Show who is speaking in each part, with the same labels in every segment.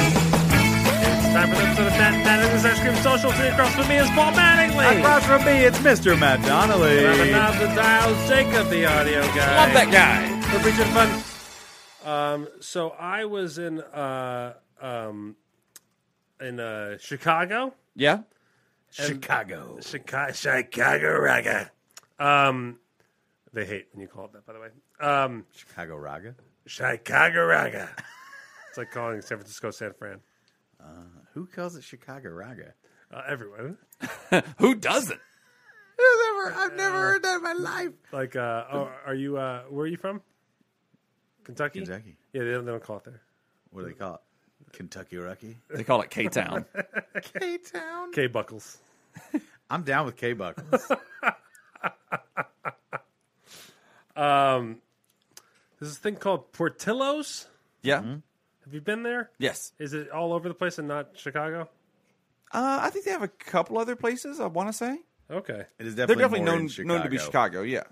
Speaker 1: It's time for the episode of Matt and Mattingly's Ice Cream Social. Today across from me is Paul Mattingly.
Speaker 2: Across from me, it's Mr. Matt Donnelly.
Speaker 1: Around the knobs and dials, Jacob, the audio guy.
Speaker 2: Love that guy.
Speaker 1: We're preaching fun. Um, so I was in uh, um, in uh, Chicago.
Speaker 2: Yeah.
Speaker 3: Chicago.
Speaker 1: Chicago, Chicago Raga. Um, they hate when you call it that, by the way. Um,
Speaker 2: Chicago Raga.
Speaker 1: Chicago Raga. it's like calling San Francisco San Fran.
Speaker 2: Who calls it Chicago Raga?
Speaker 1: Uh, everyone.
Speaker 2: Who doesn't? I've never, I've never heard that in my life.
Speaker 1: Like, uh, oh, are you? Uh, where are you from? Kentucky.
Speaker 2: Kentucky.
Speaker 1: Yeah, they don't, they don't call it there.
Speaker 2: What do they call it? Kentucky Rucky?
Speaker 4: They call it K Town.
Speaker 2: K Town.
Speaker 1: K buckles.
Speaker 2: I'm down with K Buckles.
Speaker 1: There's this thing called Portillo's.
Speaker 4: yeah.
Speaker 1: Have you been there?
Speaker 4: Yes.
Speaker 1: Is it all over the place and not Chicago?
Speaker 4: Uh, I think they have a couple other places. I want to say
Speaker 1: Okay.
Speaker 2: It is
Speaker 4: they're
Speaker 2: definitely,
Speaker 4: definitely
Speaker 2: more in
Speaker 4: known known to be Chicago. Yeah.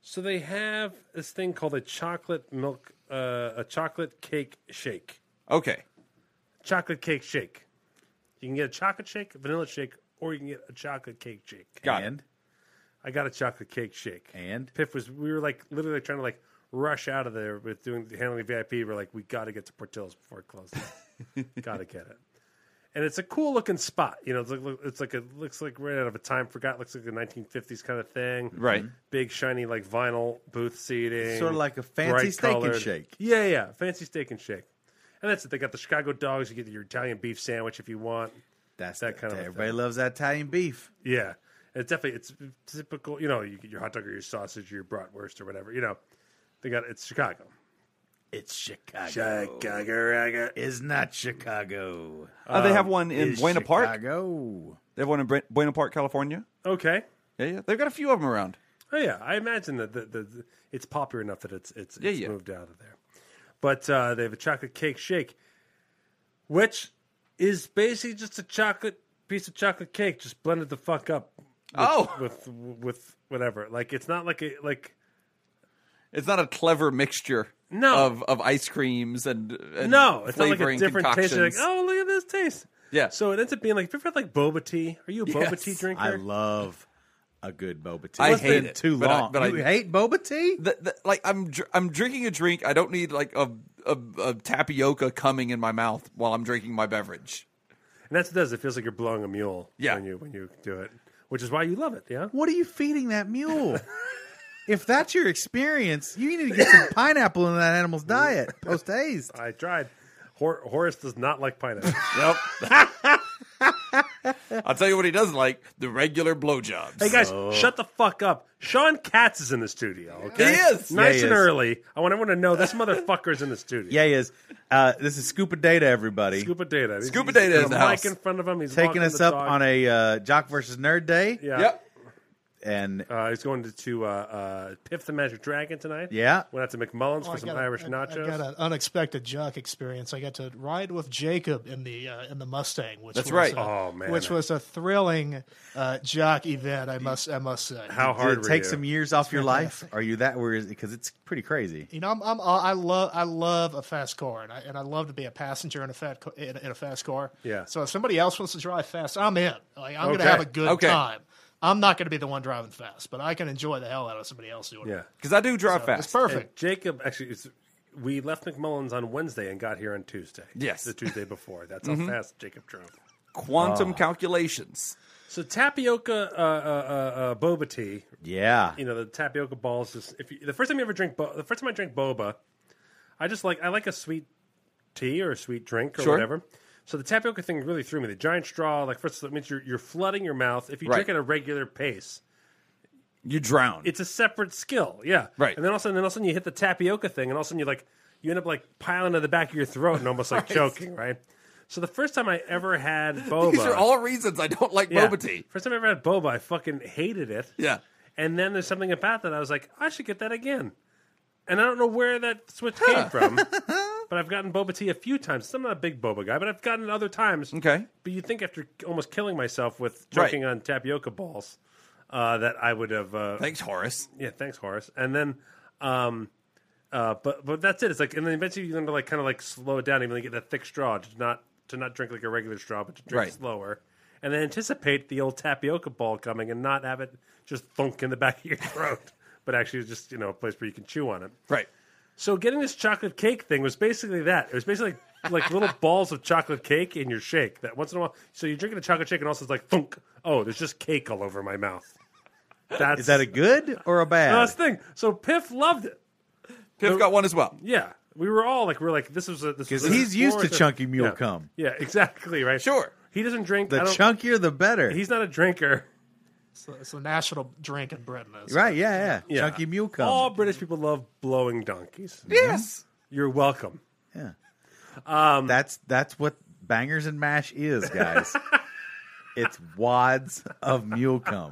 Speaker 1: So they have this thing called a chocolate milk, uh, a chocolate cake shake.
Speaker 4: Okay.
Speaker 1: Chocolate cake shake. You can get a chocolate shake, a vanilla shake, or you can get a chocolate cake shake.
Speaker 4: Got
Speaker 2: And
Speaker 1: I got a chocolate cake shake.
Speaker 2: and
Speaker 1: Piff was we were like literally trying to like rush out of there with doing handling VIP. We're like, we got to get to Portillo's before it closes. got to get it. And it's a cool looking spot. You know, it's like it's like it looks like right out of a time forgot. Looks like a 1950s kind of thing.
Speaker 4: it. Right.
Speaker 1: Big shiny like vinyl booth seating.
Speaker 2: sort of like a fancy
Speaker 1: bright
Speaker 2: steak
Speaker 1: colored.
Speaker 2: and shake.
Speaker 1: Yeah, yeah, fancy steak and shake. And that's it. They got the Chicago dogs. You get your Italian beef sandwich if you want.
Speaker 2: That's
Speaker 1: That
Speaker 2: that kind
Speaker 1: kind of a
Speaker 2: Everybody loves that Italian beef.
Speaker 1: Yeah, it's definitely it's typical. You know, you get your hot dog or your sausage or your bratwurst or whatever. You know, they got it's Chicago.
Speaker 2: It's Chicago.
Speaker 1: Chicago.
Speaker 2: It's not Chicago.
Speaker 4: Uh, they have one in
Speaker 2: It's
Speaker 4: Buena Park.
Speaker 2: Chicago.
Speaker 4: They have one in Bra- Buena Park, California.
Speaker 1: Okay.
Speaker 4: Yeah, yeah. They've got a few of them around.
Speaker 1: Oh yeah, I imagine that the, the, the- it's popular enough that it's it's,
Speaker 4: Yeah,
Speaker 1: it's
Speaker 4: yeah.
Speaker 1: moved out of there. But uh, they have a chocolate cake shake, which is basically just a chocolate piece of chocolate cake, just blended the fuck up. with-
Speaker 4: Oh.
Speaker 1: with with whatever. Like it's not like a like
Speaker 4: It's not a clever mixture.
Speaker 1: No.
Speaker 4: Of of ice creams and, and
Speaker 1: no, it's not like a
Speaker 4: flavoring
Speaker 1: different taste. You're like,
Speaker 4: concoctions.
Speaker 1: oh, look at this taste.
Speaker 4: Yeah.
Speaker 1: So it ends up being like, if you've ever had like boba tea, are you a boba
Speaker 4: Yes.
Speaker 1: tea drinker?
Speaker 2: I love a good boba tea.
Speaker 4: I
Speaker 2: It's
Speaker 4: hate
Speaker 2: been
Speaker 4: it,
Speaker 2: too
Speaker 4: but I-
Speaker 2: long.
Speaker 4: but I-
Speaker 2: you hate boba tea?
Speaker 4: the, the, like I'm dr- I'm drinking a drink. I don't need like a, a a tapioca coming in my mouth while I'm drinking my beverage.
Speaker 1: and that's what it does. It feels like you're blowing a mule
Speaker 4: Yeah.
Speaker 1: when you when you do it, which is why you love it. Yeah.
Speaker 2: What are you feeding that mule? if that's your experience, you need to get some pineapple in that animal's diet post haste.
Speaker 1: I tried. Hor- Horace does not like pineapple.
Speaker 4: Yep. I'll tell you what he doesn't like: the regular blowjobs.
Speaker 1: hey guys, shut the fuck up. Sean Katz is in the studio. Okay,
Speaker 4: He is.
Speaker 2: Yeah,
Speaker 1: nice
Speaker 2: he
Speaker 1: and
Speaker 2: is.
Speaker 1: early. I want everyone to know this motherfucker's in the studio.
Speaker 2: Yeah, he is. Uh, this is Scuba Data, everybody.
Speaker 1: Scuba data. He's-
Speaker 4: Scuba
Speaker 1: he's
Speaker 4: Data
Speaker 1: got
Speaker 4: is
Speaker 1: a
Speaker 4: in the
Speaker 1: mic
Speaker 4: house.
Speaker 1: in front of him. He's
Speaker 2: Taking us up on a uh, Jock versus Nerd Day.
Speaker 1: Yeah.
Speaker 4: Yep.
Speaker 2: And
Speaker 1: Uh, he's going to, to uh, uh, Piff the Magic Dragon tonight.
Speaker 2: Yeah.
Speaker 1: Went out to McMullen's
Speaker 5: Oh,
Speaker 1: for
Speaker 5: I
Speaker 1: some
Speaker 5: got a-
Speaker 1: Irish
Speaker 5: I-
Speaker 1: nachos.
Speaker 5: I got an unexpected jock experience. I got to ride with Jacob in the uh, in the Mustang, which
Speaker 4: That's
Speaker 5: was
Speaker 4: right.
Speaker 5: a-
Speaker 1: Oh, man.
Speaker 5: which was a thrilling uh, jock event. I must I must say.
Speaker 1: How
Speaker 2: did
Speaker 1: hard
Speaker 2: it
Speaker 1: were
Speaker 2: take
Speaker 1: you?
Speaker 2: some years off your life? Are you that where? Because it's pretty crazy.
Speaker 5: you know, I'm, I'm I love I love a fast car, and I and I love to be a passenger in a fat ca- in, a- in a fast car.
Speaker 1: Yeah.
Speaker 5: So if somebody else wants to drive fast, I'm in. Like I'm
Speaker 1: Okay.
Speaker 5: gonna have a good
Speaker 4: Okay.
Speaker 5: time. I'm not gonna be the one driving fast, but I can enjoy the hell out of somebody else doing
Speaker 1: Yeah.
Speaker 5: it.
Speaker 4: Because I do drive
Speaker 5: It's
Speaker 4: fast.
Speaker 5: perfect.
Speaker 1: And Jacob, actually, it's, we left McMullen's on Wednesday and got here on Tuesday.
Speaker 4: Yes.
Speaker 1: The Tuesday before. That's
Speaker 2: Mm-hmm.
Speaker 1: how fast Jacob drove.
Speaker 4: Quantum
Speaker 2: Oh.
Speaker 4: calculations.
Speaker 1: So tapioca uh, uh, uh, uh, boba tea,
Speaker 2: Yeah.
Speaker 1: you know the tapioca balls. Just if you, the first time you ever drink, bo- the first time I drank boba, I just like I like a sweet tea or a sweet drink or
Speaker 4: Sure.
Speaker 1: whatever. So the tapioca thing really threw me. The giant straw, like first, that means you're you're flooding your mouth. If you
Speaker 4: Right.
Speaker 1: drink at a regular pace,
Speaker 4: You drown.
Speaker 1: it's a separate skill. Yeah,
Speaker 4: Right.
Speaker 1: And then all of a sudden, then all of a sudden you hit the tapioca thing, and all of a sudden you like you end up like piling to the back of your throat and almost like choking, right? So the first time I ever had boba,
Speaker 4: These are all reasons I don't like
Speaker 1: Yeah.
Speaker 4: boba tea.
Speaker 1: First time I ever had boba, I fucking hated it.
Speaker 4: Yeah.
Speaker 1: And then there's something about that I was like, I should get that again. And I don't know where that switch came from, but I've gotten boba tea a few times. I'm not a big boba guy, but I've gotten it other times.
Speaker 4: Okay.
Speaker 1: But you think after almost killing myself with
Speaker 4: Right.
Speaker 1: choking on tapioca balls, uh, that I would have uh,
Speaker 4: Thanks, Horace.
Speaker 1: yeah, thanks, Horace. And then, um, uh, but but that's it. It's like, and then eventually you learn to like kind of like slow it down, even like get that thick straw to not to not drink like a regular straw, but to drink
Speaker 4: Right.
Speaker 1: slower, and then anticipate the old tapioca ball coming and not have it just thunk in the back of your throat, but actually just you know a place where you can chew on it.
Speaker 4: Right.
Speaker 1: So getting this chocolate cake thing was basically that. It was basically like, like little balls of chocolate cake in your shake. That once in a while, so you're drinking a chocolate shake and also it's like thunk. Oh, there's just cake all over my mouth. That's
Speaker 2: Is that a good or a bad?
Speaker 1: that's the thing. So Piff loved it.
Speaker 4: Piff got one as well.
Speaker 1: Yeah, we were all like, we are like, this was a this was
Speaker 2: 'Cause
Speaker 1: an
Speaker 2: he's used to
Speaker 1: exploratory-
Speaker 2: Chunky Mule
Speaker 1: yeah.
Speaker 2: Cum.
Speaker 1: Yeah, exactly right.
Speaker 4: Sure.
Speaker 1: he doesn't drink.
Speaker 2: the
Speaker 1: I don't-
Speaker 2: chunkier, the better.
Speaker 1: he's not a drinker.
Speaker 5: It's the, it's the national drink in Britain. Is.
Speaker 2: right. Yeah. Yeah.
Speaker 1: Yeah.
Speaker 2: Chunky Mule Cum.
Speaker 1: All British people love blowing donkeys.
Speaker 4: Yes.
Speaker 1: You're welcome.
Speaker 2: Yeah. Um, that's that's what bangers and mash is, guys. it's wads of mule cum.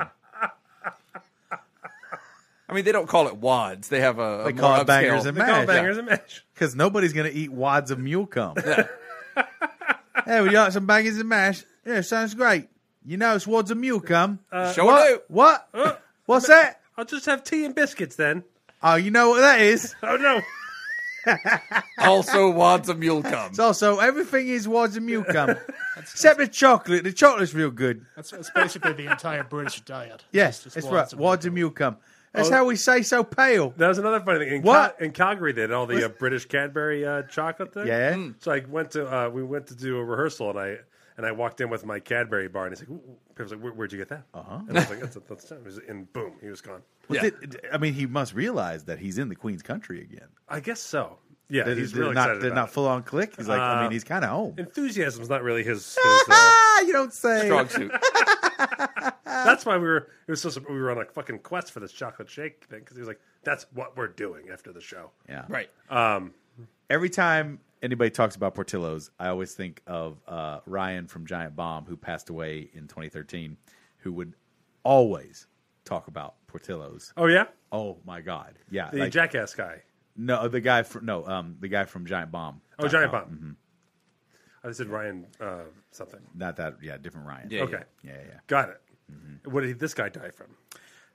Speaker 4: I mean, they don't call it wads. They have a.
Speaker 2: They call it bangers
Speaker 1: They
Speaker 2: and
Speaker 1: call
Speaker 2: mash
Speaker 1: it bangers and mash.
Speaker 2: because nobody's gonna eat wads of mule cum. hey, we got some bangers and mash. Yeah, sounds great. You know, it's wads of mule cum.
Speaker 4: Show
Speaker 2: what? What? What's that?
Speaker 1: I'll just have tea and biscuits then.
Speaker 2: Oh, you know what that is.
Speaker 1: Oh no,
Speaker 4: Also, wads of mule cum.
Speaker 2: It's also everything is wads of mule cum, except the chocolate. The chocolate's real good.
Speaker 5: That's, that's basically the entire British diet.
Speaker 2: Yes,
Speaker 5: It's
Speaker 2: that's
Speaker 5: just
Speaker 2: right. Wads of mule cum. That's
Speaker 1: Oh.
Speaker 2: how we say so pale.
Speaker 1: that was another funny thing. In
Speaker 2: What?
Speaker 1: Cal- in Calgary, they had all the uh, British Cadbury uh, chocolate thing.
Speaker 2: Yeah.
Speaker 1: So I went to uh, we went to do a rehearsal and I and I walked in with my Cadbury bar and he's like, "Ooh," Piff was like, Where, "Where'd you get that?" Uh-huh. And I was like, "That's that's time." And boom, he was gone.
Speaker 4: Yeah.
Speaker 2: Did- I mean, he must realize that he's in the Queen's country again.
Speaker 1: I guess so. Yeah,
Speaker 2: That
Speaker 1: he's
Speaker 2: they're
Speaker 1: really
Speaker 2: not,
Speaker 1: excited.
Speaker 2: They're
Speaker 1: about
Speaker 2: not full on click. He's like, I mean, he's kind of home.
Speaker 1: it. Enthusiasm's not really his. his uh,
Speaker 2: you don't say.
Speaker 4: Strong suit.
Speaker 1: that's why we were. It was so sup- we were on a fucking quest for this chocolate shake thing because he was like, "That's what we're doing after the show."
Speaker 2: Yeah.
Speaker 4: Right.
Speaker 1: Um,
Speaker 2: Every time anybody talks about Portillo's, I always think of uh, Ryan from Giant Bomb, who passed away in 2013, who would always talk about Portillo's.
Speaker 1: Oh yeah,
Speaker 2: Oh my God! Yeah,
Speaker 1: the
Speaker 2: like-
Speaker 1: jackass guy.
Speaker 2: no, the guy from no, um, the guy from Giant Bomb.
Speaker 1: Oh, giant bomb.
Speaker 2: Mm-hmm.
Speaker 1: I said Ryan uh, something.
Speaker 2: Not that, yeah, different Ryan.
Speaker 4: Yeah,
Speaker 1: Okay,
Speaker 2: yeah, Mm-hmm. yeah.
Speaker 1: got it. What did this guy die from?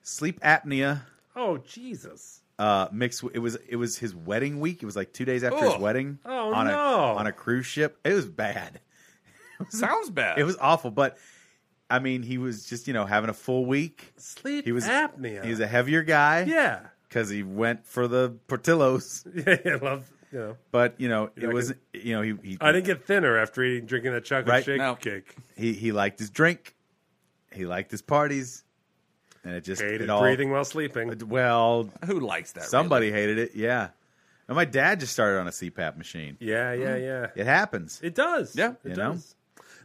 Speaker 2: Sleep apnea.
Speaker 1: Oh Jesus!
Speaker 2: uh, mixed. w- It was it was his wedding week. It was like two days after his
Speaker 4: Ugh.
Speaker 2: wedding.
Speaker 1: Oh,
Speaker 2: on
Speaker 1: no.
Speaker 2: A, on a cruise ship, it was bad.
Speaker 4: Sounds bad.
Speaker 2: It was awful. But I mean, he was just you know having a full week.
Speaker 1: Sleep
Speaker 2: He was
Speaker 1: apnea.
Speaker 2: He was a heavier guy.
Speaker 1: yeah.
Speaker 2: because he went for the Portillos.
Speaker 1: Yeah, I love. You know,
Speaker 2: But you know, it
Speaker 1: I
Speaker 2: wasn't. You know, he he,
Speaker 1: I didn't get thinner after eating drinking that chocolate
Speaker 2: Right,
Speaker 1: shake
Speaker 4: no.
Speaker 1: cake.
Speaker 2: he he liked his drink. He liked his parties, and it just
Speaker 1: Hated
Speaker 2: it all.
Speaker 1: breathing while sleeping.
Speaker 2: Well,
Speaker 4: Who likes that?
Speaker 2: somebody hated it. Yeah. And my dad just started on a CPAP machine.
Speaker 1: Yeah, yeah, yeah.
Speaker 2: It happens.
Speaker 1: It does.
Speaker 4: Mm. Yeah.
Speaker 1: it
Speaker 2: You know?
Speaker 1: does.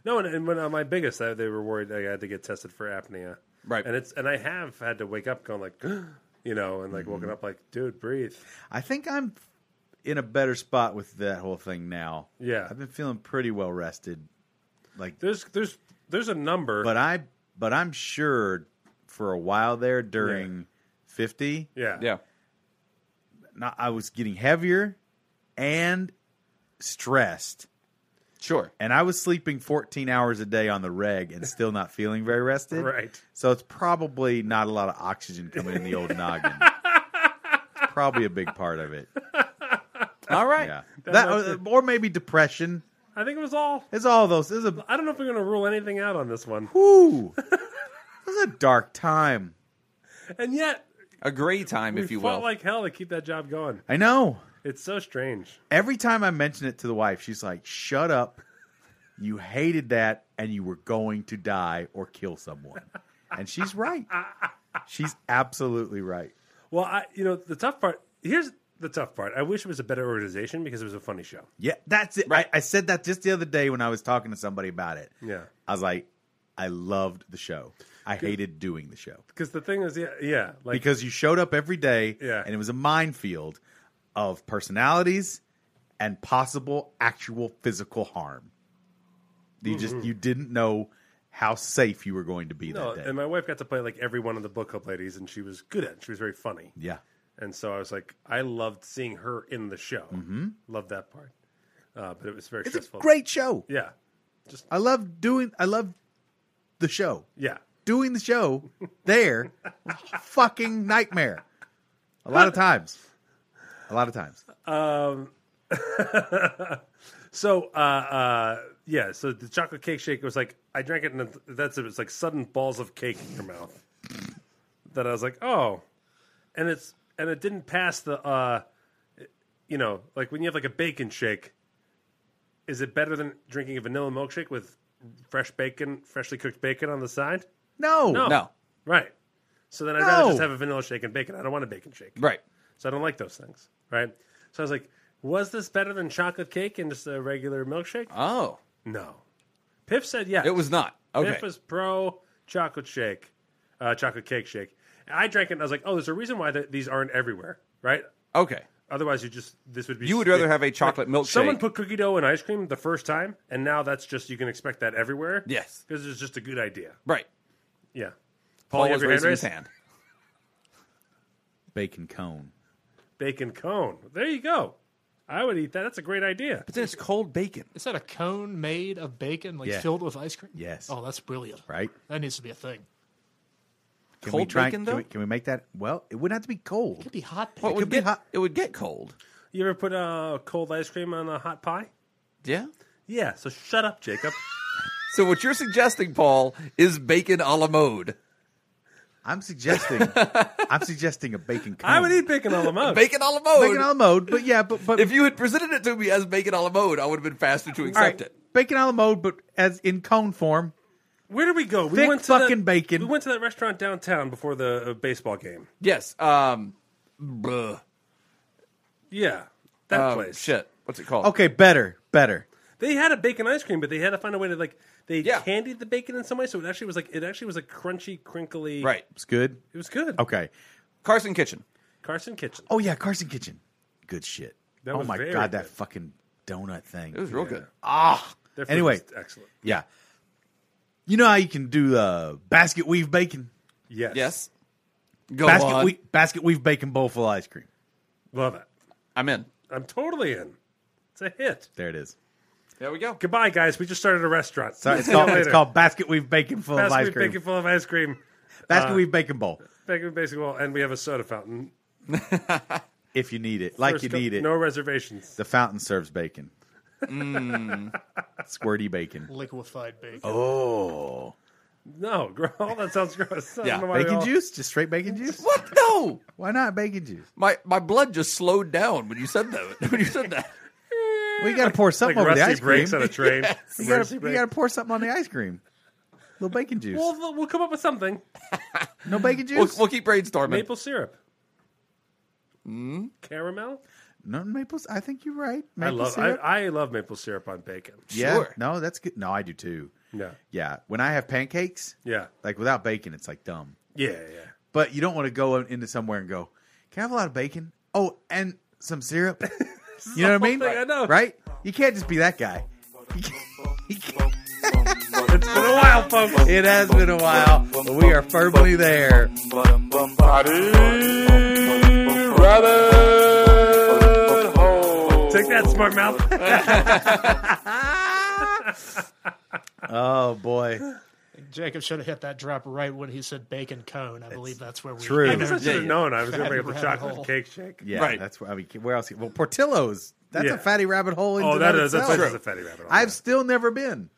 Speaker 1: No, and, and when uh, my biggest, I, they were worried I had to get tested for apnea.
Speaker 4: Right.
Speaker 1: and it's and I have had to wake up going like, you know, and like woken
Speaker 4: Mm-hmm.
Speaker 1: up like, dude, breathe.
Speaker 2: I think I'm in a better spot with that whole thing now.
Speaker 1: Yeah.
Speaker 2: I've been feeling pretty well rested. Like
Speaker 1: There's there's there's a number.
Speaker 4: uh,
Speaker 2: but I but I'm sure for a while there during 50,
Speaker 1: yeah,
Speaker 4: Really. Yeah.
Speaker 2: not, I was getting heavier and stressed.
Speaker 4: Sure.
Speaker 2: And I was sleeping 14 hours a day on the reg and still not feeling very rested.
Speaker 1: Right.
Speaker 2: So it's probably not a lot of oxygen coming in the old noggin. It's probably a big part of it.
Speaker 4: All right.
Speaker 2: Yeah. That,
Speaker 1: must
Speaker 2: or, or maybe depression.
Speaker 1: I think it was all.
Speaker 2: It's all those. It's a
Speaker 1: I don't know if we're gonna rule anything out on this one,
Speaker 2: Woo! it was a dark time.
Speaker 1: and yet
Speaker 4: A gray time,
Speaker 1: we
Speaker 4: if you
Speaker 1: fought
Speaker 4: will.
Speaker 1: like hell to keep that job going.
Speaker 2: I know.
Speaker 1: It's so strange.
Speaker 2: Every time I mention it to the wife, she's like, "Shut up! You hated that, and you were going to die or kill someone." And she's right. She's absolutely right.
Speaker 1: Well, I you know the tough part here's the tough part. I wish it was a better organization because it was a funny show.
Speaker 2: Yeah, that's it.
Speaker 4: Right.
Speaker 2: I, I said that just the other day when I was talking to somebody about it.
Speaker 1: Yeah.
Speaker 2: I was like, "I loved the show. I hated doing the show."
Speaker 1: Because the thing is, yeah, yeah, like
Speaker 2: because you showed up every day
Speaker 1: Yeah.
Speaker 2: and it was a minefield of personalities and possible actual physical harm you just you didn't know how safe you were going to be
Speaker 1: Mm-hmm. No,
Speaker 2: that day.
Speaker 1: and my wife got to play like every one of the book club ladies, and she was good at. it. She was very funny,
Speaker 2: yeah.
Speaker 1: and so I was like, I loved seeing her in the show. Mm-hmm. Loved that part, uh, but it was very
Speaker 2: It's a
Speaker 1: stressful.
Speaker 2: great show.
Speaker 1: yeah,
Speaker 2: I love doing I love the show.
Speaker 1: yeah.
Speaker 2: Doing the show there was a fucking nightmare. A lot of times. A lot of times.
Speaker 1: Um, So, uh, uh, yeah, so the chocolate cake shake was like, I drank it, and it- that's it. It's like sudden balls of cake in your mouth. that I was like, oh, and it's and it didn't pass the, uh, you know, like when you have like a bacon shake, is it better than drinking a vanilla milkshake with fresh bacon, freshly cooked bacon on the side?
Speaker 2: No.
Speaker 4: No.
Speaker 1: right. So then I'd rather
Speaker 2: No.
Speaker 1: just have a vanilla shake and bacon. I don't want a bacon shake.
Speaker 4: Right.
Speaker 1: So I don't like those things, right? So I was like, was this better than chocolate cake and just a regular milkshake?
Speaker 4: Oh,
Speaker 1: no. Piff said yes.
Speaker 4: it was not. Okay.
Speaker 1: Piff was pro chocolate shake, uh, chocolate cake shake. And I drank it and I was like, oh, there's a reason why th- these aren't everywhere, right?
Speaker 4: okay.
Speaker 1: Otherwise, you just, this would be.
Speaker 4: You would rather have a chocolate milkshake.
Speaker 1: Someone put cookie dough in ice cream the first time, and now that's just, you can expect that everywhere.
Speaker 4: Yes.
Speaker 1: Because it's just a good idea.
Speaker 4: right.
Speaker 1: Yeah.
Speaker 4: Paul
Speaker 1: you have
Speaker 4: was
Speaker 1: your
Speaker 4: raising
Speaker 1: hand
Speaker 4: his
Speaker 1: raised?
Speaker 4: hand.
Speaker 2: Bacon cone.
Speaker 1: Bacon cone. There you go. I would eat that. That's a great idea.
Speaker 4: But then it's cold bacon.
Speaker 5: Is that a cone made of bacon, like
Speaker 2: Yeah.
Speaker 5: filled with ice cream?
Speaker 2: Yes.
Speaker 5: Oh, that's brilliant.
Speaker 2: Right?
Speaker 5: That needs to be a thing.
Speaker 2: Can
Speaker 4: Cold bacon,
Speaker 2: Can we,
Speaker 4: though?
Speaker 2: can we make that? Well, it wouldn't have to be cold.
Speaker 5: It could be hot.
Speaker 4: Well,
Speaker 5: Bacon.
Speaker 4: it would
Speaker 2: be
Speaker 4: get
Speaker 2: hot.
Speaker 4: It would get cold.
Speaker 1: You ever put uh, cold ice cream on a hot pie?
Speaker 4: Yeah.
Speaker 1: Yeah. So shut up, Jacob.
Speaker 4: So what you're suggesting, Paul, is bacon a la mode.
Speaker 2: I'm suggesting. I'm suggesting a bacon cone.
Speaker 1: I would eat bacon a la mode.
Speaker 4: Bacon a la mode.
Speaker 2: bacon a la mode, but yeah, but but
Speaker 4: if you had presented it to me as bacon a la mode, I would have been faster to
Speaker 2: all right,
Speaker 4: accept it.
Speaker 2: bacon a la mode, but as in cone form.
Speaker 1: Where did we go? We
Speaker 2: Thick
Speaker 1: went to
Speaker 2: fucking
Speaker 1: that,
Speaker 2: bacon.
Speaker 1: We went to that restaurant downtown before the uh, baseball game.
Speaker 4: Yes. Um. Bleh.
Speaker 1: Yeah, that
Speaker 2: Oh,
Speaker 4: Um,
Speaker 1: place.
Speaker 4: Shit. What's it called?
Speaker 2: Okay, better, better.
Speaker 1: They had a bacon ice cream, but they had to find a way to like they
Speaker 4: Yeah.
Speaker 1: candied the bacon in some way, so it actually was like it actually was like crunchy, crinkly.
Speaker 4: Right.
Speaker 2: It's good.
Speaker 1: It was good.
Speaker 2: Okay.
Speaker 4: Carson Kitchen.
Speaker 1: Carson Kitchen.
Speaker 2: Oh yeah, Carson Kitchen. Good shit.
Speaker 1: That
Speaker 2: oh
Speaker 1: was
Speaker 2: my
Speaker 1: very
Speaker 2: god, that
Speaker 1: good.
Speaker 2: fucking donut thing.
Speaker 4: It was real good.
Speaker 1: Their food
Speaker 2: anyway.
Speaker 1: was excellent.
Speaker 2: yeah. You know how you can do uh, basket weave bacon,
Speaker 1: Yes.
Speaker 4: Yes. Go
Speaker 2: basket
Speaker 4: on.
Speaker 2: weave, basket weave bacon bowl full of ice cream.
Speaker 1: Love it.
Speaker 4: I'm in.
Speaker 1: I'm totally in. It's a hit.
Speaker 2: There it is.
Speaker 4: There we go.
Speaker 1: Goodbye, guys. We just started a restaurant.
Speaker 2: Sorry, it's
Speaker 1: See you
Speaker 2: called it's
Speaker 1: later.
Speaker 2: called basket weave bacon full
Speaker 1: Basket
Speaker 2: of ice
Speaker 1: weave
Speaker 2: cream.
Speaker 1: bacon uh, full of ice cream.
Speaker 2: basket weave bacon bowl
Speaker 1: Bacon with basic wall, and we have a soda fountain.
Speaker 2: if you need it, like
Speaker 1: First
Speaker 2: you
Speaker 1: come-
Speaker 2: need it.
Speaker 1: No reservations.
Speaker 2: The fountain serves bacon.
Speaker 1: Mm.
Speaker 2: Squirty bacon.
Speaker 5: Liquefied bacon.
Speaker 2: Oh.
Speaker 1: No, gro- all that sounds gross. I don't
Speaker 4: Yeah.
Speaker 1: know why we
Speaker 2: Bacon
Speaker 1: all-
Speaker 2: juice? Just straight bacon juice?
Speaker 4: What? No.
Speaker 2: Why not bacon juice?
Speaker 4: My my blood just slowed down when you said that. When you said that.
Speaker 2: Well, you got to pour
Speaker 1: Like
Speaker 2: something over the
Speaker 1: rusty
Speaker 2: ice cream.
Speaker 1: brakes on a train.
Speaker 2: You got
Speaker 1: Emergency
Speaker 2: to
Speaker 1: brake.
Speaker 2: pour something on the ice cream. A little bacon juice.
Speaker 1: We'll, we'll come up with something.
Speaker 2: no bacon juice?
Speaker 4: We'll, we'll keep brainstorming.
Speaker 1: Maple syrup. Caramel.
Speaker 2: no maple. s- I think you're right. Mm-hmm.
Speaker 1: I
Speaker 2: Maple
Speaker 1: love. I,
Speaker 2: syrup?
Speaker 1: I love maple syrup on bacon.
Speaker 2: yeah.
Speaker 4: Sure.
Speaker 2: No, that's good. No, I do too.
Speaker 1: Yeah.
Speaker 2: Yeah. When I have pancakes,
Speaker 1: Yeah.
Speaker 2: like without bacon, it's like dumb.
Speaker 1: Yeah. Yeah.
Speaker 2: But you don't want to go into somewhere and go, can I have a lot of bacon? Oh, and some syrup. You know what I mean?
Speaker 1: Something I know.
Speaker 2: Right? You can't just be that guy. You can't- you can't-
Speaker 1: It's been a while, folks.
Speaker 2: It has been a while, but we are firmly there.
Speaker 1: Take that, smart mouth.
Speaker 2: Oh boy,
Speaker 5: Jacob should have hit that drop right when he said bacon cone. I believe that's where we
Speaker 2: true.
Speaker 1: I guess I
Speaker 5: entered.
Speaker 1: should have
Speaker 4: yeah.
Speaker 1: known. I was going to bring up the
Speaker 5: Rabbit
Speaker 1: chocolate
Speaker 5: hole.
Speaker 1: cake shake.
Speaker 2: yeah,
Speaker 4: Right.
Speaker 2: that's where I mean. Where else? Well, Portillo's. That's
Speaker 1: Yeah.
Speaker 2: a fatty rabbit hole. In
Speaker 1: Oh, that is
Speaker 2: itself.
Speaker 1: that's just a fatty rabbit. hole.
Speaker 2: I've still never been.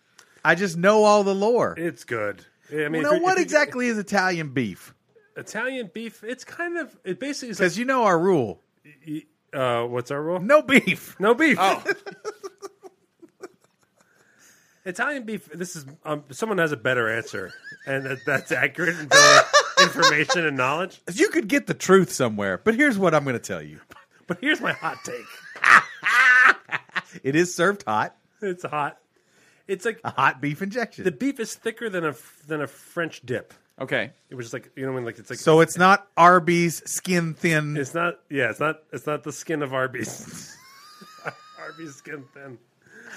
Speaker 2: I just know all the lore.
Speaker 1: It's good. I mean, if
Speaker 2: now,
Speaker 1: you-
Speaker 2: what
Speaker 1: if you-
Speaker 2: exactly is Italian beef?
Speaker 1: Italian beef. It's kind of. It basically is.
Speaker 2: Because you know our rule:
Speaker 1: Like, uh, what's our rule?
Speaker 2: no beef.
Speaker 1: No beef.
Speaker 6: Oh.
Speaker 1: Italian beef. This is um, someone has a better answer, and that, that's accurate in terms of information and knowledge.
Speaker 2: You could get the truth somewhere, but here's what I'm going to tell you:
Speaker 1: But here's my hot take.
Speaker 2: it is served hot,
Speaker 1: It's hot. It's like
Speaker 2: a hot beef injection.
Speaker 1: the beef is thicker than a than a French dip.
Speaker 4: Okay.
Speaker 1: It was just like you know when like it's like
Speaker 2: so it's not Arby's skin thin.
Speaker 1: It's not. Yeah, it's not. It's not the skin of Arby's. Arby's skin thin.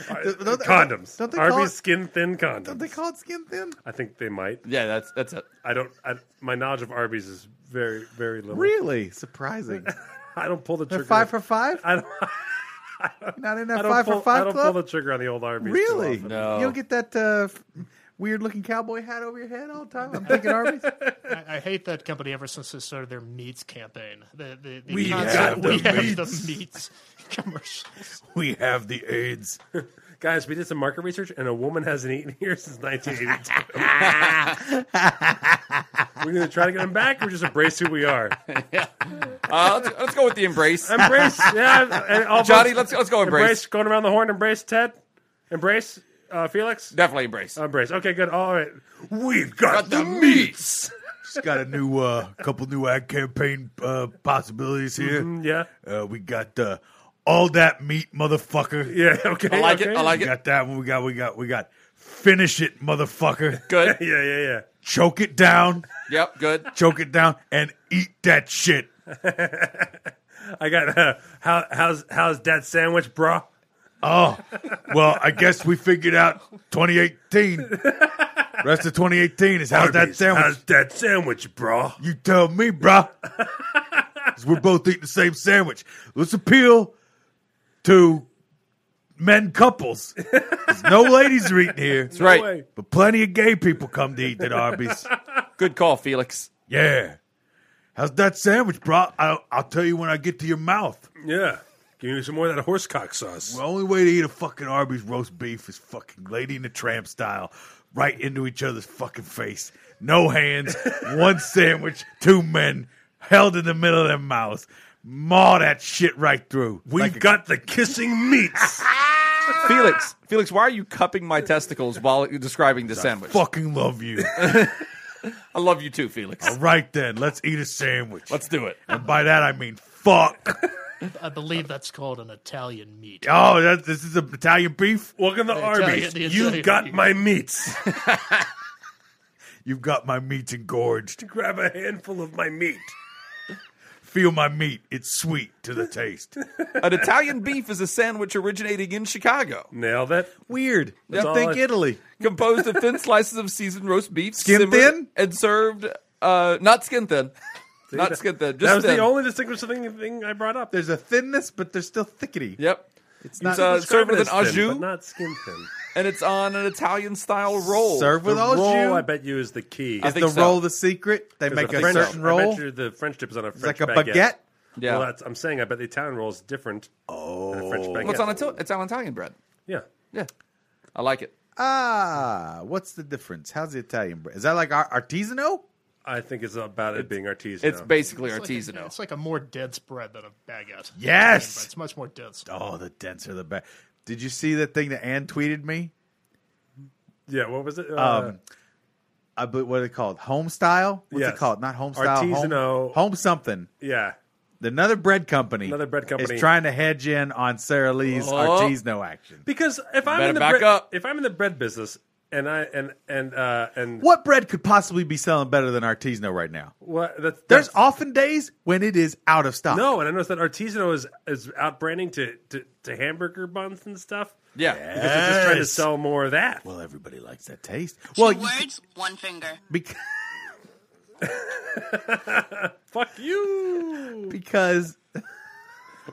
Speaker 6: don't they-
Speaker 1: condoms.
Speaker 6: don't they call
Speaker 1: Arby's
Speaker 6: it-
Speaker 1: skin thin condoms.
Speaker 6: They call it skin thin.
Speaker 1: I think they might.
Speaker 4: Yeah, that's that's it.
Speaker 1: I don't. I, my knowledge of Arby's is very, very little.
Speaker 6: Really surprising.
Speaker 1: I don't pull the
Speaker 6: They're
Speaker 1: trigger.
Speaker 6: five for five.
Speaker 1: I don't.
Speaker 6: Not in
Speaker 1: I
Speaker 6: that
Speaker 1: don't,
Speaker 6: five
Speaker 1: pull,
Speaker 6: for five
Speaker 1: I don't
Speaker 6: club.
Speaker 1: pull the trigger on the old Arby's. too
Speaker 6: really?
Speaker 1: often.
Speaker 4: No.
Speaker 6: You don't get that uh, f- weird looking cowboy hat over your head all the time. I'm thinking Arby's.
Speaker 5: I, I hate that company ever since they started their meats campaign. The, the, the
Speaker 6: We
Speaker 5: concept-
Speaker 6: have the
Speaker 5: we have
Speaker 6: meats.
Speaker 5: the meats commercials.
Speaker 6: we have the AIDS.
Speaker 1: Guys, we did some market research, and a woman hasn't eaten here since 1982. We're going to try to get them back, or just embrace who we are.
Speaker 4: Uh, let's, let's go with the embrace.
Speaker 1: Embrace, yeah. And all of us-
Speaker 4: Johnny, let's let's go embrace.
Speaker 1: embrace. Going around the horn, embrace Ted, embrace uh, Felix,
Speaker 4: Definitely embrace.
Speaker 1: embrace. Okay, good. All right, we've got,
Speaker 4: the
Speaker 1: meats.
Speaker 2: Just got a new uh, couple new ad campaign uh, possibilities here.
Speaker 1: Mm, Yeah,
Speaker 2: Uh, we got uh, all that meat, motherfucker.
Speaker 1: yeah. Okay,
Speaker 4: I like
Speaker 1: okay.
Speaker 4: it. I like
Speaker 2: We
Speaker 4: it.
Speaker 2: got that one. We got we got we got finish it, motherfucker.
Speaker 4: Good.
Speaker 1: Yeah, yeah, yeah.
Speaker 2: Choke it down,
Speaker 4: Yep. Good.
Speaker 2: choke it down, and eat that shit.
Speaker 1: I got uh, how how's how's that sandwich, bro?
Speaker 2: Oh, well, I guess we figured out 2018. Rest of 2018 is how's that
Speaker 1: Arby's,
Speaker 2: sandwich?
Speaker 1: How's that sandwich, bro?
Speaker 2: You tell me, bruh. 'Cause we're both eating the same sandwich. Let's appeal to men couples. 'Cause No ladies are eating here,
Speaker 4: That's right.
Speaker 1: Wait.
Speaker 2: but plenty of gay people come to eat at Arby's.
Speaker 4: Good call, Felix.
Speaker 2: Yeah. How's that sandwich, bruh? I'll, I'll tell you when I get to your mouth.
Speaker 1: Yeah. Give me some more of that horsecock sauce.
Speaker 2: The only way to eat a fucking Arby's roast beef is fucking Lady in the Tramp style, right into each other's fucking face. No hands, one sandwich, two men held in the middle of their mouths. Maw that shit right through.
Speaker 1: we
Speaker 2: Like a-
Speaker 1: got the kissing meats.
Speaker 4: Felix, Felix, why are you cupping my testicles while describing the sandwich?
Speaker 2: fucking love you.
Speaker 4: I love you too, Felix.
Speaker 2: All right then, let's eat a sandwich.
Speaker 4: Oh, Let's do it.
Speaker 2: and by that I mean fuck.
Speaker 5: I believe that's called an Italian meat.
Speaker 2: Oh, that, this is an Italian beef.
Speaker 1: Welcome to Arby's.
Speaker 5: the
Speaker 1: You've
Speaker 5: Italian
Speaker 1: got
Speaker 5: meat.
Speaker 1: my meats.
Speaker 2: You've got my meat engorged.
Speaker 1: Grab a handful of my meat.
Speaker 2: Feel my meat; it's sweet to the taste.
Speaker 4: An Italian beef is a sandwich originating in Chicago,
Speaker 1: Nailed it.
Speaker 6: Weird.
Speaker 1: That's
Speaker 6: You
Speaker 1: all
Speaker 6: think
Speaker 1: I-
Speaker 6: Italy?
Speaker 4: composed of thin slices of seasoned roast beef,
Speaker 6: Skin
Speaker 4: simmered
Speaker 6: thin?
Speaker 4: and served uh, not skin thin, not skin thin. Just
Speaker 1: that was
Speaker 4: thin.
Speaker 1: the only distinguishing thing, thing I brought up.
Speaker 6: There's a thinness, but there's still thickety.
Speaker 4: Yep.
Speaker 6: It's
Speaker 4: It's
Speaker 6: not
Speaker 4: uh, served with an
Speaker 1: Describe it as thin,
Speaker 4: au
Speaker 1: but not skin thin.
Speaker 4: and it's on an Italian style roll.
Speaker 6: served with
Speaker 1: the
Speaker 6: all
Speaker 1: roll,
Speaker 6: you.
Speaker 1: I bet you, is the key.
Speaker 4: I
Speaker 6: Is
Speaker 4: think
Speaker 6: the
Speaker 4: so.
Speaker 6: roll the secret? They
Speaker 1: There's
Speaker 6: make a
Speaker 1: French-
Speaker 6: certain
Speaker 1: I bet
Speaker 6: roll.
Speaker 1: you the French dip is on a French
Speaker 6: like a
Speaker 1: baguette.
Speaker 6: baguette?
Speaker 4: Yeah.
Speaker 1: Well, that's, I'm saying I bet the Italian roll is different. Oh, than a French baguette.
Speaker 4: Well, it's on Ita- it's on Italian bread.
Speaker 1: yeah.
Speaker 4: Yeah, I like it.
Speaker 6: Ah, what's the difference? How's the Italian bread? Is that like ar- artisanal?
Speaker 1: I think it's about it being artisanal.
Speaker 4: It's basically
Speaker 5: It's like a-
Speaker 4: artisanal.
Speaker 5: it's like a more dense bread than a baguette.
Speaker 2: Yes!
Speaker 5: It's much more dense.
Speaker 6: Oh, the denser the better. Did you see that thing that Ann tweeted me?
Speaker 1: yeah. What was it? Uh,
Speaker 6: Um, I believe uh, what are they called? Home style? What's
Speaker 1: Yes.
Speaker 6: it called? Not home style. Home,
Speaker 1: Artisanal.
Speaker 6: home something.
Speaker 1: yeah.
Speaker 6: Another bread company.
Speaker 1: Another bread company.
Speaker 6: is trying to hedge in on Sarah
Speaker 1: Oh.
Speaker 6: Lee's artisanal action.
Speaker 1: Because if I'm
Speaker 4: Better
Speaker 1: in the
Speaker 4: back
Speaker 1: bread,
Speaker 4: up.
Speaker 1: if I'm in the bread business, and I and and uh and
Speaker 6: What bread could possibly be selling better than artisanal right now?
Speaker 1: what that's,
Speaker 6: There's
Speaker 1: that's-
Speaker 6: often days when it is out of stock.
Speaker 1: no, and I noticed that artisanal is is out branding to, to to hamburger buns and stuff.
Speaker 4: Yeah.
Speaker 1: because they're just trying to sell more of that.
Speaker 6: Well, everybody likes that taste. Well,
Speaker 3: Two words, one finger.
Speaker 6: because,
Speaker 1: Fuck you
Speaker 6: because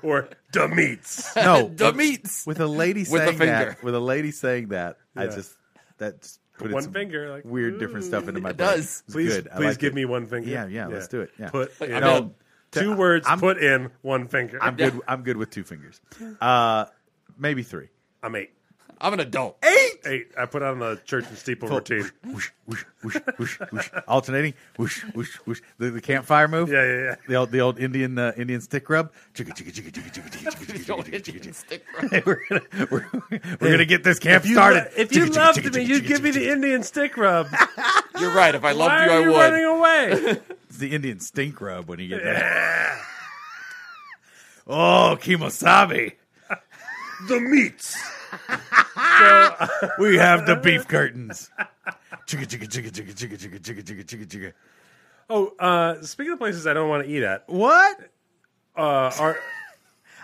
Speaker 1: or the meats.
Speaker 6: no,
Speaker 4: The meats.
Speaker 6: with a lady
Speaker 4: a
Speaker 6: saying
Speaker 4: finger.
Speaker 6: that, with a lady saying that, I just that just put in
Speaker 1: One
Speaker 6: some
Speaker 1: finger, like,
Speaker 6: weird different stuff into my
Speaker 4: It
Speaker 6: brain.
Speaker 4: does.
Speaker 6: It's
Speaker 1: Please,
Speaker 6: good. I
Speaker 1: please
Speaker 6: like
Speaker 1: give
Speaker 6: it.
Speaker 1: me one finger.
Speaker 6: Yeah, yeah, let's do it, yeah.
Speaker 1: Put
Speaker 4: Like,
Speaker 1: in.
Speaker 4: I'm
Speaker 6: No,
Speaker 1: two words.
Speaker 6: I'm-
Speaker 1: put in one finger.
Speaker 6: I'm
Speaker 1: I'm,
Speaker 6: good. I'm good with two fingers. Uh, maybe three.
Speaker 1: eight.
Speaker 4: I'm an adult.
Speaker 1: Eight. I put on the church and steeple routine.
Speaker 6: Oh, Whoosh, whoosh, whoosh, whoosh, whoosh. alternating. Whoosh, whoosh, whoosh. The, the campfire move.
Speaker 1: Yeah, yeah, yeah.
Speaker 6: The old, the old Indian uh, Indian stick rub. Chicka, chicka, chicka, chicka, chicka, chicka, chicka, chicka, chicka, chicka, chicka.
Speaker 4: Stick
Speaker 6: we're gonna we're, we're gonna get this camp
Speaker 1: If you,
Speaker 6: started.
Speaker 1: lo- if you
Speaker 6: Chicka, chicka,
Speaker 1: loved
Speaker 6: chicka,
Speaker 1: me,
Speaker 6: chicka,
Speaker 1: you'd
Speaker 6: chicka,
Speaker 1: give me
Speaker 6: chicka,
Speaker 1: the
Speaker 6: chicka.
Speaker 1: Indian stick rub.
Speaker 4: You're right. If I loved
Speaker 1: Why
Speaker 4: you,
Speaker 1: are
Speaker 4: I
Speaker 1: you
Speaker 4: would.
Speaker 1: running away?
Speaker 6: It's the Indian stink rub when you get that.
Speaker 2: Oh, kimosabe.
Speaker 1: the meats.
Speaker 2: We have the beef curtains. Chicka chicka chicka chicka chicka chicka chicka chicka chicka chicka.
Speaker 1: Oh, uh, speaking of places I don't want to eat at,
Speaker 6: What?
Speaker 1: uh, are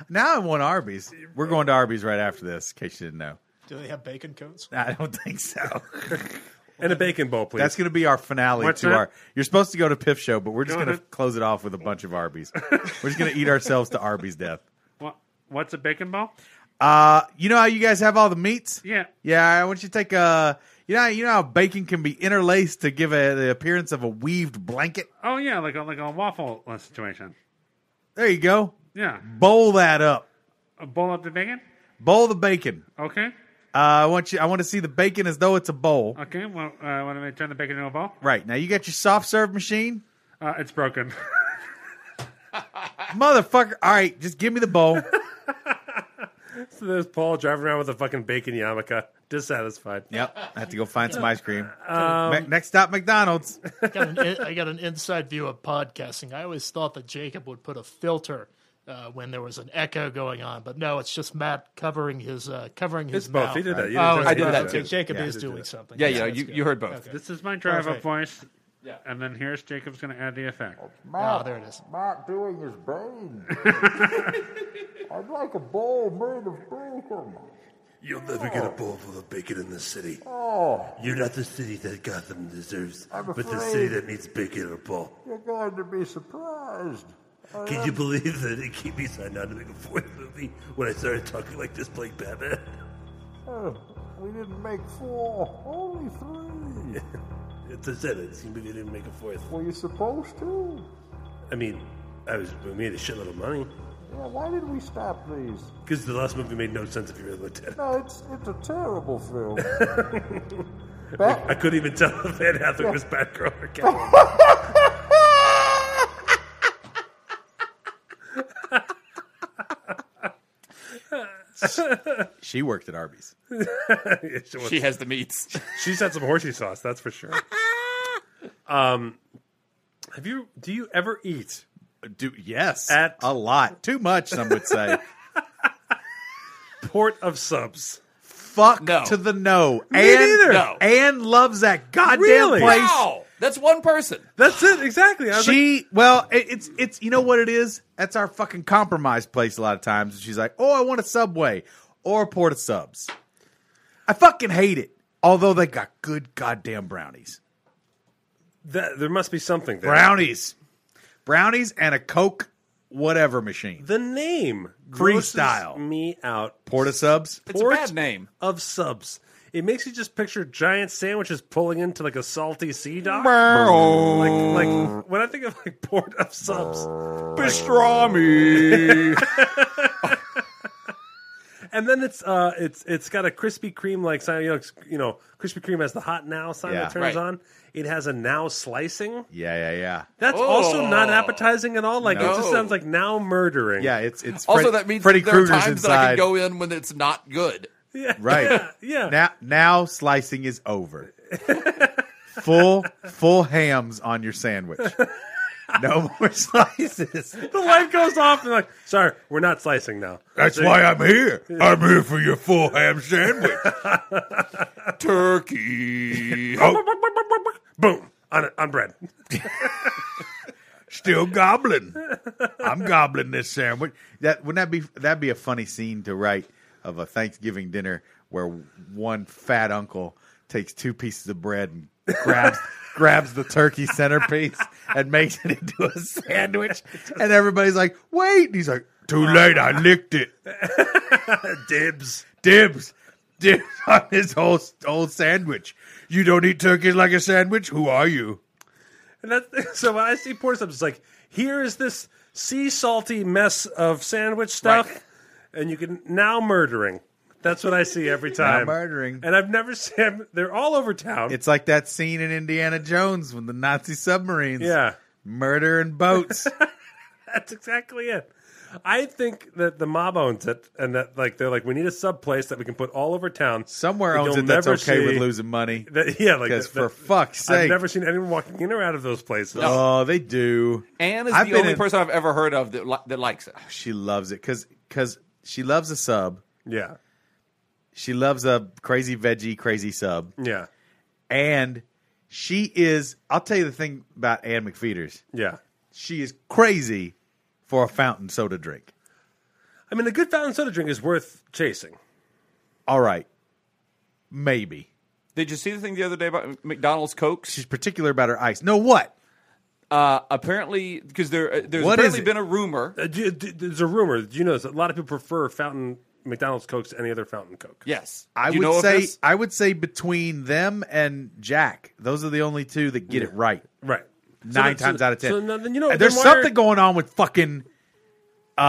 Speaker 6: Now I want Arby's. We're going to Arby's right after this, in case you didn't know.
Speaker 5: Do they have bacon coats?
Speaker 2: I don't think so.
Speaker 1: and a bacon bowl, please.
Speaker 2: That's going to be our finale
Speaker 1: What's
Speaker 2: to
Speaker 1: that?
Speaker 2: our. You're supposed to go to Piff Show, but we're just
Speaker 1: Go
Speaker 2: going to
Speaker 1: ahead.
Speaker 2: close it off with a bunch of Arby's. we're just going to eat ourselves to Arby's death.
Speaker 6: What, what's a bacon ball?
Speaker 2: Uh, you know how you guys have all the meats?
Speaker 6: Yeah.
Speaker 2: Yeah, I want you to take a. You know, you know how bacon can be interlaced to give a, the appearance of a weaved blanket.
Speaker 6: Oh yeah, like a, like a waffle uh, situation.
Speaker 2: There you go.
Speaker 6: Yeah,
Speaker 2: Bowl that up.
Speaker 6: a bowl up the bacon.
Speaker 2: Bowl the bacon.
Speaker 6: Okay,
Speaker 2: Uh, I want you. I want to see the bacon as though it's a bowl.
Speaker 6: okay. Well, uh, want to turn the bacon into a ball?
Speaker 2: Right now, you got your soft serve machine,
Speaker 6: Uh, it's broken.
Speaker 2: motherfucker. All right, just give me the bowl.
Speaker 1: So there's Paul driving around with a fucking bacon yarmulke, dissatisfied.
Speaker 2: yep, I have to go find some ice cream. Ma- Next stop, McDonald's.
Speaker 5: got an, in- I got an inside view of podcasting. I always thought that Jacob would put a filter uh, when there was an echo going on, but no, it's just Matt covering his uh, covering his
Speaker 1: It's both.
Speaker 5: mouth.
Speaker 1: He did that. You
Speaker 5: Oh,
Speaker 1: didn't
Speaker 5: I
Speaker 1: do
Speaker 5: did
Speaker 1: that.
Speaker 5: that too. Jacob
Speaker 1: Yeah,
Speaker 5: is
Speaker 1: you did do
Speaker 5: doing
Speaker 1: that.
Speaker 5: something.
Speaker 4: Yeah,
Speaker 5: Yes,
Speaker 4: yeah,
Speaker 5: that's
Speaker 4: you,
Speaker 5: good.
Speaker 4: you heard both.
Speaker 6: this is my drive-up
Speaker 5: Perfect.
Speaker 6: voice. Yeah. And then here's Jacob's going to add the effect.
Speaker 5: Oh, there it is.
Speaker 7: Matt doing his bane. I'd like a bowl made of bacon.
Speaker 3: You'll never get a bowl full of bacon in this city.
Speaker 7: Oh,
Speaker 3: You're not the city that Gotham deserves,
Speaker 7: I'm
Speaker 3: but the
Speaker 7: afraid.
Speaker 3: city that needs bacon in a bowl.
Speaker 7: you're going to be surprised. I
Speaker 3: Can
Speaker 7: am-
Speaker 3: you believe that it kept me signed on to make a fourth movie when I started talking like this playing Batman?
Speaker 7: uh, we didn't make four, only three.
Speaker 3: It's a sentence. You maybe didn't make a fourth.
Speaker 7: Were you supposed to?
Speaker 3: I mean, I was we made a shitload of money
Speaker 7: Yeah, why did we stop these?
Speaker 3: because the last movie made no sense if you really looked at it.
Speaker 7: No, it's it's a terrible film.
Speaker 3: I
Speaker 7: Bat-
Speaker 3: couldn't even tell if Van Hathaway was
Speaker 1: Oh,
Speaker 3: Batgirl or Catwoman.
Speaker 2: She worked at Arby's.
Speaker 1: Yeah, she was-
Speaker 4: She has the meats.
Speaker 1: She's had some horsey sauce, that's for sure. Um, have you? Do you ever eat?
Speaker 2: Do yes,
Speaker 1: At-
Speaker 2: a lot, too much. Some would say.
Speaker 1: Port of subs.
Speaker 2: Fuck
Speaker 4: No.
Speaker 2: to the no. and,
Speaker 1: neither.
Speaker 4: No.
Speaker 2: And loves that goddamn
Speaker 1: Really?
Speaker 2: place.
Speaker 4: Wow, that's one person.
Speaker 1: That's it exactly. I was like,
Speaker 2: She well, it, it's it's you know what it is. That's our fucking compromise place. A lot of times, she's like, "Oh, I want a Subway or a porta subs." I fucking hate it. Although they got good goddamn brownies,
Speaker 1: that, there must be something there.
Speaker 2: brownies, brownies, and a Coke whatever machine.
Speaker 1: The name grosses
Speaker 2: Freestyle.
Speaker 1: me out.
Speaker 2: Porta subs.
Speaker 4: It's a
Speaker 1: Port
Speaker 4: bad name.
Speaker 1: of subs. It makes you just picture giant sandwiches pulling into like a salty sea dock. Like, like when I think of like port of subs,
Speaker 4: Pastrami.
Speaker 1: and then it's uh, it's it's got a Krispy Kreme like sign. You know, it's- you know, Krispy Kreme has the hot now sign
Speaker 2: Yeah.
Speaker 1: that turns
Speaker 4: Right.
Speaker 1: on. It has a now slicing.
Speaker 2: Yeah, yeah, yeah,
Speaker 1: That's also not appetizing at all. Like it just
Speaker 4: Oh. No.
Speaker 1: sounds like now murdering.
Speaker 2: yeah. It's it's
Speaker 4: also,
Speaker 2: Fred-
Speaker 4: that means
Speaker 2: Freddy
Speaker 4: that there
Speaker 2: Krueger's
Speaker 4: are times
Speaker 2: inside.
Speaker 4: that I can go in when it's not good.
Speaker 2: Right.
Speaker 1: yeah.
Speaker 2: Now now slicing is over. full full hams on your sandwich. No more slices.
Speaker 1: the light goes off and like, sorry, we're not slicing now.
Speaker 8: That's why I'm here. I'm here for your full ham sandwich.
Speaker 4: Turkey.
Speaker 2: Oh.
Speaker 1: Boom on on bread.
Speaker 8: Still gobbling. I'm gobbling this sandwich.
Speaker 2: That wouldn't that be that'd be a funny scene to write of a Thanksgiving dinner where one fat uncle takes two pieces of bread and grabs grabs the turkey centerpiece and makes it into a sandwich and everybody's like, "Wait." And he's like,
Speaker 8: Too late. I licked it.
Speaker 1: Dibs.
Speaker 8: Dibs. Dibs on this whole, whole sandwich. You don't eat turkeys like a sandwich? Who are you?
Speaker 1: And that's so when I see pork subs, it's like here is this sea salty mess of sandwich stuff, and you can now murdering. That's what I see every time.
Speaker 2: murdering.
Speaker 1: and I've never seen. They're all over town.
Speaker 2: It's like that scene in Indiana Jones when the Nazi submarines
Speaker 1: Yeah.
Speaker 2: murder and boats.
Speaker 1: That's exactly it. I think that the mob owns it, and that like they're like we need a sub place that we can put all over town.
Speaker 2: Somewhere
Speaker 1: that
Speaker 2: owns
Speaker 1: you'll
Speaker 2: it that's
Speaker 1: never
Speaker 2: okay with
Speaker 1: see-
Speaker 2: losing money.
Speaker 1: That, yeah, like
Speaker 2: Because
Speaker 1: that-
Speaker 2: for
Speaker 1: that-
Speaker 2: fuck's sake.
Speaker 1: I've never seen anyone walking in or out of those places.
Speaker 2: Oh, they do.
Speaker 4: Anne is
Speaker 2: I've
Speaker 4: the
Speaker 2: been
Speaker 4: only
Speaker 2: in-
Speaker 4: person I've ever heard of that, li- that likes it.
Speaker 2: She loves it because she loves a sub.
Speaker 1: Yeah,
Speaker 2: She loves a crazy veggie, crazy sub,
Speaker 1: yeah,
Speaker 2: and she is. I'll tell you the thing about Ann McFeeters.
Speaker 1: yeah.
Speaker 2: She is crazy for a fountain soda drink.
Speaker 1: I mean, a good fountain soda drink is worth chasing.
Speaker 2: All right, Maybe.
Speaker 4: Did you see the thing the other day about McDonald's Cokes?
Speaker 2: She's particular about her ice. No, what?
Speaker 4: Uh, apparently, because there uh, there's
Speaker 2: What is
Speaker 4: apparently
Speaker 2: it?
Speaker 4: been a rumor.
Speaker 1: Uh, do, do- there's a rumor. Do you know this? A lot of people prefer fountain McDonald's Cokes to any other fountain Coke.
Speaker 4: Yes,
Speaker 2: I
Speaker 4: Do you
Speaker 2: would
Speaker 4: know of
Speaker 2: say
Speaker 4: this?
Speaker 2: I would say between them and Jack, those are the only two that get it right
Speaker 1: Right. So
Speaker 2: nine
Speaker 1: then- so-
Speaker 2: times out of ten.
Speaker 1: So then, then you know
Speaker 2: And there's
Speaker 1: then why are-
Speaker 2: something going on with fucking uh,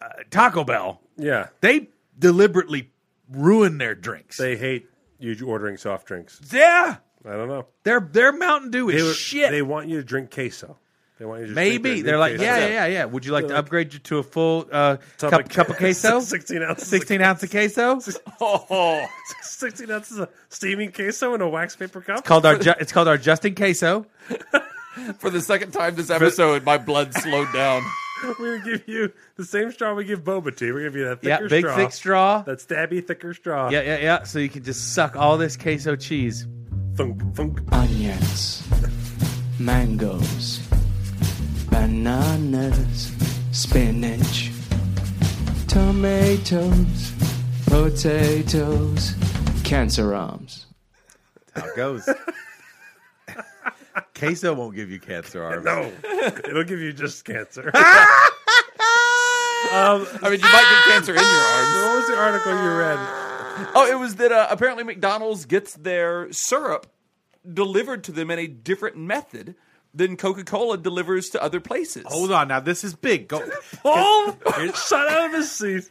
Speaker 2: uh, Taco Bell.
Speaker 1: Yeah.
Speaker 2: They deliberately ruin their drinks.
Speaker 1: They hate you ordering soft drinks.
Speaker 2: yeah,
Speaker 1: I don't know.
Speaker 2: their their Mountain Dew
Speaker 1: They
Speaker 2: is
Speaker 1: were-
Speaker 2: shit.
Speaker 1: They want you to drink queso. They want you to
Speaker 2: Maybe
Speaker 1: drink their
Speaker 2: they're
Speaker 1: new
Speaker 2: like,
Speaker 1: queso.
Speaker 2: yeah, yeah, yeah, yeah. Would you like to
Speaker 1: They're like-
Speaker 2: upgrade you to a full uh,
Speaker 1: Top
Speaker 2: cup, cup of queso,
Speaker 1: sixteen ounces,
Speaker 2: sixteen ounce of queso?
Speaker 4: Oh,
Speaker 1: sixteen ounces of steaming queso in a wax paper cup.
Speaker 2: called our ju- it's called our Justin queso.
Speaker 4: for the second time this episode, my blood slowed down.
Speaker 1: We're gonna give you the same straw we give boba tea. We're gonna give you that
Speaker 2: Yeah,
Speaker 1: thicker
Speaker 2: big
Speaker 1: straw,
Speaker 2: thick straw.
Speaker 1: that stabby thicker straw.
Speaker 2: Yeah, yeah, yeah. So you can just suck all this queso cheese.
Speaker 1: Thunk, thunk.
Speaker 9: onions, mangoes, bananas, spinach, tomatoes, potatoes, cancer arms.
Speaker 2: How it goes. queso won't give you cancer, Arvis.
Speaker 1: No, it'll give you just cancer.
Speaker 4: I mean, you might get cancer in your arms.
Speaker 1: what was the article you read?
Speaker 4: Oh, it was that uh, apparently McDonald's gets their syrup delivered to them in a different method than Coca Cola delivers to other places.
Speaker 2: Hold on, now this is big. Go.
Speaker 1: Paul shut out of his seat.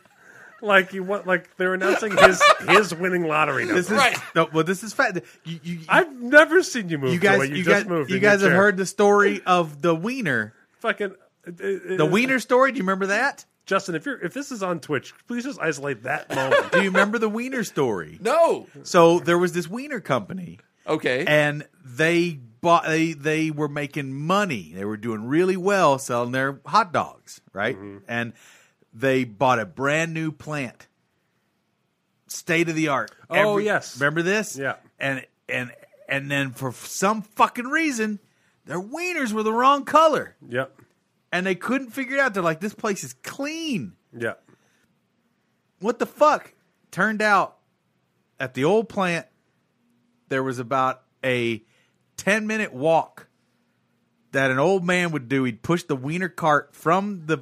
Speaker 1: Like you want, like they're announcing his his winning lottery number.
Speaker 2: This is
Speaker 4: Right.
Speaker 2: no. Well, this is fat. You, you,
Speaker 1: I've never seen you move.
Speaker 2: you
Speaker 1: the way
Speaker 2: guys,
Speaker 1: you,
Speaker 2: you
Speaker 1: just
Speaker 2: guys,
Speaker 1: moved.
Speaker 2: you
Speaker 1: in your
Speaker 2: guys have
Speaker 1: chair.
Speaker 2: heard the story of the wiener,
Speaker 1: fucking it- it-
Speaker 2: the
Speaker 1: it-
Speaker 2: wiener story. Do you remember that?
Speaker 1: Justin, if you're if this is on Twitch, please just isolate that moment.
Speaker 2: Do you remember the wiener story?
Speaker 4: No.
Speaker 2: So there was this wiener company,
Speaker 4: Okay.
Speaker 2: and they bought they they were making money. They were doing really well selling their hot dogs, right?
Speaker 1: Mm-hmm.
Speaker 2: And they bought a brand new plant, state of the art.
Speaker 1: Oh, yes.
Speaker 2: remember this?
Speaker 1: Yeah.
Speaker 2: and and and then for some fucking reason, their wieners were the wrong color,
Speaker 1: yep.
Speaker 2: and they couldn't figure it out. They're like, this place is clean
Speaker 1: Yeah.
Speaker 2: what the fuck? Turned out at the old plant, there was about a 10 minute walk that an old man would do. He'd push the wiener cart from the,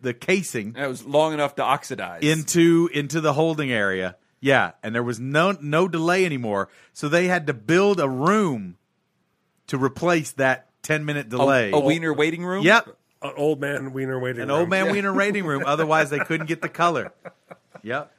Speaker 2: the casing
Speaker 4: that was long enough to oxidize.
Speaker 2: into, into the holding area. Yeah. And there was no, no delay anymore. So they had to build a room to replace that 10 minute
Speaker 4: a,
Speaker 2: delay.
Speaker 4: a wiener waiting room.
Speaker 2: Yep.
Speaker 1: An old man wiener waiting.
Speaker 2: An
Speaker 1: room.
Speaker 2: old man wiener rating room. Otherwise, they couldn't get the color. Yep.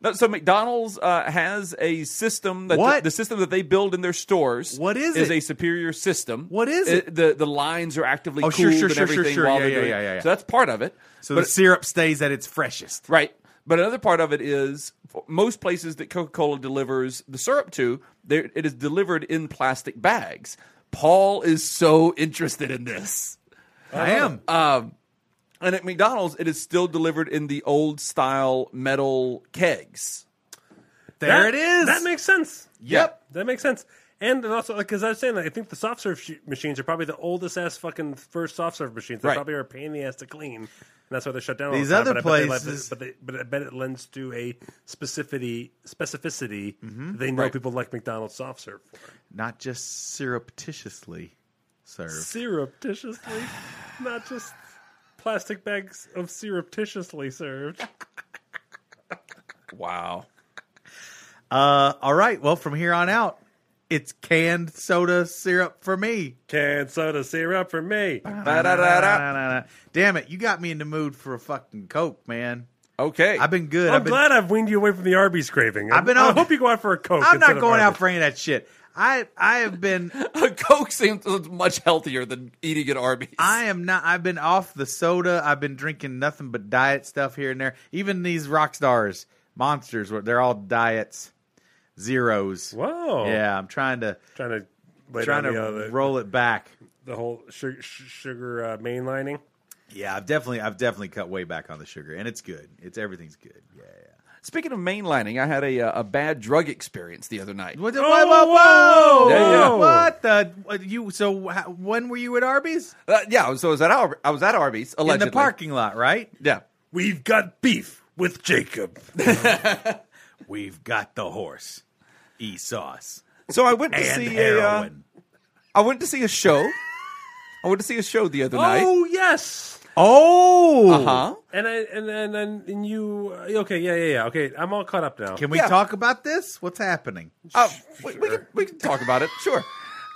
Speaker 4: No, so McDonald's uh, has a system that
Speaker 2: What?
Speaker 4: The, the system that they build in their stores.
Speaker 2: What is
Speaker 4: is
Speaker 2: it?
Speaker 4: a superior system. Uh,
Speaker 2: What is it?
Speaker 4: The the lines are actively
Speaker 2: Oh,
Speaker 4: cooled
Speaker 2: sure, sure,
Speaker 4: and
Speaker 2: sure, sure,
Speaker 4: everything
Speaker 2: sure.
Speaker 4: while
Speaker 2: Yeah,
Speaker 4: they're
Speaker 2: yeah,
Speaker 4: doing
Speaker 2: yeah, yeah, yeah.
Speaker 4: So that's part of it.
Speaker 2: So
Speaker 4: But-
Speaker 2: the syrup stays at its freshest.
Speaker 4: Right. But another part of it is for most places that Coca Cola delivers the syrup to, there- it is delivered in plastic bags. Paul is so interested in this.
Speaker 2: I Uh, am.
Speaker 4: And at McDonald's, it is still delivered in the old style metal kegs.
Speaker 2: there it
Speaker 1: That-
Speaker 2: is.
Speaker 1: That makes sense.
Speaker 4: Yep.
Speaker 1: That makes sense. And then also, because I was saying, that I think the soft serve sh- machines are probably the oldest ass fucking first soft serve machines. They
Speaker 4: Right.
Speaker 1: probably are a pain in the ass to clean. And that's why they're shut down. all the
Speaker 2: These
Speaker 1: time,
Speaker 2: other
Speaker 1: but I bet they let-
Speaker 2: places-
Speaker 1: but, they, but I bet it lends to a specificity specificity.
Speaker 2: Mm-hmm.
Speaker 1: They know
Speaker 4: Right.
Speaker 1: people like McDonald's soft serve for
Speaker 2: Not just surreptitiously served.
Speaker 1: surreptitiously, not just plastic bags of surreptitiously served.
Speaker 4: Wow.
Speaker 2: Uh, all right. Well, from here on out, it's canned soda syrup for me.
Speaker 1: Can soda syrup for me?
Speaker 4: Ba-da-da-da.
Speaker 2: Damn it. You got me in the mood for a fucking Coke, man.
Speaker 4: Okay.
Speaker 2: I've been good.
Speaker 1: I'm
Speaker 2: have been,
Speaker 1: glad I've weaned you away from the Arby's craving.
Speaker 2: I've been
Speaker 1: I
Speaker 2: on-
Speaker 1: hope you go out for a coke.
Speaker 2: I'm
Speaker 1: instead
Speaker 2: not
Speaker 1: of
Speaker 2: going out
Speaker 1: Arby's.
Speaker 2: for any of that shit. I I have been
Speaker 4: Coke seems much healthier than eating at Arby's.
Speaker 2: I am not I've been off the soda. I've been drinking nothing but diet stuff here and there. Even these rock stars, monsters, they're all diets, zeros.
Speaker 1: Whoa.
Speaker 2: Yeah, I'm trying to
Speaker 1: Trying to lay
Speaker 2: trying
Speaker 1: down
Speaker 2: to
Speaker 1: the, uh, the,
Speaker 2: roll it back.
Speaker 1: the whole sugar, sugar uh, mainlining.
Speaker 2: Yeah, I've definitely I've definitely cut way back on the sugar, and it's good. It's everything's good. Yeah.
Speaker 4: Speaking of mainlining, I had a, uh, a bad drug experience the other night.
Speaker 2: What? The,
Speaker 1: Oh,
Speaker 2: whoa, whoa, whoa!
Speaker 1: whoa,
Speaker 4: Yeah, yeah.
Speaker 2: What the? What, you so how, when were you at Arby's?
Speaker 4: Uh, yeah, so I was at Ar- I was at Arby's allegedly
Speaker 2: In the parking lot, right?
Speaker 4: Yeah,
Speaker 3: We've got beef with Jacob.
Speaker 2: We've got the horse, Esau's,
Speaker 4: So I went to
Speaker 2: and
Speaker 4: see a, uh,
Speaker 2: heroin.
Speaker 4: I went to see a show. I went to see a show the other night.
Speaker 1: Oh yes.
Speaker 2: oh,
Speaker 4: Uh huh.
Speaker 1: And I and and and, and you uh, okay yeah yeah yeah okay I'm all caught up now.
Speaker 2: can we
Speaker 4: Yeah.
Speaker 2: talk about this? What's happening?
Speaker 4: Uh, we, we can, we can talk about it. Sure.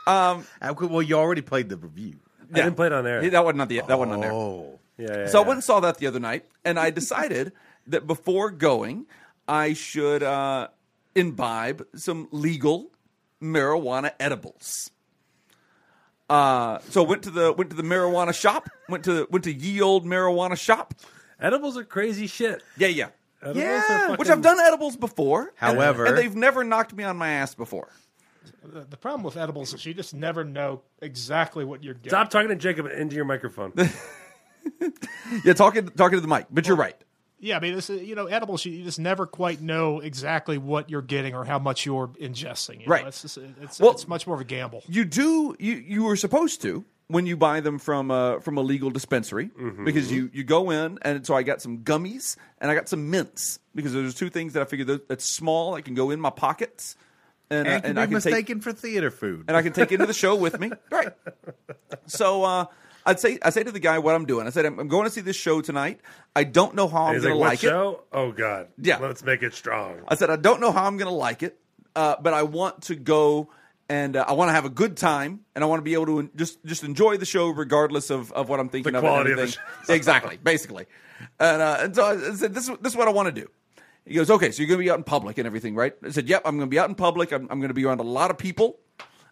Speaker 4: Um,
Speaker 2: Uh, well, you already played the review.
Speaker 1: I didn't play it on there.
Speaker 4: that wasn't on the that wasn't on there.
Speaker 2: Oh,
Speaker 1: Yeah, yeah,
Speaker 4: So I
Speaker 1: yeah.
Speaker 4: went and saw that the other night, and I decided that before going, I should uh, imbibe some legal marijuana edibles. Uh, so I went to the went to the marijuana shop. Went to went to ye old marijuana shop.
Speaker 1: edibles are crazy shit.
Speaker 4: Yeah, yeah.
Speaker 1: Edibles
Speaker 2: Yeah,
Speaker 1: are fucking,
Speaker 4: Which I've done edibles before. and-
Speaker 2: However-
Speaker 4: and they've never knocked me on my ass before.
Speaker 5: The, the problem with edibles is you just never know exactly what you're getting.
Speaker 1: Stop talking to Jacob and into your microphone.
Speaker 4: Yeah, talking talking to the mic. But you're right.
Speaker 5: Yeah, I mean, this is, you know, edibles, you, you just never quite know exactly what you're getting or how much you're ingesting. you know?
Speaker 4: Right.
Speaker 5: It's, just, it's,
Speaker 4: Well-
Speaker 5: it's much more of a gamble.
Speaker 4: you do you you were supposed to when you buy them from uh, from a legal dispensary
Speaker 1: Mm-hmm.
Speaker 4: because you you go in and so I got some gummies and I got some mints because those are two things that I figured that- that's small I can go in my pockets
Speaker 2: and,
Speaker 4: and, I, and
Speaker 2: can
Speaker 4: I
Speaker 2: be
Speaker 4: can take
Speaker 2: mistaken for theater food.
Speaker 4: and I can take into the show with me right so uh, I'd say I say to the guy what I'm doing I said I'm, I'm going to see this show tonight I don't know how I'm
Speaker 1: He's like,
Speaker 4: going
Speaker 1: what
Speaker 4: to like it
Speaker 1: show? Oh god.
Speaker 4: Yeah.
Speaker 1: Let's make it strong.
Speaker 4: I said, I don't know how I'm going to like it, uh, but I want to go and uh, I want to have a good time and I want to be able to en- just just enjoy the show regardless of, of what I'm thinking
Speaker 1: The
Speaker 4: of. and
Speaker 1: quality of the
Speaker 4: everything. exactly, basically. And, uh, and so I said, this, is- this is what I want to do. He goes, okay, so you're going to be out in public and everything, right? I said, yep, I'm going to be out in public. I'm, I'm going to be around a lot of people.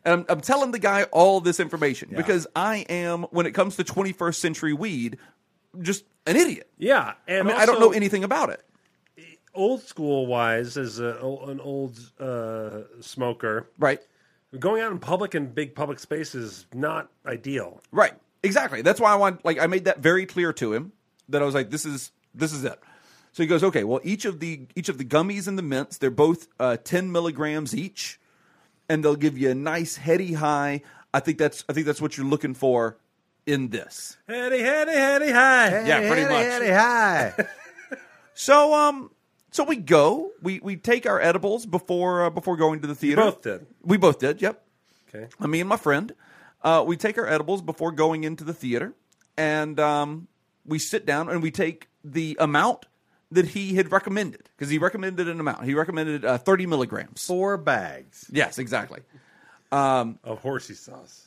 Speaker 4: And I'm, I'm telling the guy all this information because I am, when it comes to 21st century weed, just an idiot.
Speaker 1: Yeah, and
Speaker 4: I mean, I don't know
Speaker 1: also-
Speaker 4: anything about it.
Speaker 1: old school wise as a, an old uh, smoker
Speaker 4: Right.
Speaker 1: going out in public in big public spaces is not ideal
Speaker 4: Right. Exactly. That's why I want like I made that very clear to him that I was like, this is this is it. So he goes, okay, well each of the each of the gummies and the mints, they're both uh, ten milligrams each, and they'll give you a nice heady high. I think that's I think that's what you're looking for in this.
Speaker 1: heady heady heady high
Speaker 4: yeah, pretty much.
Speaker 2: hi.
Speaker 4: So um so we go, we we take our edibles before uh, before going to the theater.
Speaker 1: both did
Speaker 4: We both did. Yep.
Speaker 1: Okay.
Speaker 4: Uh, Me and my friend, uh, we take our edibles before going into the theater, and um, we sit down and we take the amount that he had recommended because he recommended an amount. He recommended uh, thirty milligrams.
Speaker 2: Four bags.
Speaker 4: Yes, exactly.
Speaker 1: of horsey sauce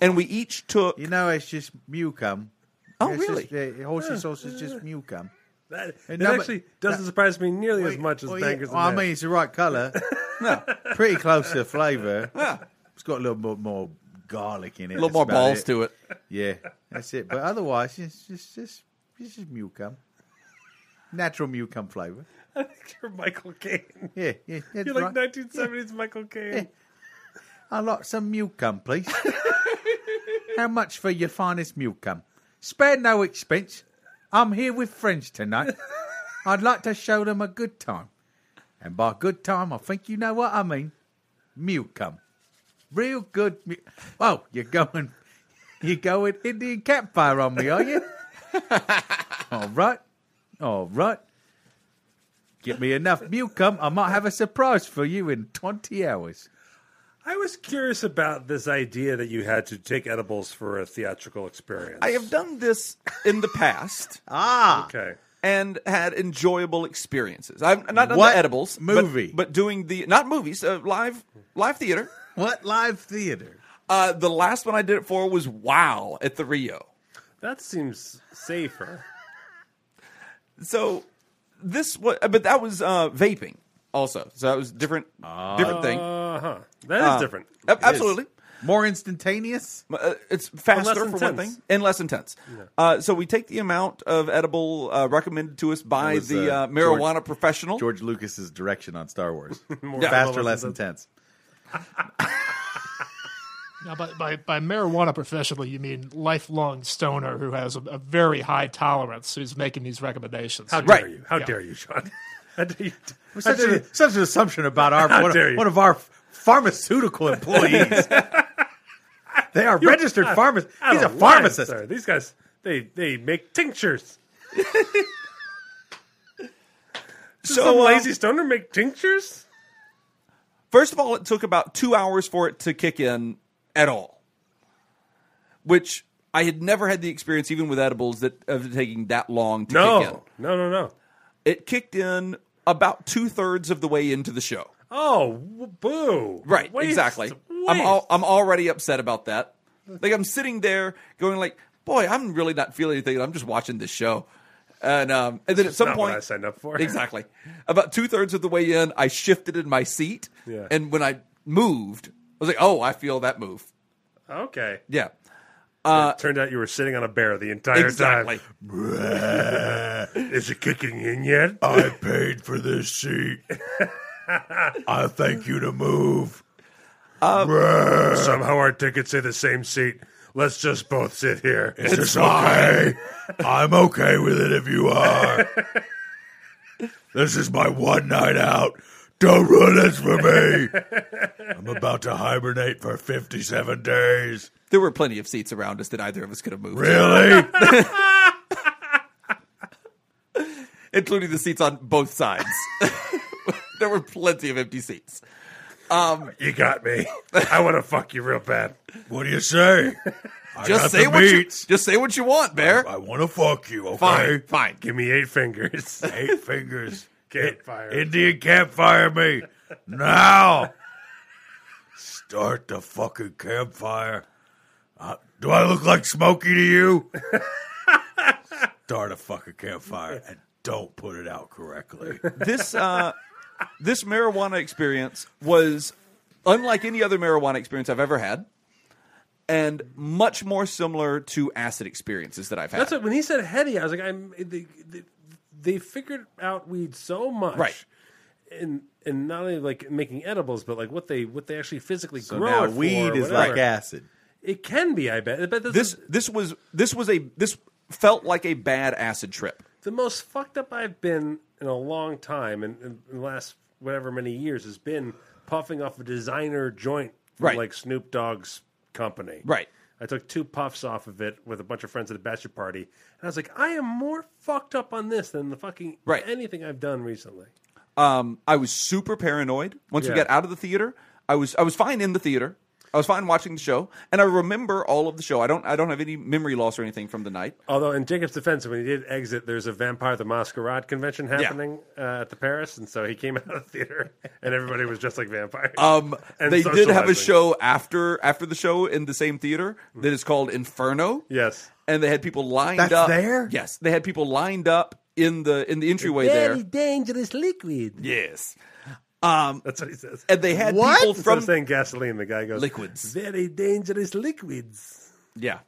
Speaker 4: And we each took.
Speaker 2: You know, it's just mucum.
Speaker 4: Oh,
Speaker 2: it's
Speaker 4: really?
Speaker 2: Just, uh, horsey sauce is just mucum.
Speaker 1: that, it
Speaker 2: no, but-
Speaker 1: actually doesn't surprise me nearly as much as
Speaker 2: Well, Oh, yeah,
Speaker 1: bangers
Speaker 2: well, I
Speaker 1: and
Speaker 2: mean,
Speaker 1: mash.
Speaker 2: it's the right color.
Speaker 4: No.
Speaker 2: Pretty close to flavor.
Speaker 4: Yeah.
Speaker 2: It's got a little more, more garlic in it.
Speaker 4: A little more balls to it.
Speaker 2: Yeah, that's it. But otherwise, it's just just it's just mucum, natural mucum flavor.
Speaker 1: You're michael caine
Speaker 2: Yeah, yeah. that's
Speaker 1: you're like
Speaker 2: right.
Speaker 1: 1970s michael caine
Speaker 2: I like some mucum, please. How much for your finest mucum? Spare no expense. I'm here with friends tonight. I'd like to show them a good time. And by good time, I think you know what I mean. Mucum. Real good. Mu- oh, you're going, you're going Indian campfire on me, are you? All right. All right. Get me enough mucum. I might have a surprise for you in 20 hours.
Speaker 1: i was curious about this idea that you had to take edibles for a theatrical experience
Speaker 4: I have done this in the past
Speaker 2: Ah.
Speaker 1: okay
Speaker 4: and had enjoyable experiences. I've not done
Speaker 2: What
Speaker 4: the edibles but-
Speaker 2: movie?
Speaker 4: but, doing the not movies, uh, live live theater.
Speaker 2: What live theater?
Speaker 4: Uh, the last one I did it for was Wow at the Rio.
Speaker 1: that seems safer
Speaker 4: so this was but that was uh vaping also so that was different different thing Uh,
Speaker 1: uh-huh that is different
Speaker 4: Ab- absolutely
Speaker 2: More instantaneous?
Speaker 4: Uh, it's faster for
Speaker 1: less
Speaker 4: one
Speaker 1: intense.
Speaker 4: thing and less intense uh, so we take the amount of edible uh, recommended to us by
Speaker 2: was,
Speaker 4: the
Speaker 2: uh,
Speaker 4: uh, marijuana
Speaker 2: George-
Speaker 4: professional
Speaker 2: George Lucas's direction on Star Wars.
Speaker 4: Yeah.
Speaker 2: Faster, less intense.
Speaker 5: Now, by, by, by marijuana professional, you mean lifelong stoner who has a, a very high tolerance who's making these recommendations.
Speaker 1: How
Speaker 5: You-
Speaker 1: dare
Speaker 4: Right.
Speaker 1: you? How
Speaker 5: Yeah.
Speaker 1: dare you, Sean? How dare you?
Speaker 2: With
Speaker 1: How
Speaker 2: Such,
Speaker 1: dare you?
Speaker 2: a, such an assumption about our
Speaker 1: How
Speaker 2: one,
Speaker 1: dare you.
Speaker 2: of- one of our pharmaceutical employees. they are registered pharmacists.
Speaker 1: Out
Speaker 2: He's a
Speaker 1: of line,
Speaker 2: pharmacist.
Speaker 1: sir. These guys, they they make tinctures. So
Speaker 4: uh,
Speaker 1: lazy stoner make tinctures?
Speaker 4: First of all, it took about two hours for it to kick in at all, which I had never had the experience, even with edibles, that of it taking that long to kick in.
Speaker 1: No, no, no, no.
Speaker 4: It kicked in about two thirds of the way into the show.
Speaker 1: Oh, w- boo!
Speaker 4: Right,
Speaker 1: Waste-
Speaker 4: exactly. I'm
Speaker 1: waste.
Speaker 4: all, I'm already upset about that. Like I'm sitting there going like, boy, I'm really not feeling anything. I'm just watching this show, and um, and then at some
Speaker 1: not what
Speaker 4: point
Speaker 1: I signed up for.
Speaker 4: exactly. About two thirds of the way in, I shifted in my seat,
Speaker 1: Yeah.
Speaker 4: and when I moved, I was like, oh, I feel that move.
Speaker 1: Okay.
Speaker 4: Yeah,
Speaker 1: Turned out you were sitting on a bear the entire
Speaker 4: Uh, exactly.
Speaker 1: time. Is it kicking in yet?
Speaker 8: I paid for this seat. I thank you to move.
Speaker 4: Um,
Speaker 1: Somehow our tickets say the same seat. Let's just both sit here.
Speaker 8: It's okay. I'm okay with it if you are. this is my one night out. Don't ruin this for me. I'm about to hibernate for 57 days.
Speaker 4: There were plenty of seats around us that either of us could have moved,
Speaker 8: Really?
Speaker 4: including the seats on both sides. there were plenty of empty seats.
Speaker 1: You got me. I want to fuck you real bad.
Speaker 8: What do you say? I got
Speaker 4: Just say
Speaker 8: the
Speaker 4: what you
Speaker 8: meats.
Speaker 4: just say what you want, Bear.
Speaker 8: I want to fuck you, okay?
Speaker 4: Fine, fine.
Speaker 1: Give me eight fingers.
Speaker 8: Eight fingers.
Speaker 1: Campfire.
Speaker 8: Indian campfire me. Now. Start the fucking campfire. Uh, do I look like Smokey to you? Start a fucking campfire and don't put it out correctly.
Speaker 4: this uh, this marijuana experience was unlike any other marijuana experience I've ever had, and much more similar to acid experiences that I've had.
Speaker 1: That's what when he said heady, I was like, I'm. They, they, they figured out weed so much,
Speaker 4: Right.
Speaker 1: And and not only like making edibles, but like what they what they actually physically
Speaker 2: So
Speaker 1: grow.
Speaker 2: now
Speaker 1: it for
Speaker 2: weed
Speaker 1: or
Speaker 2: is
Speaker 1: whatever.
Speaker 2: like acid.
Speaker 1: It can be, I bet. I bet this,
Speaker 4: this
Speaker 1: is
Speaker 4: this was this was a this felt like a bad acid trip.
Speaker 1: the most fucked up I've been in a long time, and in, in the last whatever many years has been puffing off a designer joint, from,
Speaker 4: Right.
Speaker 1: Like Snoop Dogg's company,
Speaker 4: Right.
Speaker 1: I took two puffs off of it with a bunch of friends at a bachelor party, and I was like, I am more fucked up on this than the fucking
Speaker 4: Right.
Speaker 1: anything I've done recently.
Speaker 4: Um, I was super paranoid once we
Speaker 1: Yeah.
Speaker 4: got out of the theater. I was I was fine in the theater. I was fine watching the show, and I remember all of the show. I don't I don't have any memory loss or anything from the night.
Speaker 1: Although in Jacob's defense, when he did exit, there's a Vampire the Masquerade convention happening uh, at the Paris, and so he came out of the theater, and everybody was dressed like vampires.
Speaker 4: Um,
Speaker 1: and
Speaker 4: they did have a
Speaker 1: socializing.
Speaker 4: show after after the show in the same theater that is called Inferno.
Speaker 1: Yes,
Speaker 4: and they had people lined
Speaker 8: That's
Speaker 4: up
Speaker 8: there?
Speaker 4: Yes, they had people lined up in the in the entryway there.
Speaker 1: dangerous liquid.
Speaker 4: Yes, um,
Speaker 1: That's what he says.
Speaker 4: and they had people
Speaker 1: Instead
Speaker 4: from
Speaker 1: of saying gasoline, the guy goes
Speaker 4: Liquids.
Speaker 1: Very dangerous liquids.
Speaker 4: yeah.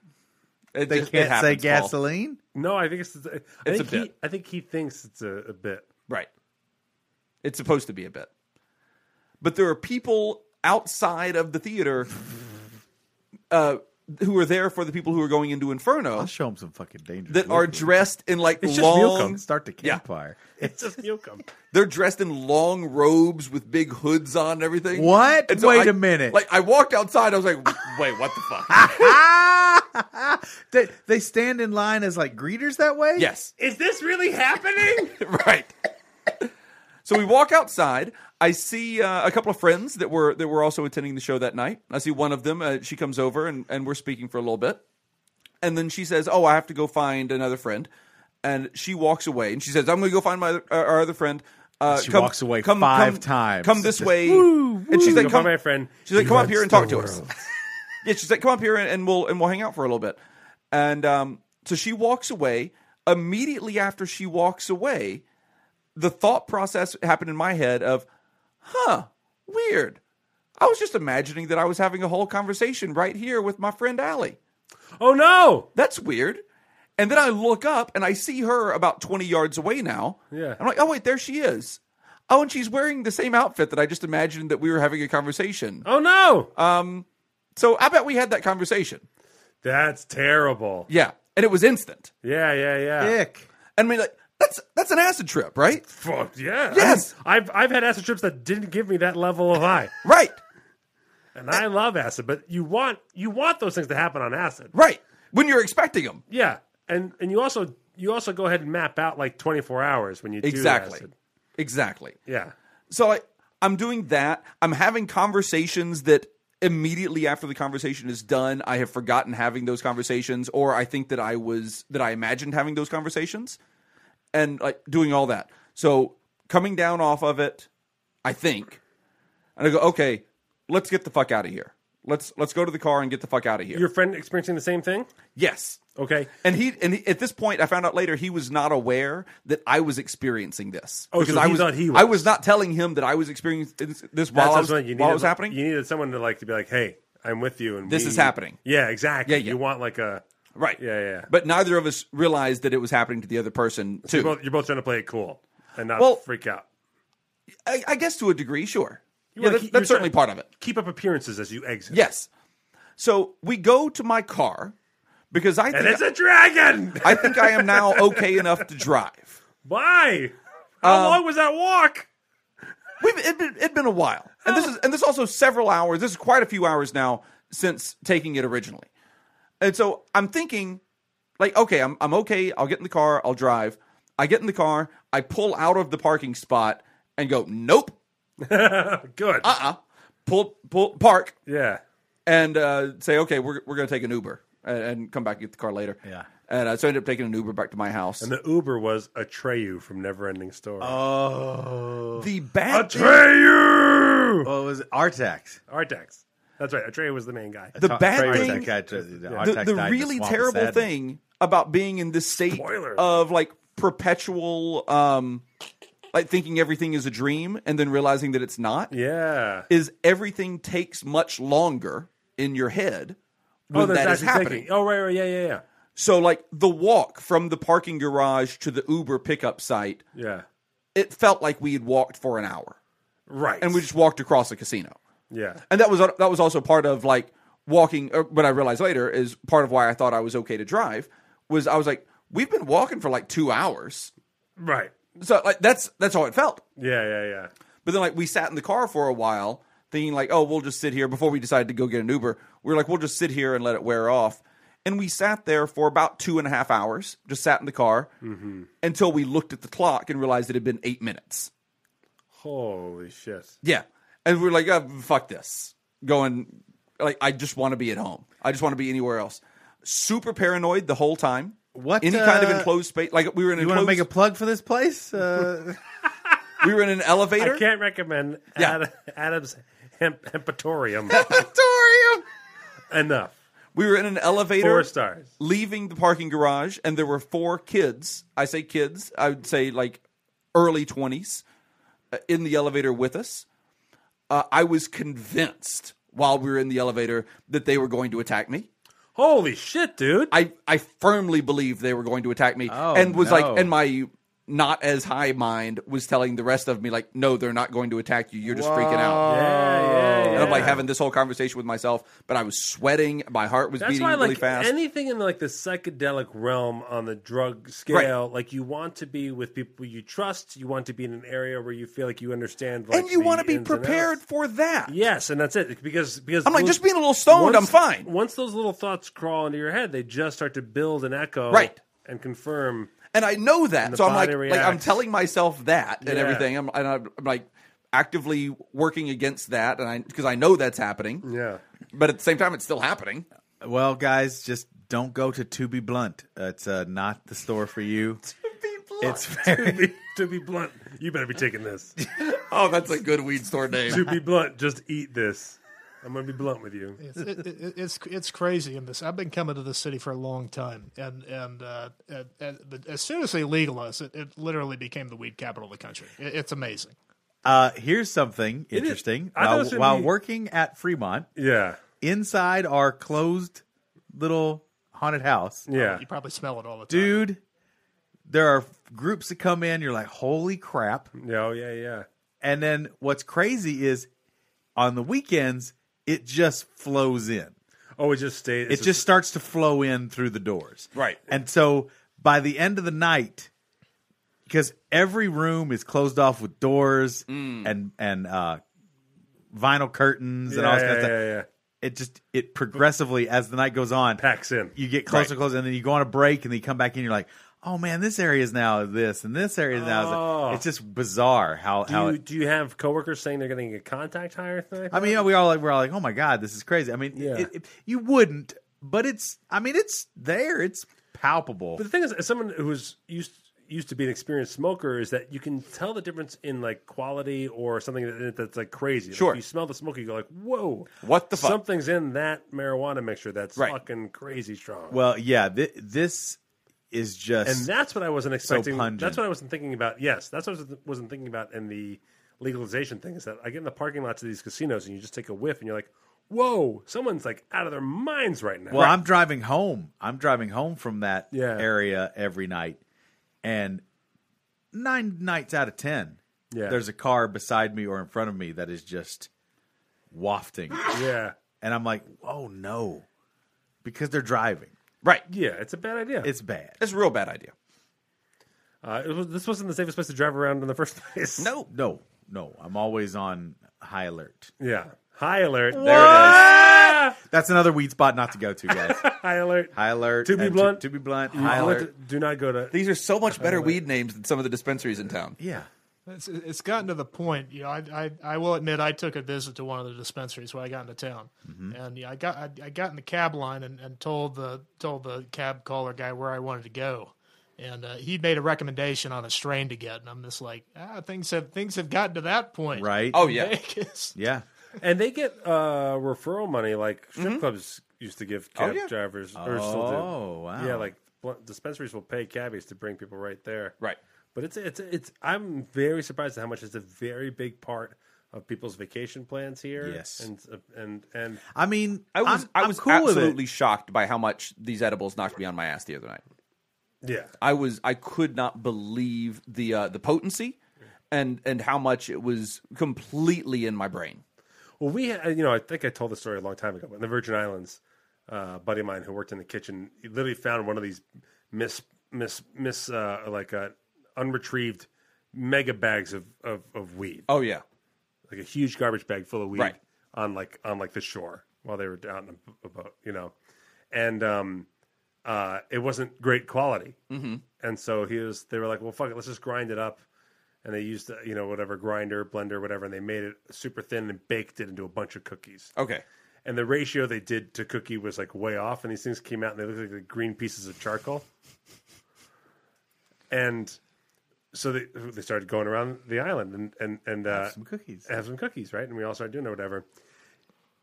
Speaker 4: It
Speaker 2: They
Speaker 4: just- it
Speaker 2: can't say
Speaker 4: happens, Paul.
Speaker 2: gasoline.
Speaker 1: No, I think it's. I
Speaker 4: It's
Speaker 1: think
Speaker 4: a
Speaker 1: he,
Speaker 4: bit.
Speaker 1: I think he thinks it's a, a bit.
Speaker 4: Right. It's supposed to be a bit. But there are people outside of the theater uh, who are there for the people who are going into Inferno
Speaker 2: I'll show them some fucking dangerous.
Speaker 4: that are
Speaker 2: liquid.
Speaker 4: dressed in like
Speaker 2: It's just
Speaker 4: long.
Speaker 2: milk. Start the
Speaker 4: Yeah.
Speaker 2: campfire.
Speaker 1: It's just Milcom.
Speaker 4: They're dressed in long robes with big hoods on and everything.
Speaker 2: What?
Speaker 4: And so
Speaker 2: Wait
Speaker 4: I-
Speaker 2: a minute.
Speaker 4: Like I walked outside, I was like, "Wait, what the fuck?"
Speaker 2: they, they stand in line as like greeters that way.
Speaker 4: yes,
Speaker 1: Is this really happening?
Speaker 4: right. So we walk outside. I see uh, a couple of friends that were that were also attending the show that night. I see one of them. Uh, she comes over and, and we're speaking for a little bit, and then she says, "Oh, I have to go find another friend," and she walks away. And she says, "I'm going to go find my other, uh, our other friend." Uh,
Speaker 2: She walks away five times.
Speaker 4: Come this
Speaker 2: Just,
Speaker 4: way, and she's
Speaker 1: Go
Speaker 4: like,
Speaker 1: by
Speaker 4: "Come,
Speaker 1: my friend.
Speaker 4: She's like,
Speaker 1: He
Speaker 4: "Come up
Speaker 1: runs
Speaker 4: here and
Speaker 1: the
Speaker 4: talk to us."
Speaker 1: world.
Speaker 4: Yeah, she's like, "Come up here and, and we'll and we'll hang out for a little bit." And um, so she walks away. Immediately after she walks away, the thought process happened in my head of, "Huh, weird." I was just imagining that I was having a whole conversation right here with my friend Allie.
Speaker 1: Oh no!
Speaker 4: That's weird. And then I look up and I see her about 20 yards away now.
Speaker 1: Yeah.
Speaker 4: I'm like, "Oh wait, there she is." Oh, and she's wearing the same outfit that I just imagined that we were having a conversation.
Speaker 1: Oh no!
Speaker 4: So I bet we had that conversation.
Speaker 1: That's terrible.
Speaker 4: Yeah, and it was instant.
Speaker 1: Yeah, yeah, yeah.
Speaker 2: Dick.
Speaker 4: And I mean, like that's that's an acid trip, right?
Speaker 1: Fuck yeah.
Speaker 4: Yes.
Speaker 1: I've I've had acid trips that didn't give me that level of high.
Speaker 4: Right,
Speaker 1: And I love acid, but you want you want those things to happen on acid.
Speaker 4: right. When you're expecting them,
Speaker 1: Yeah. And and you also you also go ahead and map out like 24 hours when you do
Speaker 4: exactly,
Speaker 1: acid.
Speaker 4: Exactly.
Speaker 1: Yeah.
Speaker 4: So like I'm doing that. I'm having conversations that immediately after the conversation is done, I have forgotten having those conversations or I think that I was that I imagined having those conversations and like doing all that. So coming down off of it, I think and I go, "Okay, let's get the fuck out of here. Let's let's go to the car and get the fuck out of here."
Speaker 1: Your friend experiencing the same thing?
Speaker 4: yes.
Speaker 1: Okay.
Speaker 4: And he and he, at this point, I found out later he was not aware that I was experiencing this.
Speaker 1: Oh, so
Speaker 4: I
Speaker 1: he
Speaker 4: was
Speaker 1: thought he
Speaker 4: I
Speaker 1: was.
Speaker 4: was not telling him that I was experiencing this
Speaker 1: That's
Speaker 4: while I
Speaker 1: what
Speaker 4: was,
Speaker 1: I'm saying. You
Speaker 4: while it
Speaker 1: needed-
Speaker 4: was happening.
Speaker 1: You needed someone to like to be like, "Hey, I'm with you," and
Speaker 4: This
Speaker 1: we-
Speaker 4: is happening.
Speaker 1: Yeah, exactly.
Speaker 4: Yeah, yeah.
Speaker 1: You want like a
Speaker 4: right?
Speaker 1: Yeah, yeah.
Speaker 4: But neither of us realized that it was happening to the other person too.
Speaker 1: You're both, you're both trying to play it cool and not
Speaker 4: Well-
Speaker 1: freak out.
Speaker 4: I, I guess to a degree, sure.
Speaker 1: You
Speaker 4: Yeah,
Speaker 1: wanna
Speaker 4: that-
Speaker 1: keep- you're
Speaker 4: that's certainly
Speaker 1: trying-
Speaker 4: part of it.
Speaker 1: Keep up appearances as you exit.
Speaker 4: Yes. So we go to my car because I
Speaker 1: and
Speaker 4: think
Speaker 1: it's a dragon.
Speaker 4: I think I am now okay enough to drive.
Speaker 1: Why? How long was that walk?
Speaker 4: We've it been, it been a while, and this is and this is also several hours. This is quite a few hours now since taking it originally, and so I'm thinking, like, okay, I'm I'm okay. I'll get in the car. I'll drive. I get in the car. I pull out of the parking spot and go, nope,
Speaker 1: Good.
Speaker 4: uh, uh pull pull park
Speaker 1: yeah.
Speaker 4: and uh, say, okay, we're we're gonna take an Uber and, and come back and get the car later.
Speaker 2: Yeah.
Speaker 4: and uh, so I ended up taking an Uber back to my house.
Speaker 1: And the Uber was Atreyu from Neverending Story.
Speaker 2: Oh,
Speaker 4: the bad thing-
Speaker 1: Atreyu.
Speaker 2: what was it? Artax?
Speaker 1: Artax. That's right. Atreyu was the main guy.
Speaker 4: the bad
Speaker 2: Artax
Speaker 4: thing
Speaker 2: died to- the,
Speaker 4: the,
Speaker 2: Artax
Speaker 4: the
Speaker 2: died in
Speaker 4: really
Speaker 2: swamp of
Speaker 4: terrible
Speaker 2: sadness.
Speaker 4: thing about being in this state
Speaker 1: Spoiler.
Speaker 4: of like perpetual um like thinking everything is a dream and then realizing that it's not
Speaker 1: yeah.
Speaker 4: is everything takes much longer in your head when
Speaker 1: that's
Speaker 4: that is
Speaker 1: actually
Speaker 4: happening
Speaker 1: taking- Oh, right, right. Yeah, yeah, yeah.
Speaker 4: so like the walk from the parking garage to the uber pickup site
Speaker 1: Yeah.
Speaker 4: it felt like we had walked for an hour
Speaker 1: Right.
Speaker 4: and we just walked across a casino
Speaker 1: yeah.
Speaker 4: and that was that was also part of like walking or what i realized later is part of why i thought i was okay to drive was i was like we've been walking for like two hours
Speaker 1: Right.
Speaker 4: so like that's that's how it felt
Speaker 1: Yeah, yeah, yeah.
Speaker 4: but then like we sat in the car for a while thinking like oh we'll just sit here before we decided to go get an uber we were like we'll just sit here and let it wear off and we sat there for about two and a half hours just sat in the car until we looked at the clock and realized it had been eight minutes
Speaker 1: Holy shit.
Speaker 4: Yeah. And we were like, oh, fuck this. Going, like, I just want to be at home. I just want to be anywhere else. Super paranoid the whole time.
Speaker 2: What,
Speaker 4: Any kind of
Speaker 2: uh,
Speaker 4: enclosed space. Like, we were in an
Speaker 2: You want to
Speaker 4: enclosed,
Speaker 2: make a plug for this place? Uh,
Speaker 4: we were in an elevator.
Speaker 1: I can't recommend
Speaker 4: Yeah.
Speaker 1: Ad- Adam's hemp- Hempatorium
Speaker 4: Auditorium!
Speaker 1: enough.
Speaker 4: We were in an elevator.
Speaker 1: Four
Speaker 2: uh,
Speaker 1: stars.
Speaker 4: Leaving the parking garage, and there were four kids. I say kids, I would say like early 20s uh, in the elevator with us. Uh, I was convinced while we were in the elevator that they were going to attack me.
Speaker 1: Holy shit, dude.
Speaker 4: I, I firmly believed they were going to attack me
Speaker 2: Oh,
Speaker 4: and was
Speaker 2: no.
Speaker 4: like and my not as high mind was telling the rest of me like no they're not going to attack you you're just freaking
Speaker 1: yeah,
Speaker 4: out
Speaker 1: yeah, yeah.
Speaker 4: and i'm like having this whole conversation with myself but i was sweating my heart was
Speaker 1: That's
Speaker 4: beating
Speaker 1: why,
Speaker 4: really
Speaker 1: like
Speaker 4: fast
Speaker 1: anything in like the psychedelic realm on the drug scale, like you want to be with people you trust. You want to be in an area where you feel like you understand, like,
Speaker 4: and you
Speaker 1: the
Speaker 4: want to be
Speaker 1: ins and outs.
Speaker 4: prepared for that
Speaker 1: Yes, and that's it because because
Speaker 4: I'm like, just being a little stoned, I'm fine.
Speaker 1: Once those little thoughts crawl into your head, they just start to build an echo,
Speaker 4: Right.
Speaker 1: and confirm.
Speaker 4: and i know that
Speaker 1: the
Speaker 4: so i'm like
Speaker 1: body
Speaker 4: like i'm
Speaker 1: reacts. telling
Speaker 4: telling myself that and
Speaker 1: Yeah.
Speaker 4: everything i'm and i'm like actively working against that and i because i know that's happening
Speaker 1: Yeah,
Speaker 4: but at the same time it's still happening
Speaker 2: well, guys, just don't go to To Be Blunt. Uh, It's uh, not the store for you. It's very
Speaker 1: to be blunt, you better be taking this.
Speaker 4: oh that's a good weed store name
Speaker 1: to be blunt, just eat this. I'm gonna be blunt with you.
Speaker 5: It's, it, it, it's it's crazy in this. I've been coming to this city for a long time, and and, uh, and, and but as soon as they legalized it, it literally became the weed capital of the country. It, it's amazing.
Speaker 2: Uh, here's something interesting.
Speaker 1: I thought it
Speaker 2: While,
Speaker 1: was gonna
Speaker 2: while
Speaker 1: be-
Speaker 2: working at Fremont,
Speaker 1: Yeah,
Speaker 2: inside our closed little haunted house,
Speaker 1: yeah.
Speaker 5: You probably smell it all the time.
Speaker 2: dude, there are groups that come in. You're like, holy crap!
Speaker 1: No, yeah, yeah.
Speaker 2: And then what's crazy is on the weekends, it just flows in.
Speaker 1: Oh, it just stays.
Speaker 2: it just starts to flow in through the doors.
Speaker 4: Right.
Speaker 2: And so by the end of the night, because every room is closed off with
Speaker 1: Mm.
Speaker 2: doors and and uh, vinyl curtains
Speaker 1: yeah,
Speaker 2: and all this
Speaker 1: yeah,
Speaker 2: kind of stuff.
Speaker 1: yeah, yeah.
Speaker 2: it just it progressively as the night goes on
Speaker 1: Packs in.
Speaker 2: You get closer, and closer, and then you go on a break, and then you come back in. You're like, oh man, this area is now this, and this area is now.
Speaker 1: Oh.
Speaker 2: This. It's just bizarre how
Speaker 1: Do
Speaker 2: how.
Speaker 1: you,
Speaker 2: it-
Speaker 1: do you have coworkers saying they're getting a contact hire thing?
Speaker 2: I mean, yeah, we all like we're all like, oh my god, this is crazy. I mean,
Speaker 1: Yeah.
Speaker 2: it, it- you wouldn't, but it's. I mean, it's there. It's palpable.
Speaker 1: But the thing is, as someone who's used used to be an experienced smoker, is that you can tell the difference in like quality or something that, that's like crazy. Like,
Speaker 4: Sure.
Speaker 1: if you smell the smoke, you go like, "Whoa,
Speaker 4: What the fuck?
Speaker 1: Something's in that marijuana mixture that's
Speaker 4: Right.
Speaker 1: fucking crazy strong."
Speaker 2: well, yeah, thi- this is just.
Speaker 1: and that's what I wasn't expecting.
Speaker 2: pungent.
Speaker 1: that's what I wasn't thinking about. Yes, that's what I wasn't- wasn't thinking about in the legalization thing. Is that I get in the parking lots of these casinos and you just take a whiff and you're like, "Whoa, someone's like out of their minds right now."
Speaker 2: Well, I'm driving home. I'm driving home from that
Speaker 1: Yeah.
Speaker 2: area every night, and nine nights out of ten,
Speaker 1: Yeah.
Speaker 2: there's a car beside me or in front of me that is just wafting,
Speaker 1: yeah,
Speaker 2: and I'm like, "Oh no," because they're driving.
Speaker 4: Right.
Speaker 1: yeah, it's a bad idea.
Speaker 2: It's bad.
Speaker 4: That's a real bad idea.
Speaker 1: Uh, it was, this wasn't the safest place to drive around in the first place.
Speaker 4: No.
Speaker 2: No, no. I'm always on high alert.
Speaker 1: Yeah. High alert.
Speaker 2: There it is. That's another weed spot not to go to, guys.
Speaker 1: High alert.
Speaker 2: high alert.
Speaker 1: To be
Speaker 2: uh,
Speaker 1: blunt,
Speaker 2: To, be blunt.
Speaker 1: You
Speaker 2: High
Speaker 1: want
Speaker 2: alert.
Speaker 1: to- do not go to.
Speaker 4: These are so much better weed names than some of the dispensaries in town.
Speaker 2: yeah.
Speaker 5: It's, it's gotten to the point, you know. I, I I will admit I took a visit to one of the dispensaries when I got into town, and yeah, I got I, I got in the cab line and, and told the told the cab caller guy where I wanted to go, and uh, he made a recommendation on a strain to get, and I'm just like, ah, things have things have gotten to that point,
Speaker 2: Right.
Speaker 4: Oh yeah.
Speaker 2: Yeah.
Speaker 1: And they get uh, referral money like strip
Speaker 2: Mm-hmm.
Speaker 1: clubs used to give cab drivers. Or still do.
Speaker 2: Oh, wow.
Speaker 1: Yeah, like bl- dispensaries will pay cabbies to bring people right there.
Speaker 4: Right.
Speaker 1: But it's, it's, it's, I'm very surprised at how much it's a very big part of people's vacation plans here.
Speaker 2: Yes.
Speaker 1: And, uh, and, and
Speaker 2: I mean,
Speaker 4: I was
Speaker 2: I'm,
Speaker 4: i
Speaker 2: I'm
Speaker 4: was
Speaker 2: cool with it.
Speaker 4: absolutely shocked by how much these edibles knocked me on my ass the other night.
Speaker 1: yeah.
Speaker 4: I was I could not believe the uh, the potency and and how much it was completely in my brain.
Speaker 1: Well, we, had, you know, I think I told this story a long time ago. but In the Virgin Islands, uh, a buddy of mine who worked in the kitchen he literally found one of these miss, miss, miss, uh, like uh, unretrieved mega bags of, of, of weed,
Speaker 4: Oh yeah.
Speaker 1: like a huge garbage bag full of weed
Speaker 4: Right.
Speaker 1: on like on like the shore while they were down in a boat, you know, and um, uh, it wasn't great quality, mm-hmm. and so he was. They were like, "Well, fuck it, let's just grind it up." And they used, uh, you know, whatever grinder, blender, whatever, and they made it super thin and baked it into a bunch of cookies
Speaker 4: Okay.
Speaker 1: and the ratio they did to cookie was like way off and these things came out and they looked like the green pieces of charcoal and so they, they started going around the island and and and uh,
Speaker 2: some cookies.
Speaker 1: have some cookies right and we all started doing it or whatever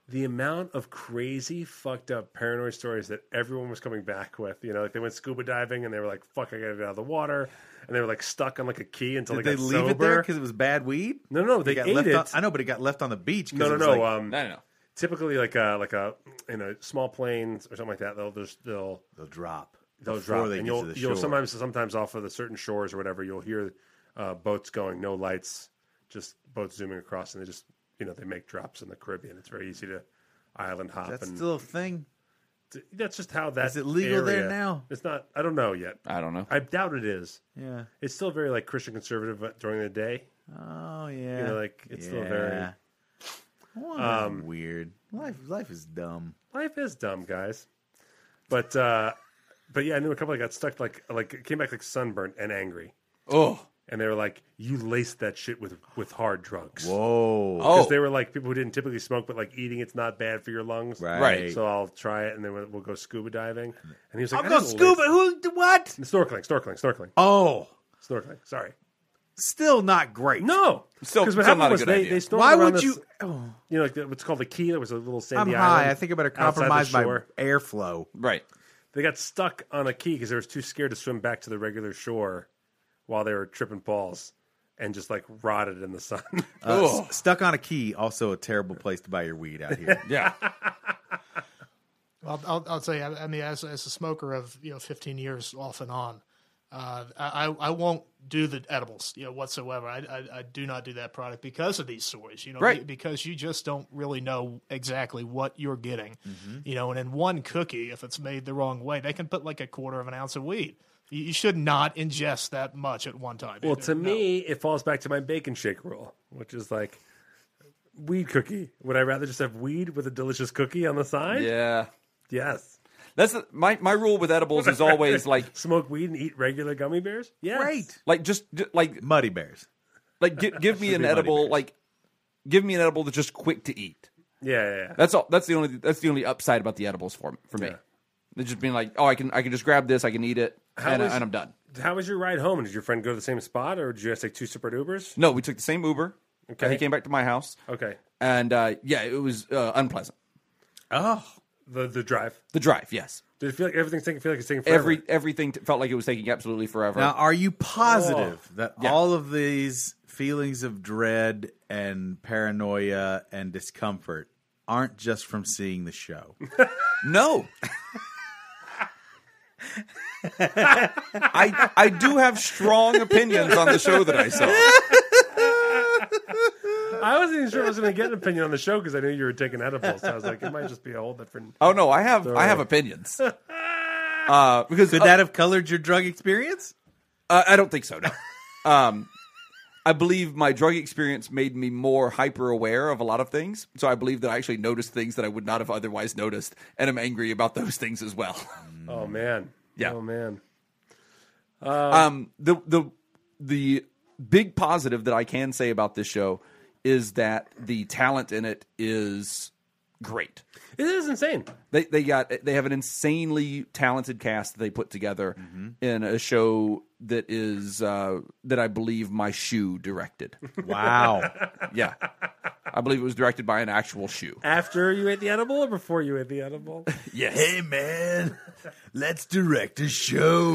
Speaker 1: the amount of crazy fucked up paranoid stories that everyone was coming back with you know like they went scuba diving and they were like fuck i gotta get out of the water and they were like stuck on like a key until
Speaker 2: Did
Speaker 1: they,
Speaker 2: they
Speaker 1: got
Speaker 2: leave
Speaker 1: sober
Speaker 2: it there because it was bad weed?
Speaker 1: no no they
Speaker 2: It got
Speaker 1: ate
Speaker 2: left
Speaker 1: it
Speaker 2: on- I know, but it got left on the beach. 'cause
Speaker 1: no
Speaker 2: it
Speaker 1: no
Speaker 2: was
Speaker 1: no
Speaker 2: like-
Speaker 1: um
Speaker 4: No no no.
Speaker 1: typically like a like uh, a you know small planes or something like that. They'll just they'll
Speaker 2: they'll drop.
Speaker 1: they'll
Speaker 2: before
Speaker 1: drop
Speaker 2: They
Speaker 1: and
Speaker 2: get
Speaker 1: you'll
Speaker 2: to the
Speaker 1: you'll
Speaker 2: shore.
Speaker 1: sometimes sometimes off of the certain shores or whatever you'll hear uh, boats going no lights, just boats zooming across and they just you know they make drops in the Caribbean. It's very easy to island hop
Speaker 2: That's
Speaker 1: and
Speaker 2: still a thing.
Speaker 1: that's just how that
Speaker 2: Is it legal there
Speaker 1: area-
Speaker 2: now?
Speaker 1: It's not. I don't know yet.
Speaker 4: I don't know.
Speaker 1: I doubt it is.
Speaker 2: Yeah.
Speaker 1: It's still very like Christian conservative uh, during the day.
Speaker 2: Oh yeah.
Speaker 1: know, like, it's still very- Um,
Speaker 2: Yeah. Well, that's weird. Life, life is dumb.
Speaker 1: life is dumb, guys. But uh but yeah, I knew a couple that got stuck like like came back like sunburnt and angry,
Speaker 4: Oh.
Speaker 1: and they were like, "You laced that shit with with hard drugs."
Speaker 2: Whoa.
Speaker 4: Oh.
Speaker 1: Because they were like people who didn't typically smoke, but like eating it's not bad for your lungs.
Speaker 2: right.
Speaker 4: Right.
Speaker 1: So I'll try it, and then we'll, we'll go scuba diving. And he was like,
Speaker 2: I'll
Speaker 1: "I
Speaker 2: go
Speaker 1: didn't
Speaker 2: scuba. Who? What?
Speaker 1: lace- snorkeling, snorkeling, snorkeling,
Speaker 2: Oh,
Speaker 1: snorkeling." Sorry,
Speaker 2: still not great.
Speaker 1: no.
Speaker 4: Still-
Speaker 1: what
Speaker 4: still
Speaker 1: happened
Speaker 4: not a
Speaker 1: was
Speaker 4: good
Speaker 1: they,
Speaker 4: idea.
Speaker 1: they snorkeled
Speaker 2: Why
Speaker 1: around
Speaker 2: would
Speaker 1: this-
Speaker 2: you? Oh,
Speaker 1: You know, like the- what's called the key. There was a little
Speaker 2: I'm
Speaker 1: sandy island.
Speaker 2: high. I think I better
Speaker 1: outside the
Speaker 2: compromise my
Speaker 1: shore. Uh,
Speaker 2: airflow.
Speaker 4: Right.
Speaker 1: they got stuck on a key because they were too scared to swim back to the regular shore while they were tripping balls and just like rotted in the sun.
Speaker 2: Uh,
Speaker 1: oh.
Speaker 2: s- stuck on a key. Also, a terrible place to buy your weed out here.
Speaker 4: Yeah.
Speaker 5: I'll, I'll, I'll say, I, I mean, as, as a smoker of you know 15 years off and on, uh, I, I won't do the edibles, you know, whatsoever. I, I, I do not do that product because of these stories, you know,
Speaker 4: Right.
Speaker 5: because you just don't really know exactly what you're getting,
Speaker 1: Mm-hmm.
Speaker 5: you know. And in one cookie, if it's made the wrong way, they can put like a quarter of an ounce of weed. You, you should not ingest that much at one time.
Speaker 1: well,
Speaker 5: either.
Speaker 1: to
Speaker 5: No.
Speaker 1: me, it falls back to my bacon shake rule, which is like weed cookie. Would I rather just have weed with a delicious cookie on the side?
Speaker 4: Yeah.
Speaker 1: Yes.
Speaker 4: That's the, my my rule with edibles is always like
Speaker 1: Smoke weed and eat regular gummy bears? Yes.
Speaker 2: Great.
Speaker 4: like just j- like
Speaker 2: Muddy Bears.
Speaker 4: like gi- give me an
Speaker 2: be Muddy
Speaker 4: edible
Speaker 2: Bears.
Speaker 4: like give me an edible that's just quick to eat.
Speaker 1: Yeah, yeah, yeah.
Speaker 4: That's all. That's the only that's the only upside about the edibles for for me. They're just being like, oh, I can I can just grab this, I can eat it, and,
Speaker 1: was-
Speaker 4: and I'm done.
Speaker 1: How was your ride home? Did your friend go to the same spot or did you guys take two separate Ubers?
Speaker 4: No, we took the same Uber.
Speaker 1: Okay.
Speaker 4: he came back to my house,
Speaker 1: Okay.
Speaker 4: and uh, yeah, it was uh, unpleasant.
Speaker 2: Oh,
Speaker 1: The the drive.
Speaker 4: The drive, yes,
Speaker 1: Did it feel like everything's taking feel like it's taking forever?
Speaker 4: every everything t- felt like it was taking absolutely forever.
Speaker 2: Now, are you positive
Speaker 1: Oh.
Speaker 2: that
Speaker 4: Yeah.
Speaker 2: all of these feelings of dread and paranoia and discomfort aren't just from seeing the show?
Speaker 4: No. I I do have strong opinions on the show that I saw.
Speaker 1: I wasn't even sure I was going to get an opinion on the show because I knew you were taking edibles. So I was like, it might just be a whole different.
Speaker 4: Oh no, I have I have opinions. Uh, because
Speaker 2: Could that have colored your drug experience?
Speaker 4: Uh, I don't think so. No. um, I believe my drug experience made me more hyper aware of a lot of things. So I believe that I actually noticed things that I would not have otherwise noticed, and I'm angry about those things as well.
Speaker 1: Oh man.
Speaker 4: Yeah.
Speaker 1: Oh man.
Speaker 4: um, the the the big positive that I can say about this show is that the talent in it is great.
Speaker 1: It is insane.
Speaker 4: They they got they have an insanely talented cast that they put together in a show that is uh, that I believe my shoe directed.
Speaker 2: Wow.
Speaker 4: Yeah. I believe it was directed by an actual shoe.
Speaker 1: After you ate the edible or before you ate the edible?
Speaker 4: Yes.
Speaker 8: Hey man, let's direct a show.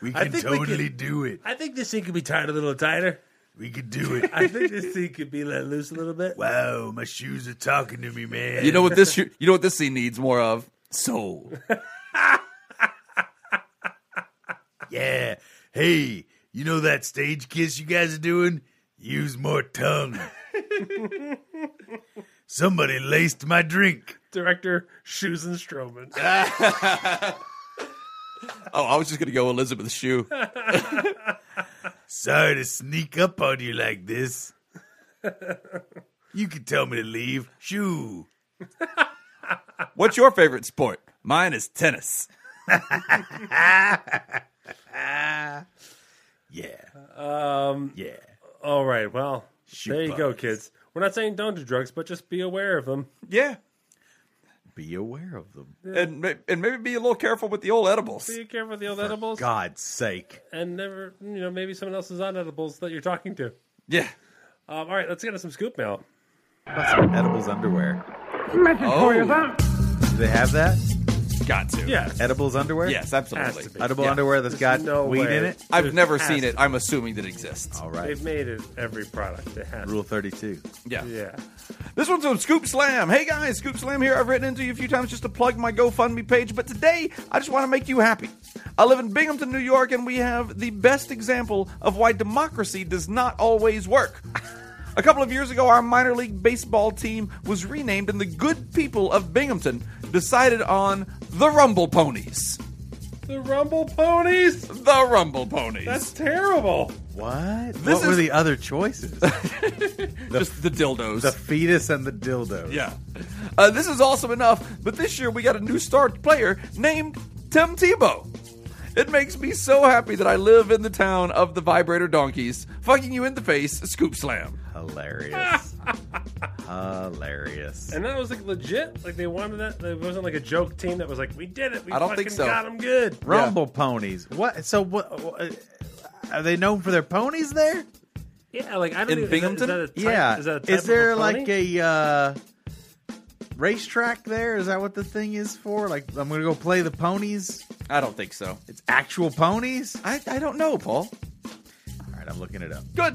Speaker 8: We can
Speaker 1: think we
Speaker 8: totally
Speaker 1: can-
Speaker 8: do it.
Speaker 1: I think this thing could be tied a little tighter.
Speaker 8: We can do it.
Speaker 1: I think this thing could be let loose a little bit.
Speaker 8: wow, my shoes are talking to me, man.
Speaker 4: You know what this shoe, you know what this scene needs more of? Soul.
Speaker 8: Yeah. Hey, you know that stage kiss you guys are doing? Use more tongue. Somebody laced my drink.
Speaker 1: Director Shoes and Stroman.
Speaker 4: Oh, I was just going to go Elizabeth Shoe.
Speaker 8: Sorry to sneak up on you like this. You can tell me to leave. Shoo.
Speaker 4: What's your favorite sport? Mine is tennis.
Speaker 8: Yeah.
Speaker 1: Um,
Speaker 8: Yeah.
Speaker 1: all right. Well,
Speaker 8: Shoe
Speaker 1: there you go,
Speaker 8: bugs.
Speaker 1: kids. We're not saying don't do drugs, but just be aware of them.
Speaker 4: Yeah.
Speaker 2: Be aware of them.
Speaker 4: And ma- and maybe be a little careful with the old edibles.
Speaker 1: Be careful with the old edibles
Speaker 2: God's sake.
Speaker 1: and never, you know, maybe someone else is on edibles that you're talking to.
Speaker 4: Yeah.
Speaker 1: Um, all right, let's get into some scoop mail.
Speaker 2: Edibles underwear.
Speaker 4: Oh,
Speaker 2: Do they have that?
Speaker 4: got to.
Speaker 1: Yeah.
Speaker 2: Edibles underwear?
Speaker 4: Yes,
Speaker 1: Has to
Speaker 4: absolutely.
Speaker 1: be.
Speaker 2: Edible
Speaker 4: Yeah.
Speaker 2: underwear that's got
Speaker 1: no
Speaker 2: weed
Speaker 1: way.
Speaker 2: in it?
Speaker 4: I've
Speaker 1: It
Speaker 4: never
Speaker 1: has
Speaker 4: seen
Speaker 1: to
Speaker 4: it. I'm assuming that exists.
Speaker 2: All right.
Speaker 1: They've made it every product. It has.
Speaker 2: Rule 32.
Speaker 4: Yeah.
Speaker 1: Yeah.
Speaker 4: This one's on Scoop Slam. Hey guys, Scoop Slam here. I've written into you a few times just to plug my GoFundMe page, but today I just want to make you happy. I live in Binghamton, New York, and we have the best example of why democracy does not always work. A couple of years ago, our minor league baseball team was renamed, and the good people of Binghamton decided on the Rumble Ponies.
Speaker 1: The Rumble Ponies.
Speaker 4: The Rumble Ponies.
Speaker 1: That's terrible.
Speaker 2: What?
Speaker 4: This
Speaker 2: what were
Speaker 4: is-
Speaker 2: the other choices?
Speaker 4: just the dildos.
Speaker 2: the fetus and the dildo.
Speaker 4: Yeah. Uh, this is awesome enough, but this year we got a new star player named Tim Tebow. It makes me so happy that I live in the town of the vibrator donkeys, fucking you in the face, scoop slam.
Speaker 2: Hilarious. Hilarious.
Speaker 1: And that was like legit. Like they wanted that. It wasn't like a joke team that was like, "We did it. We
Speaker 4: I don't
Speaker 1: fucking
Speaker 4: think so.
Speaker 1: got them good."
Speaker 2: Rumble ponies. What? So what? what- Are they known for their ponies there?
Speaker 1: Yeah. Like I don't.
Speaker 4: In
Speaker 1: even,
Speaker 4: Binghamton?
Speaker 1: Is that, is that a type,
Speaker 2: Yeah.
Speaker 1: Is that a type
Speaker 2: is there
Speaker 1: of a
Speaker 2: like
Speaker 1: pony?
Speaker 2: a uh, racetrack there? Is that what the thing is for? Like I'm gonna go play the ponies.
Speaker 4: I don't think so.
Speaker 2: It's actual ponies.
Speaker 4: I, I don't know, Paul.
Speaker 2: All right, I'm looking it up.
Speaker 4: Good.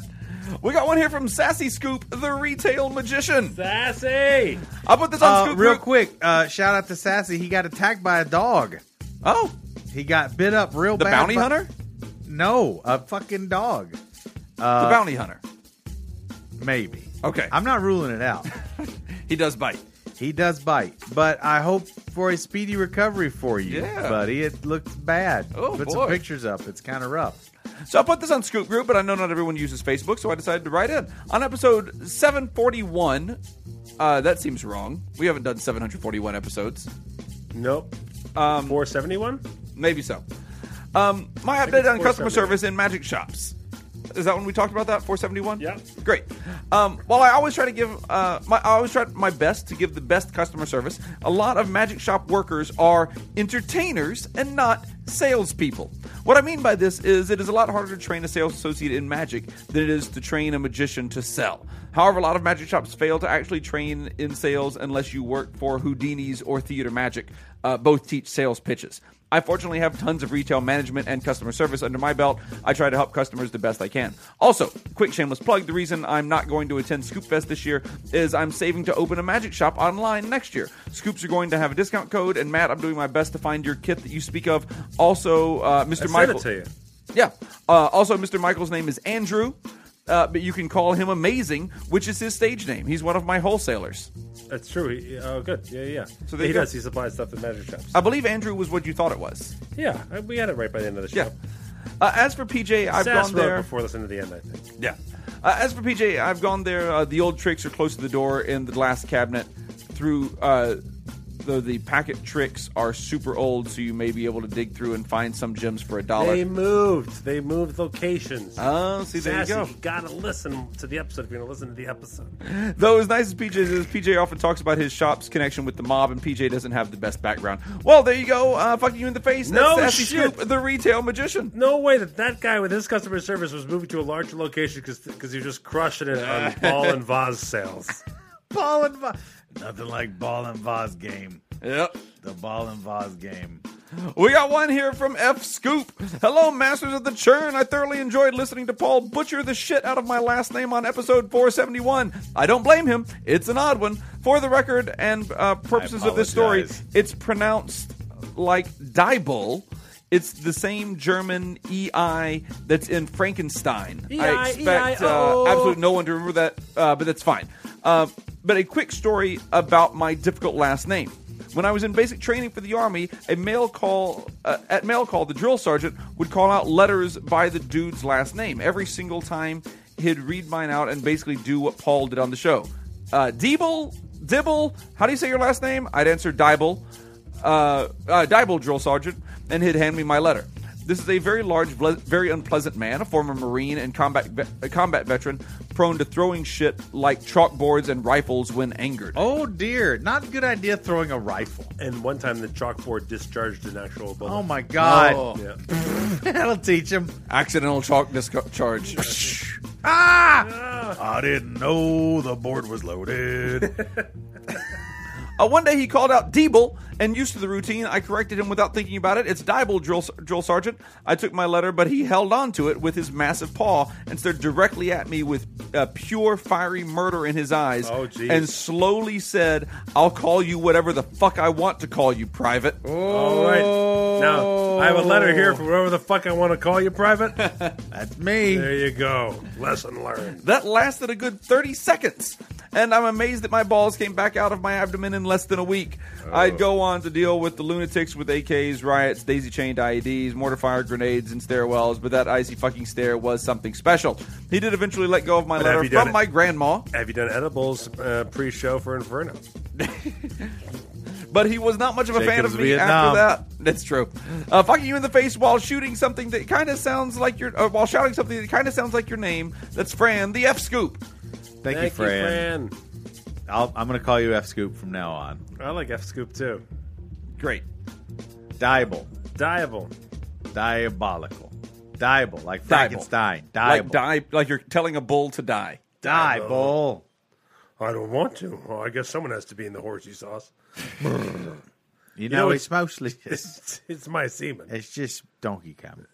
Speaker 4: We got one here from Sassy Scoop, the retail magician.
Speaker 1: sassy?
Speaker 4: I put this on
Speaker 2: Uh,
Speaker 4: Scoop
Speaker 2: real
Speaker 4: Group-
Speaker 2: quick, uh, shout out to Sassy. He got attacked by a dog.
Speaker 4: Oh,
Speaker 2: He got bit up real
Speaker 4: the
Speaker 2: bad.
Speaker 4: bounty
Speaker 2: by-
Speaker 4: hunter?
Speaker 2: No, a fucking dog.
Speaker 4: the bounty hunter.
Speaker 2: Maybe.
Speaker 4: Okay.
Speaker 2: uh, I'm not ruling it out.
Speaker 4: He does bite.
Speaker 2: He does bite, but I hope for a speedy recovery for you,
Speaker 4: Yeah.
Speaker 2: buddy. It looks bad.
Speaker 4: Oh,
Speaker 2: Put
Speaker 4: boy.
Speaker 2: some pictures up. It's kind of rough.
Speaker 4: So I put this on Scoop Group, but I know not everyone uses Facebook, so I decided to write in. On episode 741, uh, that seems wrong. We haven't done 741 episodes.
Speaker 1: Nope. Um, 471?
Speaker 4: Maybe so. Um, my update on
Speaker 1: it's
Speaker 4: customer
Speaker 1: 471.
Speaker 4: service in magic shops. Is that when we talked about that? 471?
Speaker 1: Yeah.
Speaker 4: Great. Um, well, I always try to give uh, my I always try my best to give the best customer service. A lot of magic shop workers are entertainers and not salespeople. What I mean by this is it is a lot harder to train a sales associate in magic than it is to train a magician to sell. However, a lot of magic shops fail to actually train in sales unless you work for Houdini's or Theater Magic. Uh, both teach sales pitches. I fortunately have tons of retail management and customer service under my belt. I try to help customers the best I can. Also, quick shameless plug the reason I'm not going to attend Scoop Fest this year is I'm saving to open a magic shop online next year. Scoops are going to have a discount code, and Matt, I'm doing my best to find your kit that you speak of. Also, uh, Mr.
Speaker 1: I sent
Speaker 4: Michael.
Speaker 1: it to you.
Speaker 4: Yeah. Uh, also, Mr. Michael's name is Andrew, uh, but you can call him Amazing, which is his stage name. He's one of my wholesalers.
Speaker 1: That's true. He, oh, good. Yeah, yeah. So
Speaker 4: there
Speaker 1: he
Speaker 4: you go. Oh.
Speaker 1: does. He supplies stuff to magic shops.
Speaker 4: I believe Andrew was what you thought it was.
Speaker 1: yeah, I- we had it right by the end of the show.
Speaker 4: Yeah. Uh, as for PJ, I've
Speaker 1: Sass
Speaker 4: gone
Speaker 1: wrote it
Speaker 4: there.
Speaker 1: before listening to the end, I think.
Speaker 4: Yeah. Uh, as for PJ, I've gone there. Uh, the old tricks are close to the door in the glass cabinet. Through uh, the the packet tricks are super old, so you may be able to dig through and find some gems for a
Speaker 1: They
Speaker 4: dollar.
Speaker 1: moved. They moved locations.
Speaker 4: Oh, see, there you
Speaker 1: Sassy,
Speaker 4: go.
Speaker 1: gotta listen to the episode if you're gonna listen to the episode.
Speaker 4: Though as nice as PJ is, PJ often talks about his shop's connection with the mob, and PJ doesn't have the best background. Well, there you go. Uh, fucking you in the face.
Speaker 1: No
Speaker 4: That's Sassy
Speaker 1: shit.
Speaker 4: Scoop, the retail magician.
Speaker 1: No way that that guy with his customer service was moving to a larger location because he was just crushing it on ball and vase sales.
Speaker 8: Ball and Vaz. Nothing like ball and Vaz game.
Speaker 4: Yep.
Speaker 8: The ball and Vaz game.
Speaker 4: We got one here from F Scoop. Hello, Masters of the Churn. I thoroughly enjoyed listening to Paul butcher the shit out of my last name on episode 471. I don't blame him. It's an odd one. For the record and uh, purposes of this story,
Speaker 8: apologize.
Speaker 4: it's pronounced like Dibel. It's the same German EI that's in Frankenstein. E I
Speaker 1: EI,
Speaker 4: expect uh,
Speaker 1: EIO.
Speaker 4: absolutely no one to remember that, uh, but that's fine. Uh, but a quick story about my difficult last name. When I was in basic training for the army, a mail call uh, at mail call, the drill sergeant would call out letters by the dude's last name. Every single time, he'd read mine out and basically do what Paul did on the show. Uh, Deeble, Dibble, how do you say your last name? I'd answer Dibble uh, uh, Dibel drill sergeant and he'd hand me my letter. This is a very large, ble- very unpleasant man, a former Marine and combat ve- a combat veteran, prone to throwing shit like chalkboards and rifles when angered.
Speaker 2: Oh dear, not a good idea throwing a rifle.
Speaker 1: And one time the chalkboard discharged an actual bullet.
Speaker 2: Oh my god,
Speaker 1: Yeah.
Speaker 2: that'll teach him.
Speaker 4: Accidental chalk discharge.
Speaker 2: Ah!
Speaker 8: I didn't know the board was loaded.
Speaker 4: Uh, one day he called out Diebel, and used to the routine, I corrected him without thinking about it. It's Diebel, drill, drill sergeant. I took my letter, but he held on to it with his massive paw and stared directly at me with uh, pure fiery murder in his eyes.
Speaker 1: Oh, geez.
Speaker 4: and slowly said, "I'll call you whatever the fuck I want to call you, Private."
Speaker 1: All right. Now I have a letter here for whatever the fuck I want to call you, private.
Speaker 2: That's me.
Speaker 1: there you go. Lesson learned.
Speaker 4: That lasted a good 30 seconds. And I'm amazed that my balls came back out of my abdomen in less than a week.
Speaker 1: Oh.
Speaker 4: I'd go on to deal with the lunatics with AKs, riots, daisy chained IEDs, mortar fire grenades, and stairwells, but that icy fucking stair was something special. He did eventually let go of my
Speaker 1: But have
Speaker 4: letter
Speaker 1: you done
Speaker 4: from
Speaker 1: it?
Speaker 4: my grandma,
Speaker 1: Have you done edibles uh, pre-show for Inferno?
Speaker 4: but he was not much of a fan
Speaker 2: Jacob's
Speaker 4: of me
Speaker 2: Vietnam.
Speaker 4: after that. That's true. Uh, fucking you in the face while shooting something that kind of sounds like your, uh, while shouting something that kind of sounds like your name. That's Fran, the F Scoop.
Speaker 2: Thank, you, Fran. I'll, I'm going to call you F Scoop from now on.
Speaker 1: I like F Scoop too.
Speaker 4: Great.
Speaker 2: Diable,
Speaker 1: Diable.
Speaker 2: diabolical, diable like Frankenstein,
Speaker 4: Like
Speaker 2: diable,
Speaker 4: die, like you're telling a bull to die.
Speaker 2: diable.
Speaker 1: I don't want to. Well, I guess someone has to be in the horsey sauce.
Speaker 2: You, know,
Speaker 1: know, it-
Speaker 2: it's, mostly just,
Speaker 1: It's my semen.
Speaker 2: it's just donkey cum.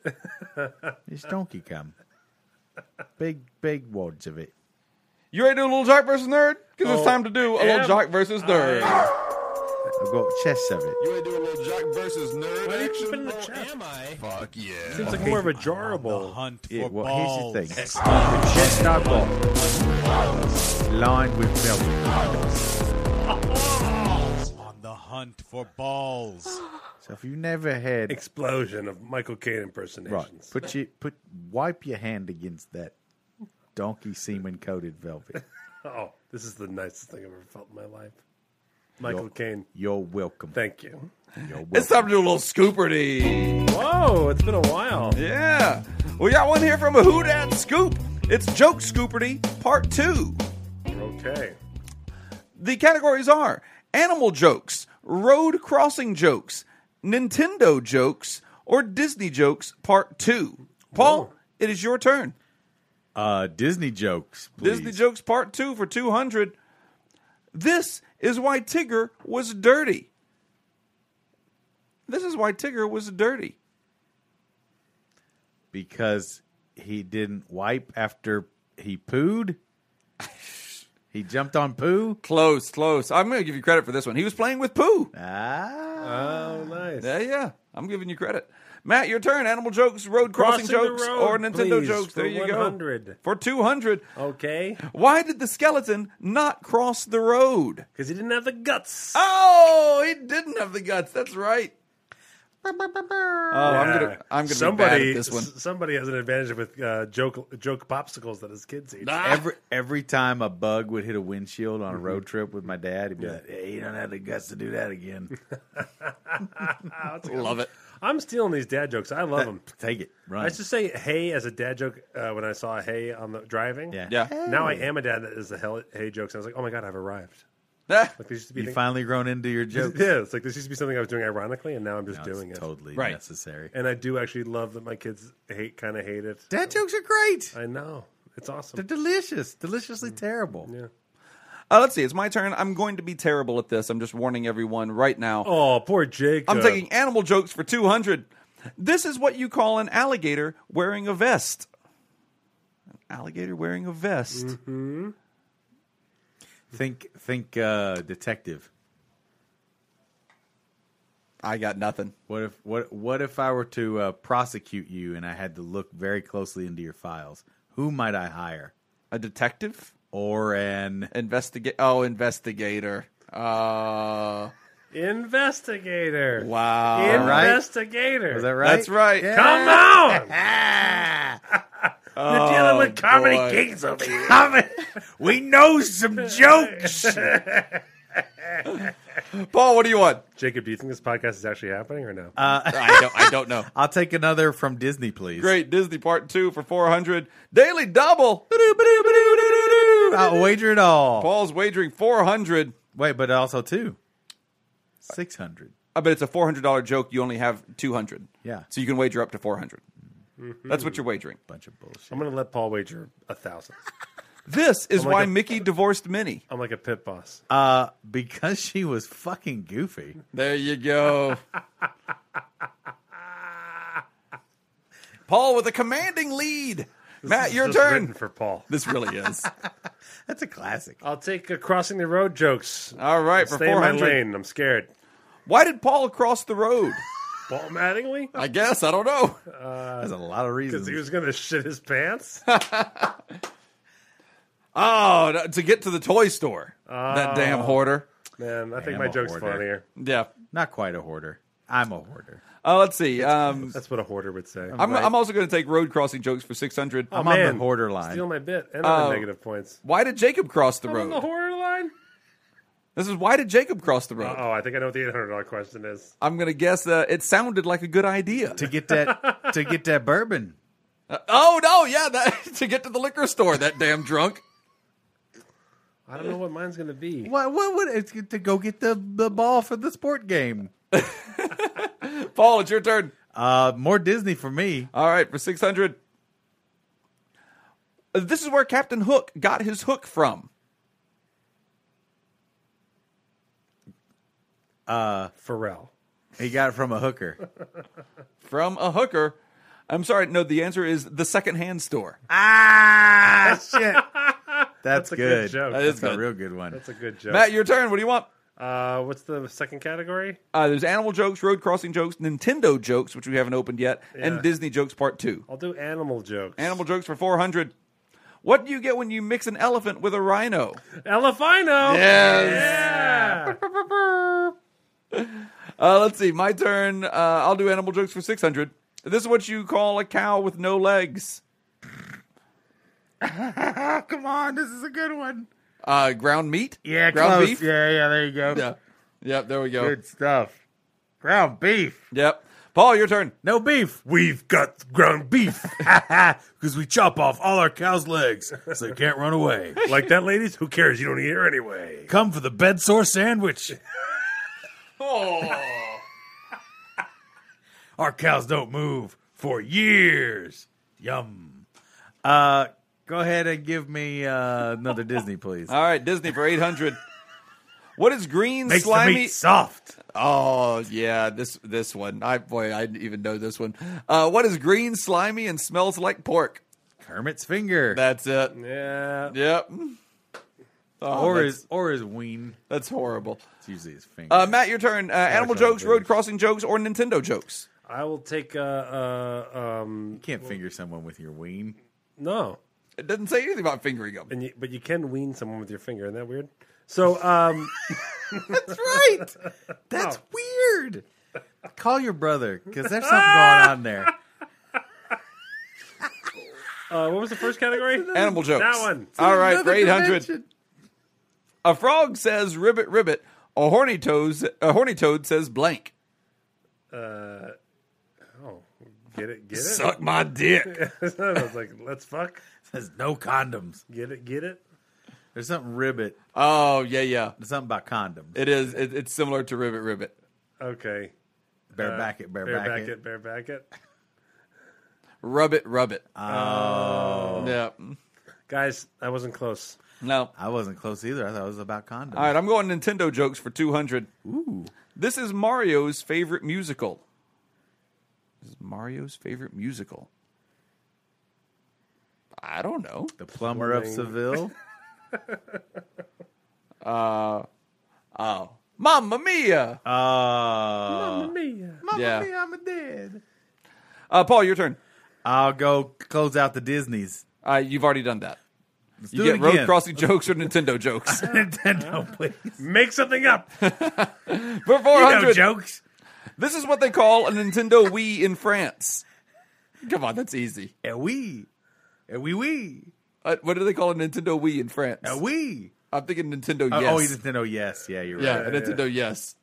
Speaker 2: it's donkey cum. Big big wads of it.
Speaker 4: You ready to do a little jock versus nerd? Because it's
Speaker 1: Oh,
Speaker 4: time to do a little
Speaker 1: am
Speaker 4: jock versus nerd.
Speaker 2: I've got chests of it.
Speaker 10: You ain't doing a little Jack versus nerd
Speaker 1: Why do you
Speaker 10: action?
Speaker 1: keep it in the
Speaker 10: Oh,
Speaker 1: chest?
Speaker 10: am I? Fuck yeah.
Speaker 1: It's like more of a jarable.
Speaker 10: Hunt
Speaker 2: It-
Speaker 10: for
Speaker 2: well,
Speaker 10: balls.
Speaker 2: here's the thing. The chest I've got lined with velvet.
Speaker 10: On the hunt for balls.
Speaker 2: So if you never had
Speaker 1: explosion of Michael Caine impersonations,
Speaker 2: Right. Put you put wipe your hand against that donkey semen coated velvet.
Speaker 1: Oh, this is the nicest thing I've ever felt in my life. Michael
Speaker 2: You're-
Speaker 1: Caine.
Speaker 2: You're welcome.
Speaker 1: Thank you.
Speaker 2: You're
Speaker 4: It's time to do a little scooperty.
Speaker 1: Whoa, it's been a while.
Speaker 4: Yeah. We got one here from a Who Dat Scoop. It's Joke Scooperty Part 2.
Speaker 1: Okay.
Speaker 4: The categories are animal jokes, road crossing jokes, Nintendo jokes, or Disney jokes Part 2. Paul, it is your turn.
Speaker 2: Uh, Disney jokes. Please.
Speaker 4: Disney jokes Part 2 for 200. This is why Tigger was dirty. This is why Tigger was dirty.
Speaker 2: because he didn't wipe after he pooed. he jumped on poo.
Speaker 4: Close, close. I'm going to give you credit for this one. He was playing with poo.
Speaker 2: Ah,
Speaker 1: Oh, nice.
Speaker 4: Yeah, yeah. I'm giving you credit. Matt, your turn. Animal jokes, road crossing,
Speaker 1: Crossing the
Speaker 4: jokes,
Speaker 1: road,
Speaker 4: or Nintendo
Speaker 1: please,
Speaker 4: jokes.
Speaker 1: for
Speaker 4: There you
Speaker 1: 100.
Speaker 4: go. For 200.
Speaker 1: Okay.
Speaker 4: Why did the skeleton not cross the road?
Speaker 1: Because he didn't have the guts.
Speaker 4: Oh, he didn't have the guts. That's right. Oh, I'm
Speaker 1: Yeah.
Speaker 4: gonna, I'm gonna
Speaker 1: somebody,
Speaker 4: be bad at this one.
Speaker 1: s- Somebody has an advantage with uh, joke joke popsicles that his kids eat.
Speaker 2: Every every time a bug would hit a windshield on a road trip with my dad, he'd be like, "Hey, you don't have the guts to do that again."
Speaker 4: Love it.
Speaker 1: I'm stealing these dad jokes. I love them.
Speaker 2: Take it,
Speaker 1: I
Speaker 2: run.
Speaker 1: used to say "hey" as a dad joke uh, when I saw "hey" on the driving.
Speaker 2: yeah,
Speaker 4: Yeah.
Speaker 1: Now I am a dad that is the hell, "hey" jokes. I was like, oh my god, I've arrived.
Speaker 4: Ah,
Speaker 1: Like there used to be
Speaker 2: You
Speaker 1: things-
Speaker 2: finally grown into your jokes.
Speaker 1: yeah, it's like this used to be something I was doing ironically, and now I'm just
Speaker 2: No,
Speaker 1: doing it.
Speaker 2: it's totally
Speaker 4: Right.
Speaker 2: necessary.
Speaker 1: And I do actually love that my kids hate kind of hate it.
Speaker 2: Dad jokes are great.
Speaker 1: I know it's
Speaker 2: They're
Speaker 1: awesome.
Speaker 2: delicious, deliciously
Speaker 1: Mm.
Speaker 2: terrible.
Speaker 4: uh, let's see. It's my turn. I'm going to be terrible at this. I'm just warning everyone right now.
Speaker 1: Oh, poor Jake.
Speaker 4: I'm taking animal jokes for 200. This is what you call an alligator wearing a vest. An alligator wearing a vest.
Speaker 2: Think, think, uh, detective.
Speaker 4: I got nothing.
Speaker 2: What if what what if I were to uh, prosecute you and I had to look very closely into your files? Who might I hire?
Speaker 4: A detective?
Speaker 2: Or an
Speaker 4: Investigate. Oh, investigator. Uh,
Speaker 1: investigator.
Speaker 4: wow.
Speaker 2: right?
Speaker 1: Investigator.
Speaker 2: is that right? Ah,
Speaker 4: That's right.
Speaker 1: Come on! You're
Speaker 2: Oh,
Speaker 1: dealing with comedy
Speaker 4: boy.
Speaker 1: kings over here.
Speaker 8: We know some jokes.
Speaker 4: Paul, what do you want?
Speaker 1: Jacob, do you think this podcast is actually happening or no?
Speaker 4: I don't, I don't know.
Speaker 2: I'll take another from Disney, please.
Speaker 4: Great Disney Part 2 for 400. Daily Double.
Speaker 2: I'll wager it all.
Speaker 4: Paul's wagering 400.
Speaker 2: Wait, but also two. Six hundred.
Speaker 4: I bet it's a $400 joke. You only have 200.
Speaker 2: Yeah.
Speaker 4: So you can wager up to 400. That's what you're wagering.
Speaker 2: Bunch of bullshit.
Speaker 1: I'm going to let Paul wager a thousand.
Speaker 4: This is
Speaker 1: my
Speaker 4: why
Speaker 1: God.
Speaker 4: Mickey divorced Minnie.
Speaker 1: I'm like a pit boss.
Speaker 2: Uh because she was fucking goofy.
Speaker 4: There you go. Paul with a commanding lead. Matt, your
Speaker 1: Just written
Speaker 4: turn.
Speaker 1: for Paul.
Speaker 4: This really is.
Speaker 2: That's a classic.
Speaker 1: I'll take uh, crossing the road jokes.
Speaker 2: Uh,
Speaker 4: All right, for
Speaker 1: Stay in my
Speaker 4: 400.
Speaker 1: lane. I'm scared.
Speaker 4: Why did Paul cross the road?
Speaker 1: Paul Mattingly?
Speaker 4: I guess. I don't know.
Speaker 2: There's a lot of reasons.
Speaker 1: Because he was going to shit his pants?
Speaker 4: Oh, no, to get to the toy store. that damn hoarder.
Speaker 1: Man, I think
Speaker 2: I'm
Speaker 1: my
Speaker 2: a
Speaker 1: joke's
Speaker 2: hoarder.
Speaker 1: funnier.
Speaker 4: Yeah.
Speaker 2: Not quite a hoarder. I'm a hoarder.
Speaker 4: Uh, let's see. Um,
Speaker 1: That's what a hoarder would say.
Speaker 4: I'm, I'm also going to take road crossing jokes for 600.
Speaker 2: I'm on the hoarder line.
Speaker 1: Steal my bit and other
Speaker 4: Oh.
Speaker 1: negative points.
Speaker 4: Why did Jacob cross the
Speaker 1: I'm on the
Speaker 4: road?
Speaker 1: hoarder line?
Speaker 4: This is why did Jacob cross the road?
Speaker 1: Oh, I think I know what the $800 question is.
Speaker 4: I'm going to guess uh, it sounded like a good idea.
Speaker 2: to get that to get that bourbon.
Speaker 4: Oh no, yeah, that, to get to the liquor store, that damn drunk.
Speaker 1: I don't know what mine's going to be.
Speaker 2: What what would it's to go get the, the ball for the sport game?
Speaker 4: Paul, it's your turn.
Speaker 2: Uh, more Disney for me.
Speaker 4: All right, for 600. Uh, This is where Captain Hook got his hook from.
Speaker 1: Pharrell.
Speaker 2: He got it from a hooker.
Speaker 4: From a hooker. I'm sorry, no, the answer is the secondhand store.
Speaker 2: Ah, shit. That's,
Speaker 1: That's a
Speaker 2: good.
Speaker 1: good joke.
Speaker 4: That
Speaker 2: That's
Speaker 4: is good.
Speaker 2: a real good one.
Speaker 1: That's a good joke.
Speaker 4: Matt, your turn. What do you want?
Speaker 1: Uh, what's the second category?
Speaker 4: Uh, there's animal jokes, road crossing jokes, Nintendo jokes, which we haven't opened yet,
Speaker 1: Yeah.
Speaker 4: and Disney jokes part two.
Speaker 1: I'll do animal jokes.
Speaker 4: Animal jokes for 400. What do you get when you mix an elephant with a rhino?
Speaker 1: Elefino.
Speaker 4: Yes.
Speaker 1: Yeah.
Speaker 4: Uh, let's see. My turn. Uh, I'll do animal jokes for 600. This is what you call a cow with no legs.
Speaker 2: Oh,
Speaker 8: Come on, this is a good one.
Speaker 4: Uh, ground meat?
Speaker 8: Yeah,
Speaker 4: ground
Speaker 8: close.
Speaker 4: beef?
Speaker 8: Yeah, yeah, there you go.
Speaker 4: Yeah. Yep, there we go.
Speaker 8: Good stuff. Ground beef.
Speaker 4: Yep. Paul, your turn.
Speaker 8: No beef.
Speaker 3: We've got ground beef.
Speaker 8: Because we chop off all our cow's legs so they can't run away.
Speaker 3: like that, ladies? Who cares? You don't eat her anyway.
Speaker 8: Come for the bed sore sandwich.
Speaker 4: Oh.
Speaker 8: Our cows don't move for years. Yum. Uh, go ahead and give me uh, another Disney, please.
Speaker 2: Uh,
Speaker 4: All right, Disney for 800. what is green,
Speaker 8: Makes
Speaker 4: slimy?
Speaker 8: the meat soft.
Speaker 4: Oh yeah, this this one. I boy, I didn't even know this one. Uh, what is green, slimy, and smells like pork?
Speaker 8: Kermit's finger,
Speaker 4: That's it.
Speaker 1: Yeah.
Speaker 4: Yep. Oh,
Speaker 2: or
Speaker 4: that's,
Speaker 2: his or his ween.
Speaker 4: that's horrible.
Speaker 2: It's usually his finger.
Speaker 4: Uh, Matt, your turn. Uh, animal
Speaker 2: trying to
Speaker 4: jokes, road crossing jokes, or Nintendo jokes.
Speaker 1: I will take uh, uh um
Speaker 2: you can't finger someone with your ween.
Speaker 1: no.
Speaker 4: It doesn't say anything about fingering them.
Speaker 1: And you, but you can wean someone with your finger, isn't that weird? So um
Speaker 2: That's right.
Speaker 8: Oh.
Speaker 2: That's weird. Call your brother because there's something going on there.
Speaker 1: uh, what was the first category?
Speaker 4: Animal jokes.
Speaker 1: That one.
Speaker 4: All right,
Speaker 2: Another
Speaker 4: for 800.
Speaker 2: dimension.
Speaker 4: A frog says ribbit, ribbit. A horny, toes, a horny toad says blank.
Speaker 1: Oh, get it, get it.
Speaker 4: Suck my dick.
Speaker 1: I was like, let's fuck.
Speaker 2: There's no condoms.
Speaker 1: Get it, get it.
Speaker 2: There's something ribbit.
Speaker 4: Oh, yeah, yeah.
Speaker 2: There's something about condoms.
Speaker 4: It is. It, it's similar to ribbit, ribbit.
Speaker 1: Okay.
Speaker 2: Bareback it.
Speaker 1: Bear
Speaker 2: Bareback
Speaker 1: back
Speaker 2: it.
Speaker 1: it, bear back it.
Speaker 4: Rub it, rub it. Oh. Yeah.
Speaker 1: Guys, I wasn't close.
Speaker 4: No.
Speaker 2: I wasn't close either. I thought it was about condoms.
Speaker 4: All right, I'm going Nintendo jokes for 200. Ooh. This is Mario's favorite musical. This is Mario's favorite musical. I don't know.
Speaker 2: The plumber of Seville.
Speaker 4: Oh. Mamma Mia!
Speaker 2: Uh,
Speaker 4: yeah.
Speaker 2: I'm a dead.
Speaker 4: Uh, Paul, your turn.
Speaker 2: I'll go close out the Disney's.
Speaker 4: Uh, you've already done that.
Speaker 2: Let's
Speaker 4: You
Speaker 2: do
Speaker 4: get
Speaker 2: it
Speaker 4: road
Speaker 2: again.
Speaker 4: crossing jokes or Nintendo jokes.
Speaker 2: Nintendo, please.
Speaker 1: Make something up.
Speaker 4: For
Speaker 2: No
Speaker 4: 400,
Speaker 2: jokes.
Speaker 4: this is what they call a Nintendo Wii in France. Come on, that's easy.
Speaker 2: And we. And we we.
Speaker 4: Uh, what do they call a Nintendo Wii in France?
Speaker 2: And we.
Speaker 4: I'm thinking Nintendo
Speaker 2: Oh,
Speaker 4: Yes.
Speaker 2: Oh, Nintendo. Yes. Yeah, you're
Speaker 4: yeah,
Speaker 2: right.
Speaker 4: a Nintendo Yes.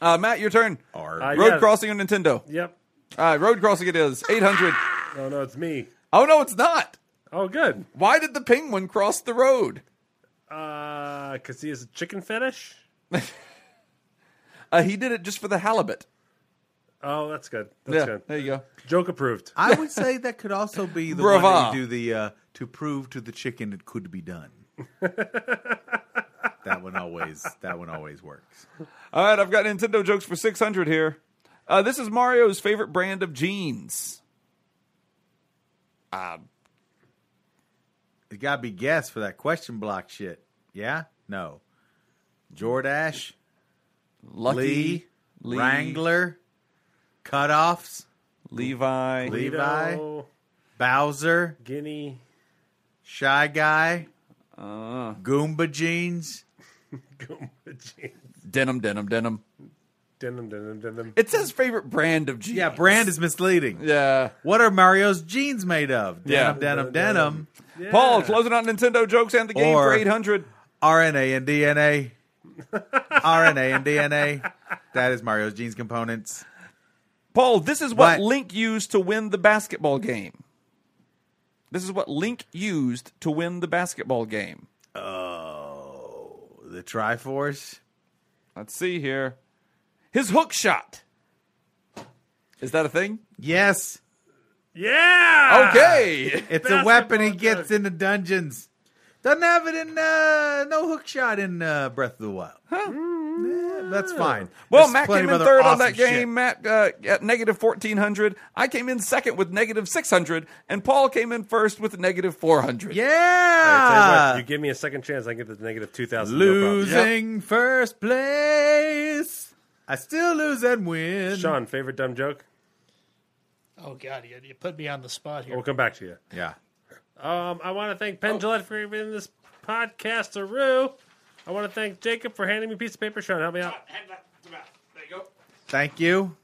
Speaker 4: Uh, Matt, your turn.
Speaker 2: Or
Speaker 1: I
Speaker 4: Road
Speaker 1: got it.
Speaker 4: crossing on Nintendo.
Speaker 1: Yep.
Speaker 4: Uh, road crossing it is. 800.
Speaker 1: Oh no, it's me.
Speaker 4: Oh, no, it's not.
Speaker 1: Oh, good.
Speaker 4: Why did the penguin cross the road?
Speaker 1: Uh, because he has a chicken fetish.
Speaker 4: Uh, he did it just for the halibut.
Speaker 1: Oh, that's good. That's
Speaker 4: yeah,
Speaker 1: good.
Speaker 4: there you go.
Speaker 1: Joke approved.
Speaker 2: I would say that could also be the one
Speaker 4: Brava.
Speaker 2: that you do the uh, to prove to the chicken it could be done. that one always that one always works.
Speaker 4: All right, I've got Nintendo jokes for 600 here. Uh, this is Mario's favorite brand of jeans.
Speaker 2: It got to be guessed for that question block shit. Yeah? No. Jordash,
Speaker 4: Lucky,
Speaker 2: Lee,
Speaker 4: Lee-
Speaker 2: Wrangler, Cutoffs,
Speaker 4: Levi,
Speaker 2: Levi,
Speaker 1: Lido,
Speaker 2: Bowser,
Speaker 1: Guinea,
Speaker 2: Shy Guy, Goomba Jeans.
Speaker 1: Goomba jeans.
Speaker 4: denim, denim, denim.
Speaker 1: Denim, denim, denim.
Speaker 4: It says favorite brand of jeans.
Speaker 2: Yeah, brand is misleading.
Speaker 4: Yeah.
Speaker 2: What are Mario's jeans made of?
Speaker 4: Yeah.
Speaker 2: Denim, denim, denim.
Speaker 4: Paul, closing out Nintendo jokes and the game for
Speaker 2: Or-
Speaker 4: 800.
Speaker 2: RNA and DNA. RNA and DNA. That is Mario's genes components.
Speaker 4: Paul, this is what,
Speaker 2: What?
Speaker 4: Link used to win the basketball game. This is what Link used to win the basketball game.
Speaker 2: Oh, the Triforce.
Speaker 4: Let's see here. His hook shot. Is that a thing?
Speaker 2: Yes,
Speaker 1: Yeah.
Speaker 2: Ah.
Speaker 4: Okay.
Speaker 2: it's a
Speaker 1: Basketball
Speaker 2: weapon he
Speaker 1: hook.
Speaker 2: gets in the dungeons. Doesn't have it in uh, no hook shot in uh, Breath of the Wild. Yeah, that's fine.
Speaker 4: Well,
Speaker 2: There's
Speaker 4: Matt
Speaker 2: plenty
Speaker 4: came
Speaker 2: of
Speaker 4: in
Speaker 2: other
Speaker 4: third on
Speaker 2: awesome
Speaker 4: that
Speaker 2: shit.
Speaker 4: game. Matt uh, at negative fourteen hundred. I came in second with negative six hundred, and Paul came in first with negative four hundred.
Speaker 2: Yeah,
Speaker 1: you give me a second chance, I can get the negative two thousand.
Speaker 2: losing first place. I still lose and win.
Speaker 1: Sean, favorite dumb joke.
Speaker 5: Oh God, you, you put me on the spot here.
Speaker 1: We'll come back to you.
Speaker 2: Yeah,
Speaker 1: Um, I want to thank Penn Gillette for giving this podcast a roo. I want to thank Jacob for handing me a piece of paper. Sean, help me out.
Speaker 2: Thank you.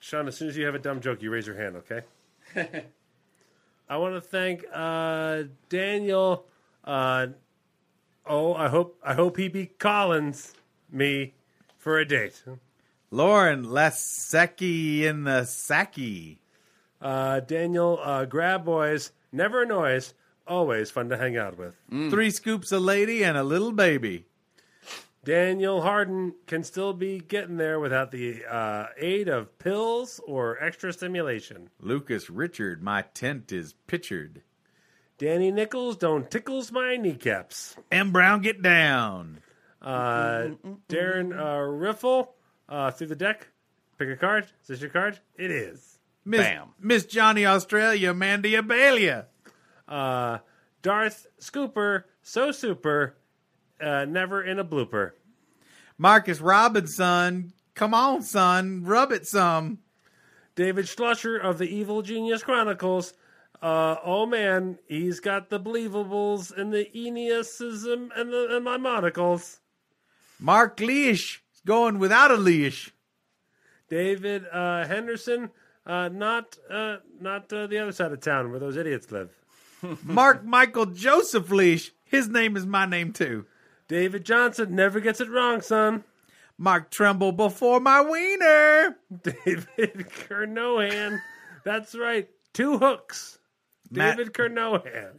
Speaker 1: Sean, as soon as you have a dumb joke, you raise your hand, okay? I want to thank uh, Daniel. Uh, oh, I hope I hope he beat Collins me for a date.
Speaker 2: Lauren Lesecki in the Saki.
Speaker 1: Uh, Daniel, uh, grab boys, never annoys, always fun to hang out with.
Speaker 2: Three scoops a lady and a little baby.
Speaker 1: Daniel Harden can still be getting there without the uh, aid of pills or extra stimulation.
Speaker 2: Lucas Richard, my tent is pictured.
Speaker 1: Danny Nichols, don't tickles my kneecaps.
Speaker 2: M. Brown, get down.
Speaker 1: Uh, Darren uh, Riffle uh, through the deck. Pick a card. Is this your card? It is.
Speaker 2: Miss, Miss Johnny Australia, Mandy Abelia.
Speaker 1: Uh, Darth Scooper, so super, uh, never in a blooper.
Speaker 2: Marcus Robinson, come on, son, rub it some.
Speaker 1: David Schlusher of the Evil Genius Chronicles. Uh, oh man, he's got the believables and the Enneasism and, the, and my monocles.
Speaker 2: Mark Leish, going without a leash.
Speaker 1: David uh, Henderson, uh, not uh, not uh, the other side of town where those idiots live.
Speaker 2: Mark Michael Joseph Leish, his name is my name too.
Speaker 1: David Johnson never gets it wrong, son.
Speaker 2: Mark Tremble before my wiener.
Speaker 1: David Kernohan, that's right, two hooks.
Speaker 2: Matt-
Speaker 1: David Kernohan.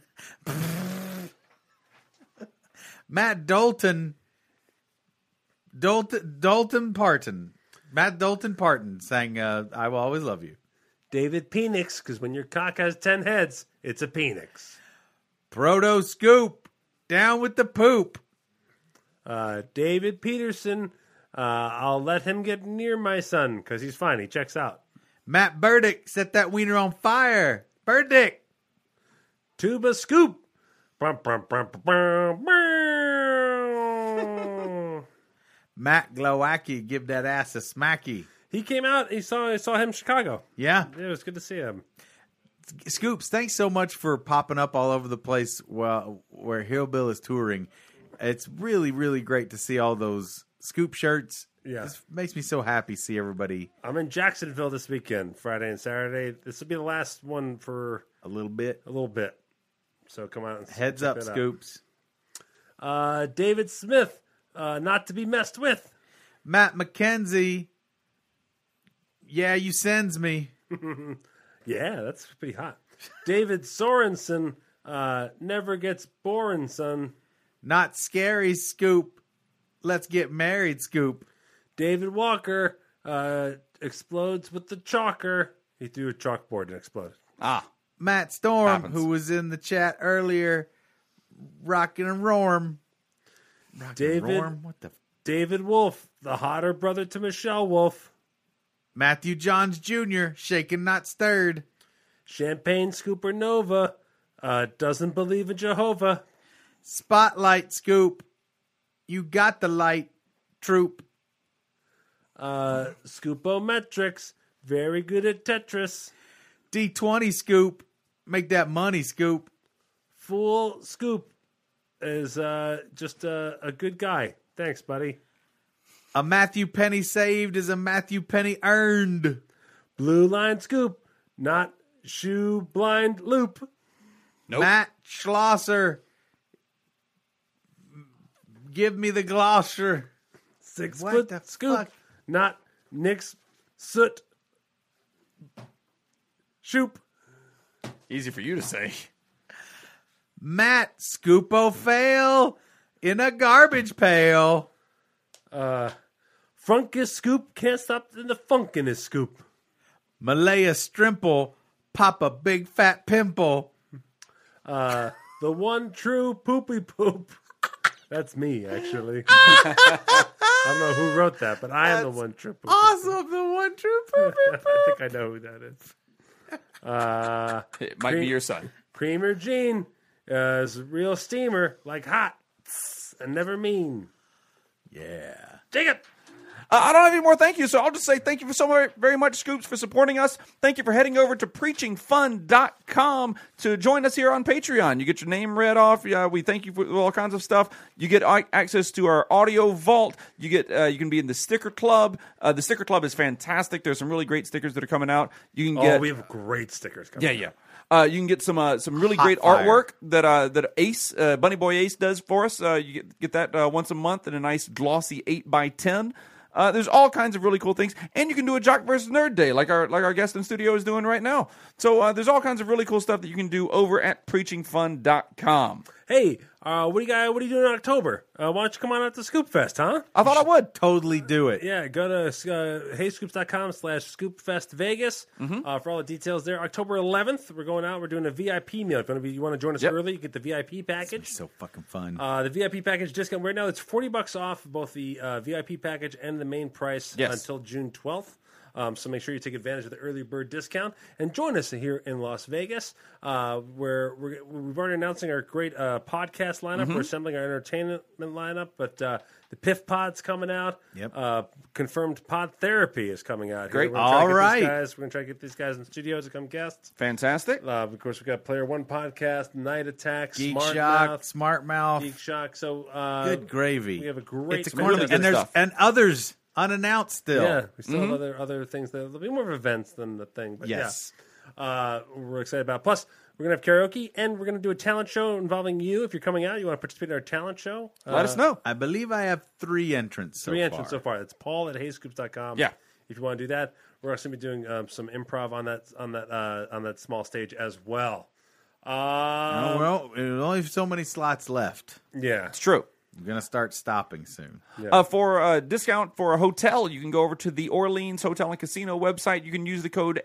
Speaker 2: Matt Dalton. Dalton, Dalton Parton. Matt Dalton Parton sang uh, I Will Always Love You.
Speaker 1: David Penix, because when your cock has ten heads, it's a penix.
Speaker 2: Proto Scoop. Down with the poop.
Speaker 1: Uh, David Peterson, uh, I'll let him get near my son because he's fine. He checks out.
Speaker 2: Matt Burdick set that wiener on fire. Burdick.
Speaker 1: Tuba Scoop. Brum, brum, brum, brum, brum.
Speaker 2: Matt Glowacki, give that ass a smacky.
Speaker 1: he came out. He saw. I saw him in Chicago.
Speaker 2: Yeah.
Speaker 1: It was good to see him.
Speaker 2: Scoops, thanks so much for popping up all over the place while, where Hillbill is touring. It's really, really great to see all those Scoop shirts.
Speaker 1: Yeah.
Speaker 2: This makes me so happy to see everybody
Speaker 1: I'm in Jacksonville this weekend, Friday and Saturday. This will be the last one for
Speaker 2: a little bit.
Speaker 1: a little bit. So come on. and
Speaker 2: Heads
Speaker 1: check
Speaker 2: up,
Speaker 1: that out.
Speaker 2: Scoops.
Speaker 1: Uh, David Smith, uh, not to be messed with.
Speaker 2: Matt McKenzie. Yeah, you sends me.
Speaker 1: Yeah, that's pretty hot. David Sorensen uh, never gets boring, son.
Speaker 2: Not scary, Scoop. Let's get married, Scoop.
Speaker 1: David Walker uh, explodes with the chalker. He threw a chalkboard and exploded.
Speaker 4: Ah,
Speaker 2: Matt Storm,
Speaker 4: Happens.
Speaker 2: who was in the chat earlier, rocking and roaring.
Speaker 1: David
Speaker 2: Roarm? What the? f-
Speaker 1: David Wolf, the hotter brother to Michelle Wolf.
Speaker 2: Matthew Johns Jr., shaken, not stirred.
Speaker 1: Champagne Scooper Nova uh, doesn't believe in Jehovah.
Speaker 2: Spotlight, Scoop. You got the light, troop.
Speaker 1: Uh, Scoopometrics, very good at Tetris.
Speaker 2: D20, Scoop. Make that money, Scoop.
Speaker 1: Fool Scoop is uh, just a, a good guy. Thanks, buddy.
Speaker 2: A Matthew Penny saved is a Matthew Penny earned.
Speaker 1: Blue line scoop, not shoe blind loop.
Speaker 2: Matt Schlosser. Give me the glosser.
Speaker 1: Six
Speaker 2: What
Speaker 1: foot
Speaker 2: the
Speaker 1: scoop,
Speaker 2: fuck?
Speaker 1: not Nick's soot. Shoop.
Speaker 4: easy for you to say.
Speaker 2: Matt Scoopo fail in a garbage pail.
Speaker 1: Funkus scoop can't stop in the funk in his scoop.
Speaker 2: Malaya Strimple pop a big fat pimple.
Speaker 1: The one true poopy poop. That's me, actually. I don't know who wrote that, but I am the one true poopy.
Speaker 2: Awesome, the one true poopy
Speaker 1: I think I know who that is. Uh,
Speaker 4: It might be your son.
Speaker 1: Creamer Jean uh, is a real steamer, like hot and never mean.
Speaker 2: Yeah.
Speaker 1: Jacob.
Speaker 4: Uh, I don't have any more thank yous, so I'll just say thank you for so very, very much, Scoops, for supporting us. Thank you for heading over to preachingfun.com to join us here on Patreon. You get your name read off. Yeah, we thank you for all kinds of stuff. You get a- access to our audio vault. You get uh, you can be in the sticker club. Uh, the sticker club is fantastic. There's some really great stickers that are coming out. You can
Speaker 1: Oh,
Speaker 4: get
Speaker 1: we have great stickers coming.
Speaker 4: yeah,
Speaker 1: out.
Speaker 4: yeah. Uh, you can get some uh, some really
Speaker 1: Hot
Speaker 4: great
Speaker 1: fire.
Speaker 4: artwork that uh, that Ace uh, Bunny Boy Ace does for us. Uh, you get, get that uh, once a month in a nice glossy eight by ten. Uh, there's all kinds of really cool things, and you can do a Jock versus Nerd Day like our like our guest in studio is doing right now. So uh, there's all kinds of really cool stuff that you can do over at preachingfun.com.
Speaker 1: Hey, uh, what do you guys? What are you doing in October? Uh, why don't you come on out to Scoop Fest, huh?
Speaker 4: I thought I would.
Speaker 2: Totally do it.
Speaker 1: Yeah, go to uh, heyscoops.com slash scoopfest Vegas uh, for all the details there. October 11th, we're going out. We're doing a VIP meal. If you wanna be- you want to join us early, you get the VIP package.
Speaker 2: So fucking fun.
Speaker 1: Uh, the VIP package discount right now it's forty bucks off both the uh, VIP package and the main price
Speaker 2: Yes.
Speaker 1: until June twelfth. Um, so make sure you take advantage of the early bird discount and join us here in Las Vegas, uh, where we're, we've already announcing our great uh, podcast lineup.
Speaker 2: Mhm.
Speaker 1: We're assembling our entertainment lineup, but uh, the Piff Pod's coming out.
Speaker 2: Yep.
Speaker 1: Uh, confirmed Pod Therapy is coming out.
Speaker 4: Great.
Speaker 1: Here. We're gonna try to
Speaker 4: All
Speaker 1: get these
Speaker 4: right.
Speaker 1: guys- We're gonna try to get these guys in studio to come guests.
Speaker 4: Fantastic.
Speaker 1: Uh, of course, we got Player One podcast, Night Attack,
Speaker 2: Geek
Speaker 1: Smart
Speaker 2: Shock,
Speaker 1: Mouth,
Speaker 2: Smart Mouth.
Speaker 1: Geek Shock. So uh,
Speaker 2: Good gravy.
Speaker 1: We have a great
Speaker 2: It's a
Speaker 1: lineup.
Speaker 2: quarterly- and there's and others unannounced still.
Speaker 1: Yeah, we still
Speaker 2: Mhm.
Speaker 1: have other other things. That, there'll be more of events than the thing. But
Speaker 2: Yes.
Speaker 1: yeah, uh, we're excited about. Plus, we're gonna have karaoke, and we're gonna do a talent show involving you. If you're coming out, you want to participate in our talent show. uh,
Speaker 2: I believe I have three entrants. So
Speaker 1: three
Speaker 2: far.
Speaker 1: entrants so far. That's Paul at hayscoops.com.
Speaker 2: Yeah.
Speaker 1: If you want to do that, we're also going to be doing um, some improv on that on that uh, on that small stage as well. Uh,
Speaker 2: No, Oh, well, there's only so many slots left.
Speaker 1: Yeah,
Speaker 4: it's true.
Speaker 2: We're gonna start stopping soon.
Speaker 4: Uh, for a discount for a hotel, you can go over to the Orleans Hotel and Casino website. You can use the code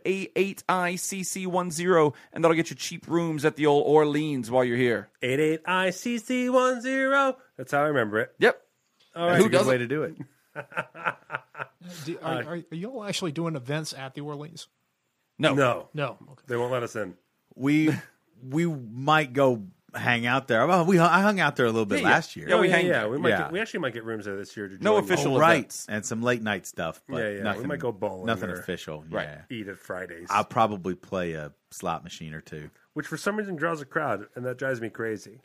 Speaker 4: A8ICC10, and that'll get you cheap rooms at the old Orleans while you're here.
Speaker 1: 88ICC10. That's how I remember it.
Speaker 4: Yep.
Speaker 1: All
Speaker 2: That's
Speaker 1: right.
Speaker 2: a good way to do it.
Speaker 5: Do, are,
Speaker 1: uh,
Speaker 5: are, are y'all actually doing events at the Orleans?
Speaker 4: No,
Speaker 1: no,
Speaker 5: No.
Speaker 1: They won't let us in.
Speaker 2: We we might go hang out there. Well, we I hung out there a little bit
Speaker 1: Yeah, yeah.
Speaker 2: last year. Oh,
Speaker 1: Yeah, we hang. Yeah, we might.
Speaker 2: Yeah.
Speaker 1: Get, we actually might get rooms there this year. To
Speaker 2: Oh,
Speaker 1: join you.
Speaker 2: right, and some late night stuff. But
Speaker 1: Yeah, yeah, we
Speaker 2: Nothing,
Speaker 1: might go bowling
Speaker 2: Nothing
Speaker 1: or-
Speaker 2: official.
Speaker 1: Right.
Speaker 2: Yeah.
Speaker 1: Eat at Fridays.
Speaker 2: I'll probably play a slot machine or two.
Speaker 1: which for some reason draws a crowd, and that drives me crazy.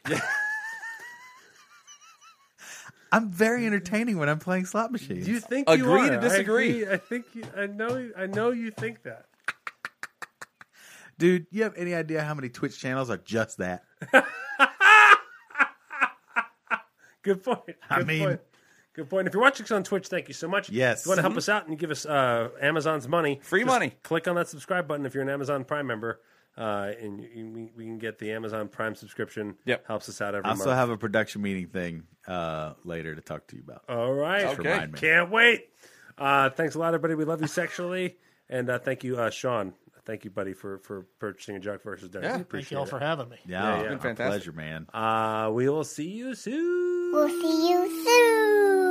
Speaker 2: I'm very entertaining when I'm playing slot machines.
Speaker 1: You think you are. I, agree. I think you, I know. I know you think that.
Speaker 2: dude? You have any idea how many Twitch channels are just that?
Speaker 1: Good point. Good
Speaker 2: I mean-
Speaker 1: point. good point. If you're watching us on Twitch, thank you so much.
Speaker 2: Yes.
Speaker 1: If you want to help
Speaker 2: Mhm.
Speaker 1: us out and give us uh, Amazon's money,
Speaker 4: Free
Speaker 1: just
Speaker 4: money.
Speaker 1: Click on that subscribe button if you're an Amazon Prime member, uh, and you, you, we- we can get the Amazon Prime subscription. Yep. Helps us out every
Speaker 2: I also
Speaker 1: month.
Speaker 2: have a production meeting thing uh, later to talk to you about.
Speaker 1: All right.
Speaker 2: Just remind me.
Speaker 1: Can't wait. Uh, thanks a lot, everybody. We love you sexually. and uh, thank you, uh, Sean. Thank you, buddy, for, for purchasing a Jock versus Derek.
Speaker 5: Yeah,
Speaker 1: We
Speaker 5: thank
Speaker 1: appreciate
Speaker 5: y'all
Speaker 1: it.
Speaker 5: for having me.
Speaker 2: Yeah,
Speaker 1: Yeah, yeah.
Speaker 2: our
Speaker 1: Been fantastic.
Speaker 2: pleasure, man.
Speaker 1: Uh, we will see you soon.
Speaker 11: We'll see you soon.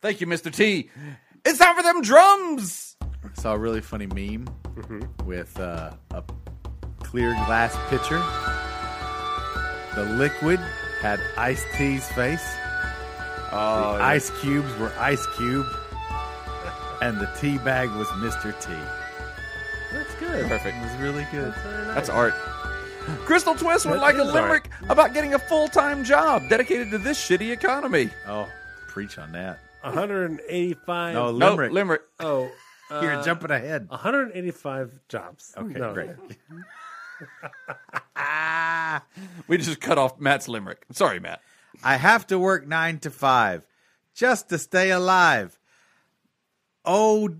Speaker 4: Thank you, Mr. T. It's time for them drums.
Speaker 2: saw a really funny meme with uh, a clear glass pitcher. The liquid had Ice T's face.
Speaker 4: Oh,
Speaker 2: the
Speaker 4: yeah.
Speaker 2: ice cubes were Ice Cube, and the tea bag was Mr. T.
Speaker 1: That's good.
Speaker 4: Perfect.
Speaker 2: It was really good.
Speaker 4: That's art. Crystal Twist would
Speaker 2: That
Speaker 4: like a
Speaker 2: is art.
Speaker 4: limerick about getting a full time job dedicated to this shitty economy.
Speaker 2: Oh, preach on that.
Speaker 1: 185.
Speaker 2: No, oh, Limerick.
Speaker 4: Limerick.
Speaker 1: Oh, uh,
Speaker 2: You're jumping ahead.
Speaker 1: 185 jobs.
Speaker 2: Okay,
Speaker 1: No.
Speaker 2: great.
Speaker 4: We just cut off Matt's limerick. Sorry, Matt.
Speaker 2: I have to work nine to five just to stay alive. Oh,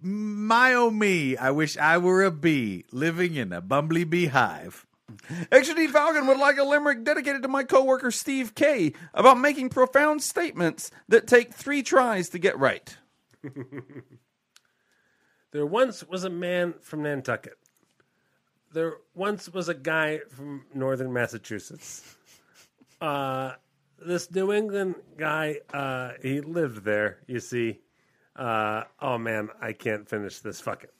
Speaker 2: my oh me, I wish I were a bee living in a bumbly beehive.
Speaker 4: Extra D Falcon would like a limerick dedicated to my coworker Steve K about making profound statements that take three tries to get right.
Speaker 1: there once was a man from Nantucket. There once was a guy from northern Massachusetts. Uh, this New England guy, uh, he lived there, you see. Uh, oh man, I can't finish this. Fuck it.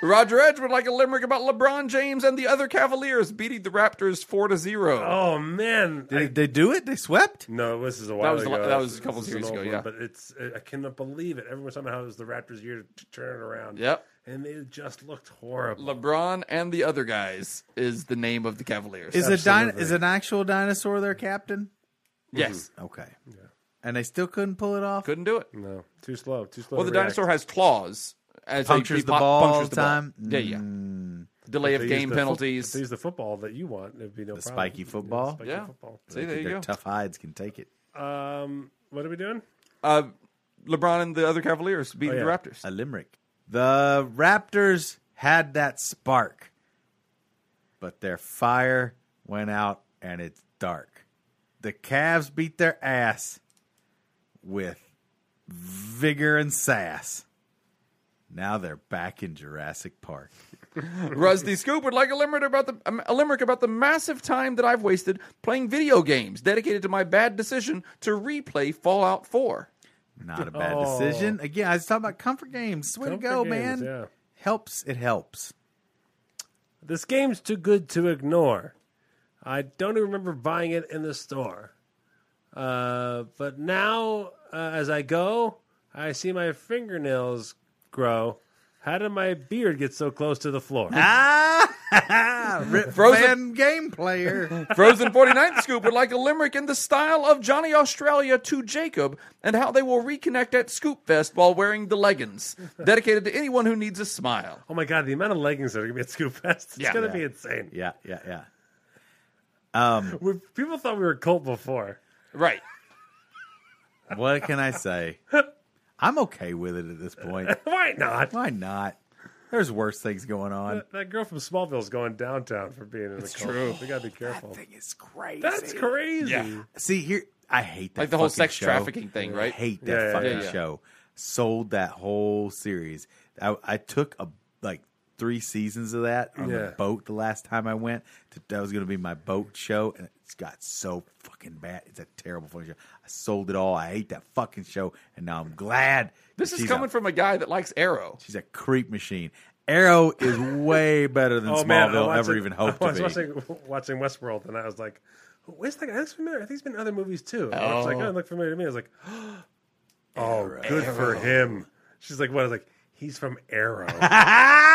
Speaker 4: Roger Edge would like a limerick about LeBron James and the other Cavaliers beating the Raptors four to zero.
Speaker 1: Oh man,
Speaker 2: Did they do it? They swept?
Speaker 1: No, this is a while
Speaker 4: was a
Speaker 1: ago.
Speaker 4: lo- that was a couple
Speaker 1: This is an
Speaker 4: years
Speaker 1: old
Speaker 4: ago,
Speaker 1: one,
Speaker 4: yeah.
Speaker 1: but it's I cannot believe it. Everyone's talking about how it was the Raptors' year to turn it around.
Speaker 4: Yep.
Speaker 1: and they just looked horrible.
Speaker 4: LeBron and the other guys is the name of the Cavaliers.
Speaker 2: Is a din-
Speaker 1: Absolutely.
Speaker 2: is an actual dinosaur their captain?
Speaker 4: yes,
Speaker 2: Okay. And they still couldn't pull it off.
Speaker 4: couldn't do it.
Speaker 1: Mm-hmm. no, too slow, too slow.
Speaker 4: Well,
Speaker 1: to
Speaker 4: the
Speaker 1: react.
Speaker 4: dinosaur has claws. As they-
Speaker 2: Punctures
Speaker 4: he
Speaker 2: the
Speaker 4: pop-
Speaker 2: ball all
Speaker 4: punctures
Speaker 2: the
Speaker 4: ball.
Speaker 2: time?
Speaker 4: Yeah, yeah. Delay
Speaker 1: Mm. If
Speaker 4: of
Speaker 1: they used the
Speaker 4: game
Speaker 1: fo- if
Speaker 4: penalties.
Speaker 1: they use the football that you want. It'd be no
Speaker 2: The
Speaker 1: problem.
Speaker 2: spiky football?
Speaker 1: spiky
Speaker 4: Yeah.
Speaker 1: football.
Speaker 4: See, there you
Speaker 2: Their
Speaker 4: go.
Speaker 2: tough hides can take it.
Speaker 1: Um, what are we doing?
Speaker 4: Uh, LeBron and the other Cavaliers beating
Speaker 1: Oh,
Speaker 4: the
Speaker 1: yeah.
Speaker 4: Raptors.
Speaker 2: A limerick. The Raptors had that spark, but their fire went out and it's dark. The Cavs beat their ass with vigor and sass. Now they're back in Jurassic Park.
Speaker 4: Rusty Scoop would like a limerick about the um, a limerick about the massive time that I've wasted playing video games dedicated to my bad decision to replay Fallout 4.
Speaker 2: Not a bad decision. Again, I was talking about comfort games. Way
Speaker 1: Oh. Comfort
Speaker 2: to go,
Speaker 1: games,
Speaker 2: man.
Speaker 1: yeah.
Speaker 2: Helps. It helps.
Speaker 1: This game's too good to ignore. I don't even remember buying it in the store. Uh, but now, uh, as I go, I see my fingernails grow. How did my beard get so close to the floor?
Speaker 2: Ah, Rip Frozen
Speaker 4: Frozen-
Speaker 2: game player.
Speaker 4: Frozen 49th Scoop would like a limerick in the style of Johnny Australia to Jacob and how they will reconnect at Scoop Fest while wearing the leggings, dedicated to anyone who needs a smile.
Speaker 1: Oh my god, the amount of leggings that are gonna be at Scoop Fest. It's
Speaker 4: Yeah.
Speaker 1: gonna
Speaker 4: Yeah.
Speaker 1: be insane.
Speaker 2: yeah, yeah, yeah.
Speaker 1: We, people thought we were a cult before.
Speaker 4: Right.
Speaker 2: What can I say? I'm okay with it at this point.
Speaker 1: Why not?
Speaker 2: Why not? There's worse things going on.
Speaker 1: That, that girl from Smallville's going downtown for being in a cult.
Speaker 4: true.
Speaker 1: We gotta be careful.
Speaker 2: Thing is crazy.
Speaker 1: That's crazy.
Speaker 2: See here, I hate that
Speaker 4: Like the whole
Speaker 2: fucking
Speaker 4: sex
Speaker 2: show.
Speaker 4: trafficking thing, right?
Speaker 2: I hate that
Speaker 1: Yeah, yeah,
Speaker 2: fucking
Speaker 4: yeah, yeah.
Speaker 2: show. Sold that whole series. I, I took a like three seasons of that on
Speaker 1: Yeah.
Speaker 2: the boat the last time I went. To, that was going to be my boat show, and it's got so fucking bad. It's a terrible fucking show. I sold it all. I hate that fucking show, and now I'm glad.
Speaker 4: This
Speaker 2: that
Speaker 4: is
Speaker 2: she's
Speaker 4: coming
Speaker 2: a,
Speaker 4: from a guy that likes Arrow.
Speaker 2: She's a creep machine. Arrow is way better than
Speaker 1: Oh
Speaker 2: Smallville
Speaker 1: man, I
Speaker 2: ever
Speaker 1: watching-
Speaker 2: even hoped
Speaker 1: I
Speaker 2: to
Speaker 1: was
Speaker 2: be.
Speaker 1: watching, watching Westworld, and I was like, "Where's that guy? That's familiar. I think he's been in other movies too." And I was like, "Oh, it looked familiar to me." I was like, "Oh, good for him." She's like, "What?" I was like, "He's from Arrow."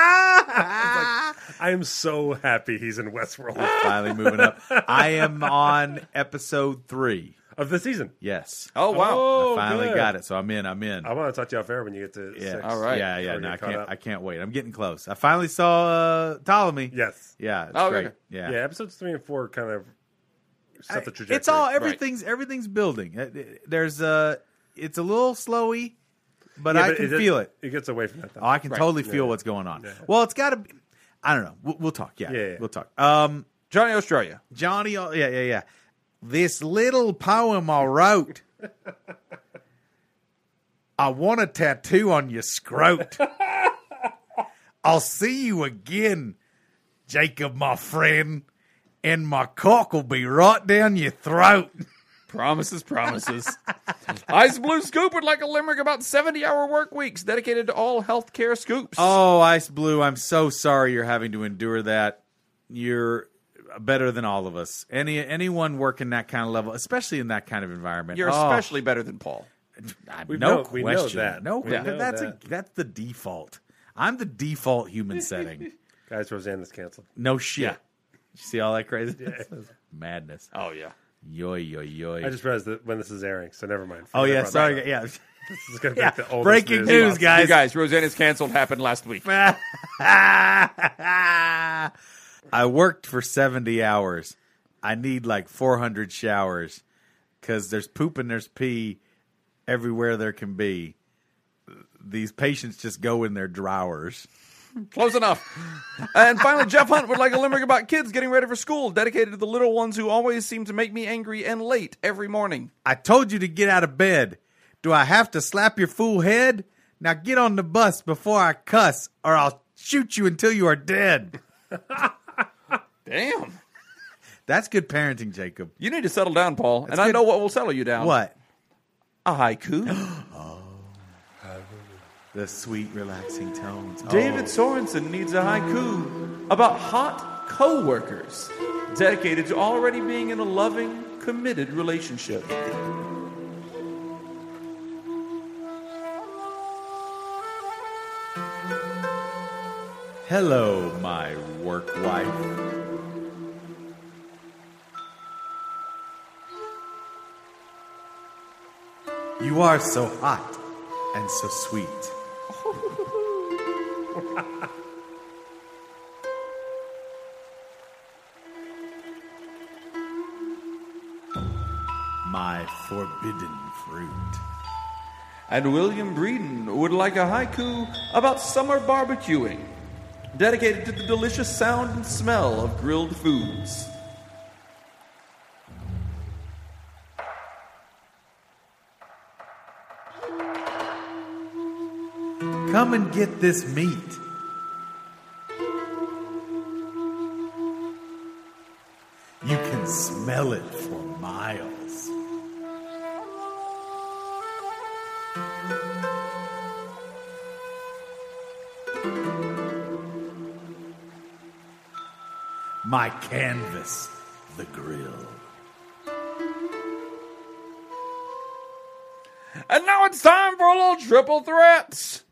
Speaker 1: I was like, I am so happy he's in Westworld
Speaker 2: Finally moving up. I am on episode three.
Speaker 1: of the season.
Speaker 2: Yes.
Speaker 4: Oh, wow.
Speaker 2: I finally got it. So I'm in. I'm in.
Speaker 1: I want to talk to you off air when you get to
Speaker 2: yeah.
Speaker 1: six.
Speaker 4: All right.
Speaker 2: Yeah, yeah.
Speaker 1: Before we
Speaker 2: No,
Speaker 1: get
Speaker 2: I
Speaker 1: caught
Speaker 2: can't.
Speaker 1: up.
Speaker 2: I can't wait. I'm getting close. I finally saw uh, Ptolemy.
Speaker 1: Yes.
Speaker 2: Yeah. It's
Speaker 4: Oh,
Speaker 2: great.
Speaker 4: okay.
Speaker 2: Yeah.
Speaker 1: Yeah. episodes three and four kind of set the trajectory.
Speaker 2: It's all everything's everything's building. Uh, There's uh it's a little slowy, but
Speaker 1: Yeah,
Speaker 2: I
Speaker 1: but
Speaker 2: can
Speaker 1: does-
Speaker 2: feel it.
Speaker 1: It gets away from that. Though.
Speaker 2: Oh, I can totally feel what's going on. Well, it's got to. be I don't know. We'll, we'll talk. Yeah,
Speaker 1: Yeah, yeah.
Speaker 2: we'll talk. Um,
Speaker 4: Johnny Australia.
Speaker 2: Johnny. oh, Yeah, yeah, yeah. This little poem I wrote. I want a tattoo on your scrot. I'll see you again, Jacob, my friend, and my cock will be right down your throat.
Speaker 4: Promises, promises. Ice Blue Scoop would like a limerick about 70 hour work weeks dedicated to all healthcare scoops.
Speaker 2: Oh, Ice Blue, I'm so sorry you're having to endure that. You're better than all of us. Any anyone working that kind of level, especially in that kind of environment.
Speaker 4: You're
Speaker 2: Oh,
Speaker 4: especially better than Paul.
Speaker 2: I-
Speaker 1: We
Speaker 2: no
Speaker 1: know- we
Speaker 2: question.
Speaker 1: know that.
Speaker 2: No,
Speaker 1: We know
Speaker 2: that's
Speaker 1: that.
Speaker 2: A, that's the default. I'm the default human setting.
Speaker 1: Guys, Roseanne is canceled.
Speaker 2: No shit. You see all that craziness? Madness.
Speaker 4: Oh, yeah.
Speaker 2: Yo yo yo.
Speaker 1: I just realized that when this is airing, so never mind.
Speaker 2: Oh
Speaker 1: Forget
Speaker 2: yeah,
Speaker 1: about
Speaker 2: sorry.
Speaker 1: that.
Speaker 2: Yeah.
Speaker 1: This is gonna be
Speaker 2: Yeah.
Speaker 1: the oldest
Speaker 2: Breaking
Speaker 1: news,
Speaker 2: news,
Speaker 1: possible.
Speaker 4: You
Speaker 2: guys.
Speaker 4: guys, Roseanne is canceled happened last week.
Speaker 2: I worked for 70 hours. I need like 400 showers because there's poop and there's pee everywhere there can be. These patients just go in their drawers.
Speaker 4: Close enough. And finally, Jeff Hunt would like a limerick about kids getting ready for school, dedicated to the little ones who always seem to make me angry and late every morning.
Speaker 2: I told you to get out of bed. Do I have to slap your fool head?
Speaker 8: Now get on the bus before I cuss, or I'll shoot you until you are dead.
Speaker 4: Damn.
Speaker 8: That's good parenting, Jacob.
Speaker 4: You need to settle down, Paul.
Speaker 8: That's
Speaker 4: and I
Speaker 8: good-
Speaker 4: know what will settle you down.
Speaker 8: What?
Speaker 4: A haiku.
Speaker 8: The sweet, relaxing tones.
Speaker 2: Oh.
Speaker 4: David Sorensen needs a haiku about hot coworkers dedicated to already being in a loving, committed relationship.
Speaker 2: Hello, my work wife.
Speaker 8: You are so hot and so sweet. My forbidden fruit.
Speaker 4: And William Breeden would like a haiku about summer barbecuing dedicated to the delicious sound and smell of grilled foods.
Speaker 8: Come and get this meat. You can smell it for miles. My canvas, the grill.
Speaker 4: And now it's time for a little triple threats.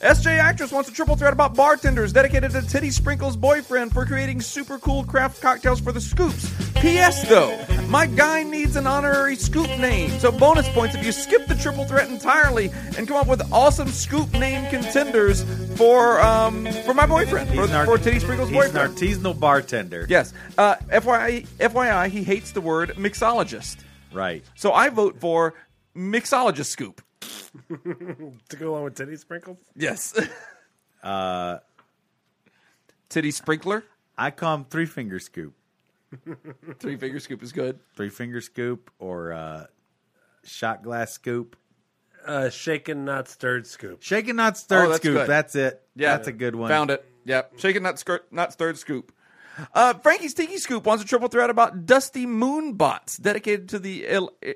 Speaker 4: SJ Actress wants a triple threat about bartenders dedicated to Teddy Sprinkle's boyfriend for creating super cool craft cocktails for the scoops. P.S. though, my guy needs an honorary scoop name, so bonus points if you skip the triple threat entirely and come up with awesome scoop name contenders for um for my boyfriend, for,
Speaker 8: He's an art-
Speaker 4: for Teddy Sprinkle's
Speaker 8: He's an
Speaker 4: boyfriend.
Speaker 8: artisanal bartender.
Speaker 4: Yes. Uh, FYI, FYI, he hates the word mixologist,
Speaker 2: Right.
Speaker 4: so I vote for mixologist scoop.
Speaker 1: to go along with Teddy Sprinkles.
Speaker 4: Yes. Uh,
Speaker 2: Uh,
Speaker 4: Titty sprinkler.
Speaker 2: I call him three finger scoop.
Speaker 4: Three finger scoop is good.
Speaker 2: Three finger scoop or uh, shot glass scoop.
Speaker 1: Uh, shaken, not stirred scoop.
Speaker 2: Shaken, not stirred
Speaker 4: Oh, that's
Speaker 2: scoop.
Speaker 4: good.
Speaker 2: That's it.
Speaker 4: Yeah,
Speaker 2: That's a good one.
Speaker 4: Found it. Yep. Shaken not skirt, not stirred scoop. Uh, Frankie's Tiki Scoop wants a triple threat about dusty moon bots dedicated to the el- e-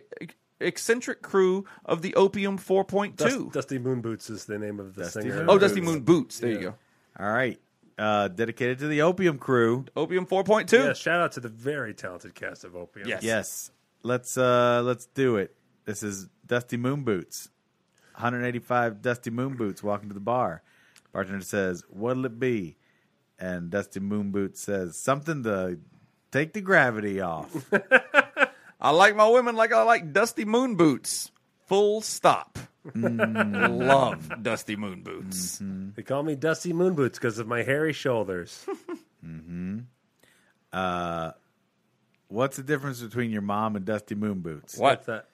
Speaker 4: eccentric crew of the Opium 4.2.
Speaker 1: Dust, Dusty Moon Boots is the name of the singer.
Speaker 4: oh, Dusty Moon Boots. There you go.
Speaker 2: All right. Uh, dedicated to the opium crew.
Speaker 4: Opium 4.2.
Speaker 1: Yeah, shout out to the very talented cast of Opium.
Speaker 4: Yes.
Speaker 2: Yes. Let's uh let's do it. This is Dusty Moon Boots. 185 Dusty Moon Boots walking to the bar. Bartender says, "What'll it be?" And Dusty Moon Boots says, "Something to take the gravity off."
Speaker 4: I like my women like I like Dusty Moon Boots. Full stop.
Speaker 2: Mm.
Speaker 4: Love Dusty Moon Boots.
Speaker 2: Mm-hmm.
Speaker 1: They call me Dusty Moon Boots because of my hairy shoulders.
Speaker 2: What's the difference between your mom and Dusty Moon Boots?
Speaker 4: What?
Speaker 1: What's that?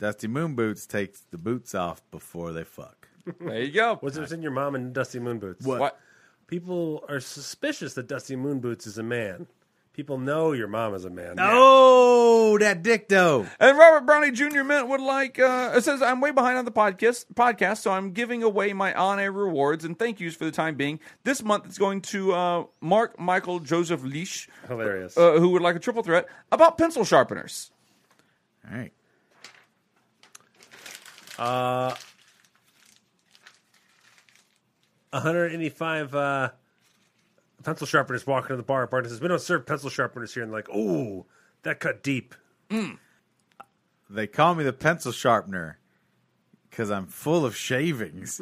Speaker 2: Dusty Moon Boots takes the boots off before they fuck.
Speaker 4: There you go.
Speaker 1: What's what's in your mom and Dusty Moon Boots?
Speaker 4: What?
Speaker 1: People are suspicious that Dusty Moon Boots is a man. People know your mom is a man.
Speaker 2: Oh, that dick though.
Speaker 4: And Robert Brownie Jr. Mint would like uh, it says I'm way behind on the podcast podcast, so I'm giving away my on air rewards and thank yous for the time being. This month it's going to uh, Mark Michael Joseph Leash,
Speaker 1: Hilarious.
Speaker 4: uh, who would like a triple threat about pencil sharpeners.
Speaker 2: All right.
Speaker 1: Uh, 185 uh, pencil sharpeners walking to the bar. Bartender says, "We don't serve pencil sharpeners here." And like, oh, that cut deep.
Speaker 2: They call me the pencil sharpener because I'm full of shavings.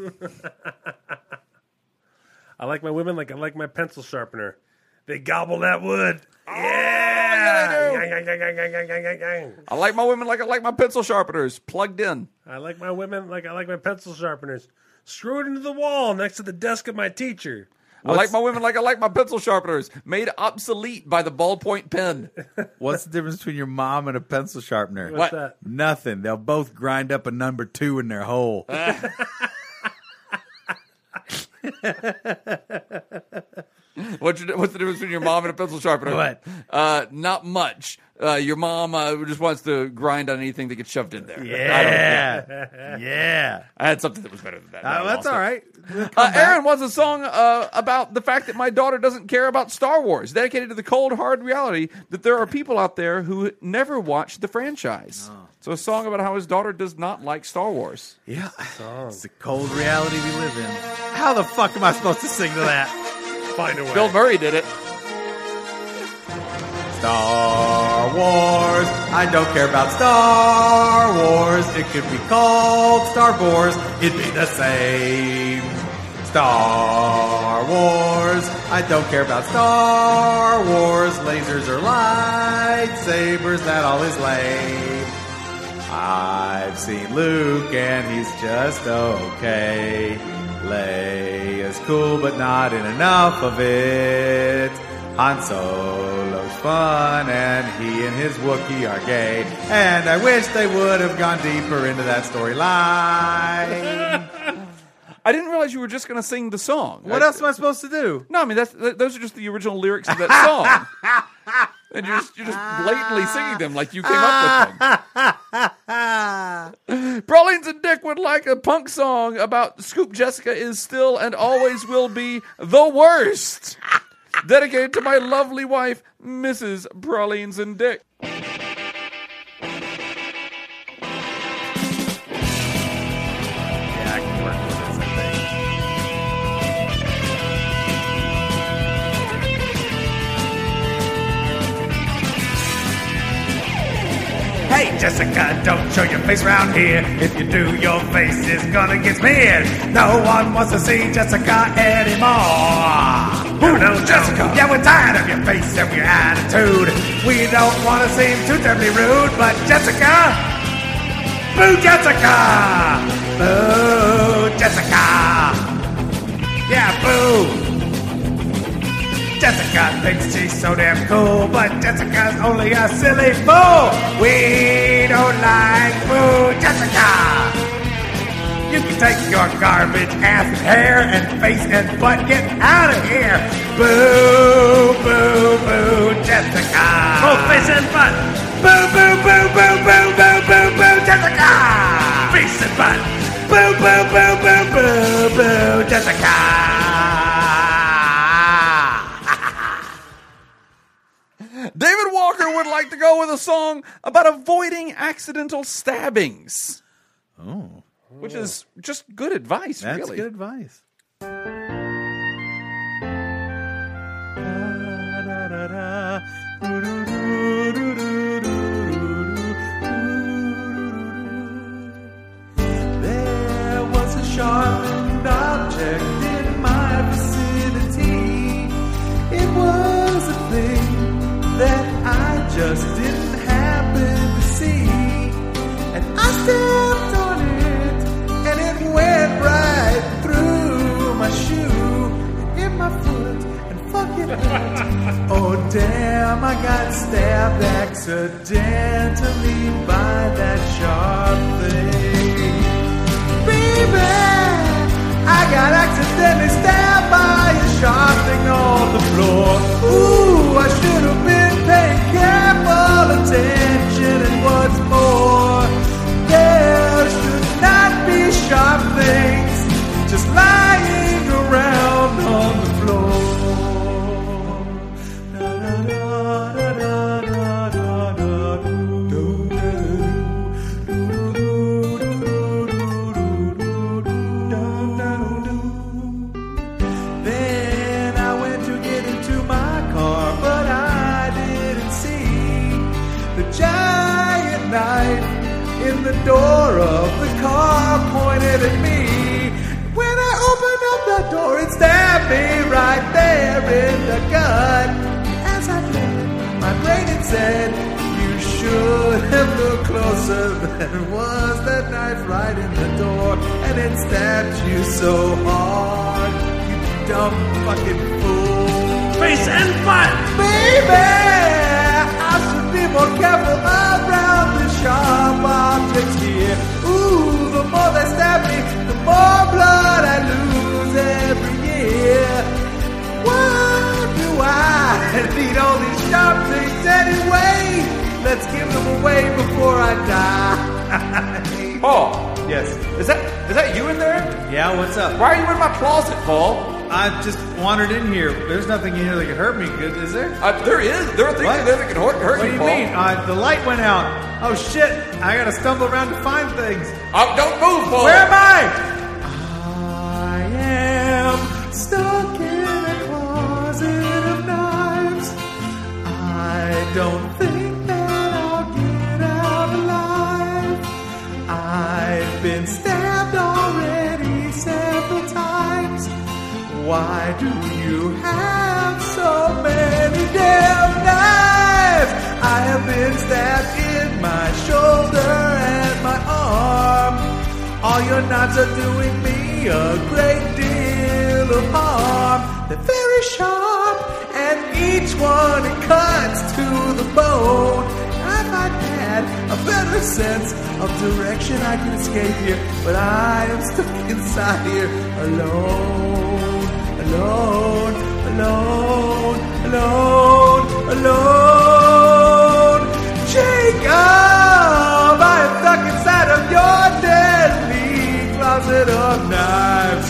Speaker 1: I like my women like I like my pencil sharpener. They gobble that wood.
Speaker 4: yeah,
Speaker 1: Yang, yang, yang, yang, yang, yang, yang, yang, yang.
Speaker 4: I like my women like I like my pencil sharpeners plugged in.
Speaker 1: I like my women like I like my pencil sharpeners. Screwed into the wall next to the desk of my teacher.
Speaker 4: I like my women like I like my pencil sharpeners made obsolete by the ballpoint pen.
Speaker 2: What's the difference between your mom and a pencil sharpener?
Speaker 4: What?
Speaker 1: What's that?
Speaker 2: Nothing. They'll both grind up a number two in their hole.
Speaker 4: What's, your, what's the difference between your mom and a pencil sharpener?
Speaker 2: What?
Speaker 4: Uh, not much. Uh, your mom uh, just wants to grind on anything that gets shoved in there. I don't
Speaker 2: Yeah.
Speaker 4: care.
Speaker 2: yeah.
Speaker 4: I had something that was better than that.
Speaker 2: Uh,
Speaker 4: I
Speaker 2: that's
Speaker 4: lost it.
Speaker 2: all right. We'll come
Speaker 4: Uh,
Speaker 2: back.
Speaker 4: Aaron wants a song uh, about the fact that my daughter doesn't care about Star Wars, dedicated to the cold, hard reality that there are people out there who never watched the franchise.
Speaker 2: Oh.
Speaker 4: So, a song about how his daughter does not like Star Wars.
Speaker 2: Yeah. It's the cold reality we live in. How the fuck am I supposed to sing to that?
Speaker 1: Find a way.
Speaker 4: Bill Murray did it.
Speaker 2: Star Wars. I don't care about Star Wars. It could be called Star Wars. It'd be the same. Star Wars. I don't care about Star Wars. Lasers or lightsabers. That all is lame. I've seen Luke and he's just okay. Leia's cool, but not in enough of it. Han Solo's fun, and he and his Wookiee are gay. And I wish they would have gone deeper into that storyline.
Speaker 4: I didn't realize you were just going to sing the song.
Speaker 2: what
Speaker 4: I-
Speaker 2: else am I supposed to do?
Speaker 4: No, I mean that's th- those are just the original lyrics of that song, and you're just, you're just blatantly singing them like you came up with them. Brawlings and Dick would like a punk song about Scoop Jessica is still and always will be the worst. Dedicated to my lovely wife, Mrs. Brawlings and Dick.
Speaker 2: Yeah, I can work with this, I think.
Speaker 8: Hey, Jessica, don't show your face around here. If you do, your face is gonna get smeared. No one wants to see Jessica anymore. Who knows Jessica? Yeah, we're tired of your face and your attitude. We don't want to seem too terribly rude, but Jessica, boo Jessica, boo Jessica. Yeah, boo. Jessica thinks she's so damn cool, but Jessica's only a silly fool. We don't like boo Jessica. You can take your garbage ass and hair and face and butt. Get out of here. Boo, boo, boo, Jessica. Both face and butt. Boo, boo, boo, boo, boo, boo, boo, boo, Jessica. Face and butt. Boo, boo, boo, boo, boo, boo, Jessica.
Speaker 4: David Walker would like to go with a song about avoiding accidental stabbings.
Speaker 2: Oh,
Speaker 4: Which is just good advice,
Speaker 2: that's
Speaker 4: really.
Speaker 2: good advice. There was a sharpened object in my vicinity. It was a thing that I just didn't happen to see. And I stepped on it, and it went right through my shoe, and in my foot, and fucking hurt. oh, damn, I got stabbed accidentally by that sharp thing. Baby, I got accidentally stabbed by a sharp thing on the floor. Ooh, I should have been paying careful attention. And what's more, there should not be sharp things just lying around on the floor. Na, na, na, na, na, na, na, do, do, do, do, do, do. Then I went to get into my car, but I didn't see the giant knife in the door of the car pointed at me. When I opened up that door, it stabbed me right there in the gut. As I did, my brain had said, You should have looked closer. There was that knife right in the door, and it stabbed you so hard. You dumb fucking fool.
Speaker 1: Face and butt.
Speaker 2: Baby, I should be more careful around the sharp objects here. Ooh, the more they stab me, the more blood I lose every year. Why do I need all these sharp things anyway? Let's give them away before I die.
Speaker 4: Paul.
Speaker 12: Yes.
Speaker 4: Is that is that you in there?
Speaker 12: Yeah, what's up?
Speaker 4: Why are you in my closet, Paul?
Speaker 12: I just wandered in here. There's nothing in here that could hurt me, good- is there?
Speaker 4: Uh, there is. There are things in there that can hurt, hurt
Speaker 12: What do
Speaker 4: you,
Speaker 12: you
Speaker 4: Paul.
Speaker 12: mean? Uh, the light went out. Oh shit! I gotta stumble around to find things.
Speaker 4: Oh, don't move, Paul.
Speaker 12: Where am I?
Speaker 2: I am stuck in a closet of knives. I don't think that I'll get out alive. I've been stabbed already several times. Why do you have so many damn knives? I have been stabbed in my shoulder and my arm. All your knives are doing me a great deal of harm. They're very sharp, and each one it cuts to the bone. If I had a better sense of direction, I could escape here, but I am stuck inside here alone, alone, alone, alone, alone. Jacob, I am stuck inside of your deadly closet of knives.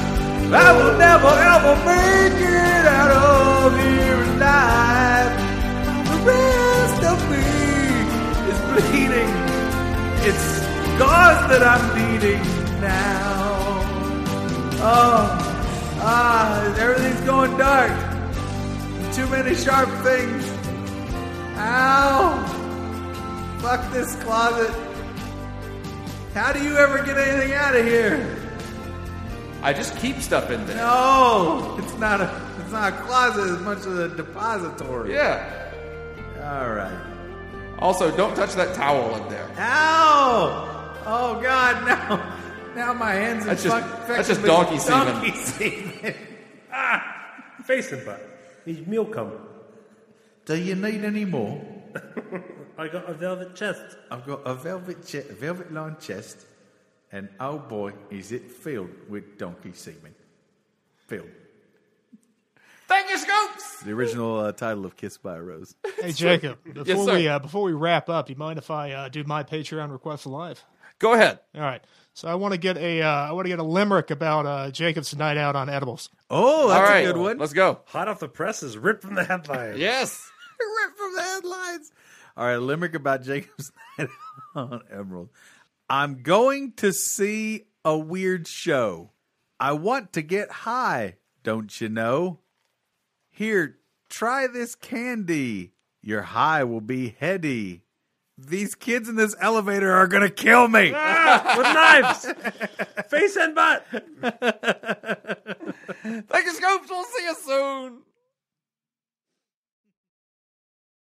Speaker 2: I will never ever make it out of here alive. The rest of me is bleeding. It's scars that I'm bleeding now. Oh, ah, everything's going dark. Too many sharp things. Ow! Fuck this closet. How do you ever get anything out of here?
Speaker 4: I just keep stuff in there.
Speaker 2: No, it's not a it's not a closet as much as a depository.
Speaker 4: Yeah.
Speaker 12: All right.
Speaker 4: Also, don't touch that towel in there.
Speaker 2: Ow! Oh God, now now my hands are
Speaker 4: That's just-
Speaker 2: fuck-
Speaker 4: that's just
Speaker 2: infected
Speaker 4: donkey
Speaker 2: with
Speaker 4: semen.
Speaker 2: Donkey semen.
Speaker 1: Face and butt. Need meal cum.
Speaker 12: Do you need any more?
Speaker 1: I got a velvet chest.
Speaker 12: I've got a velvet che- velvet lined chest, and oh boy, is it filled with donkey semen. Filled.
Speaker 4: Thank you, Scoops.
Speaker 12: The original uh, title of "Kiss by a Rose."
Speaker 5: Hey Jacob, before
Speaker 4: sir.
Speaker 5: we uh, before we wrap up, you mind if I uh, do my Patreon request live?
Speaker 4: Go ahead.
Speaker 5: All right. So I want to get a uh, I want to get a limerick about uh, Jacob's night out on edibles.
Speaker 12: Oh, that's
Speaker 4: All right.
Speaker 12: a good one.
Speaker 4: Let's go.
Speaker 1: Hot off the presses, ripped from the headlines.
Speaker 4: Yes.
Speaker 12: Ripped from the headlines. All right, limerick about Jacob's night on Emerald. I'm going to see a weird show. I want to get high, don't you know? Here, try this candy. Your high will be heady. These kids in this elevator are going to kill me.
Speaker 1: With knives. Face and butt.
Speaker 4: Thank you, Scoops. We'll see you soon.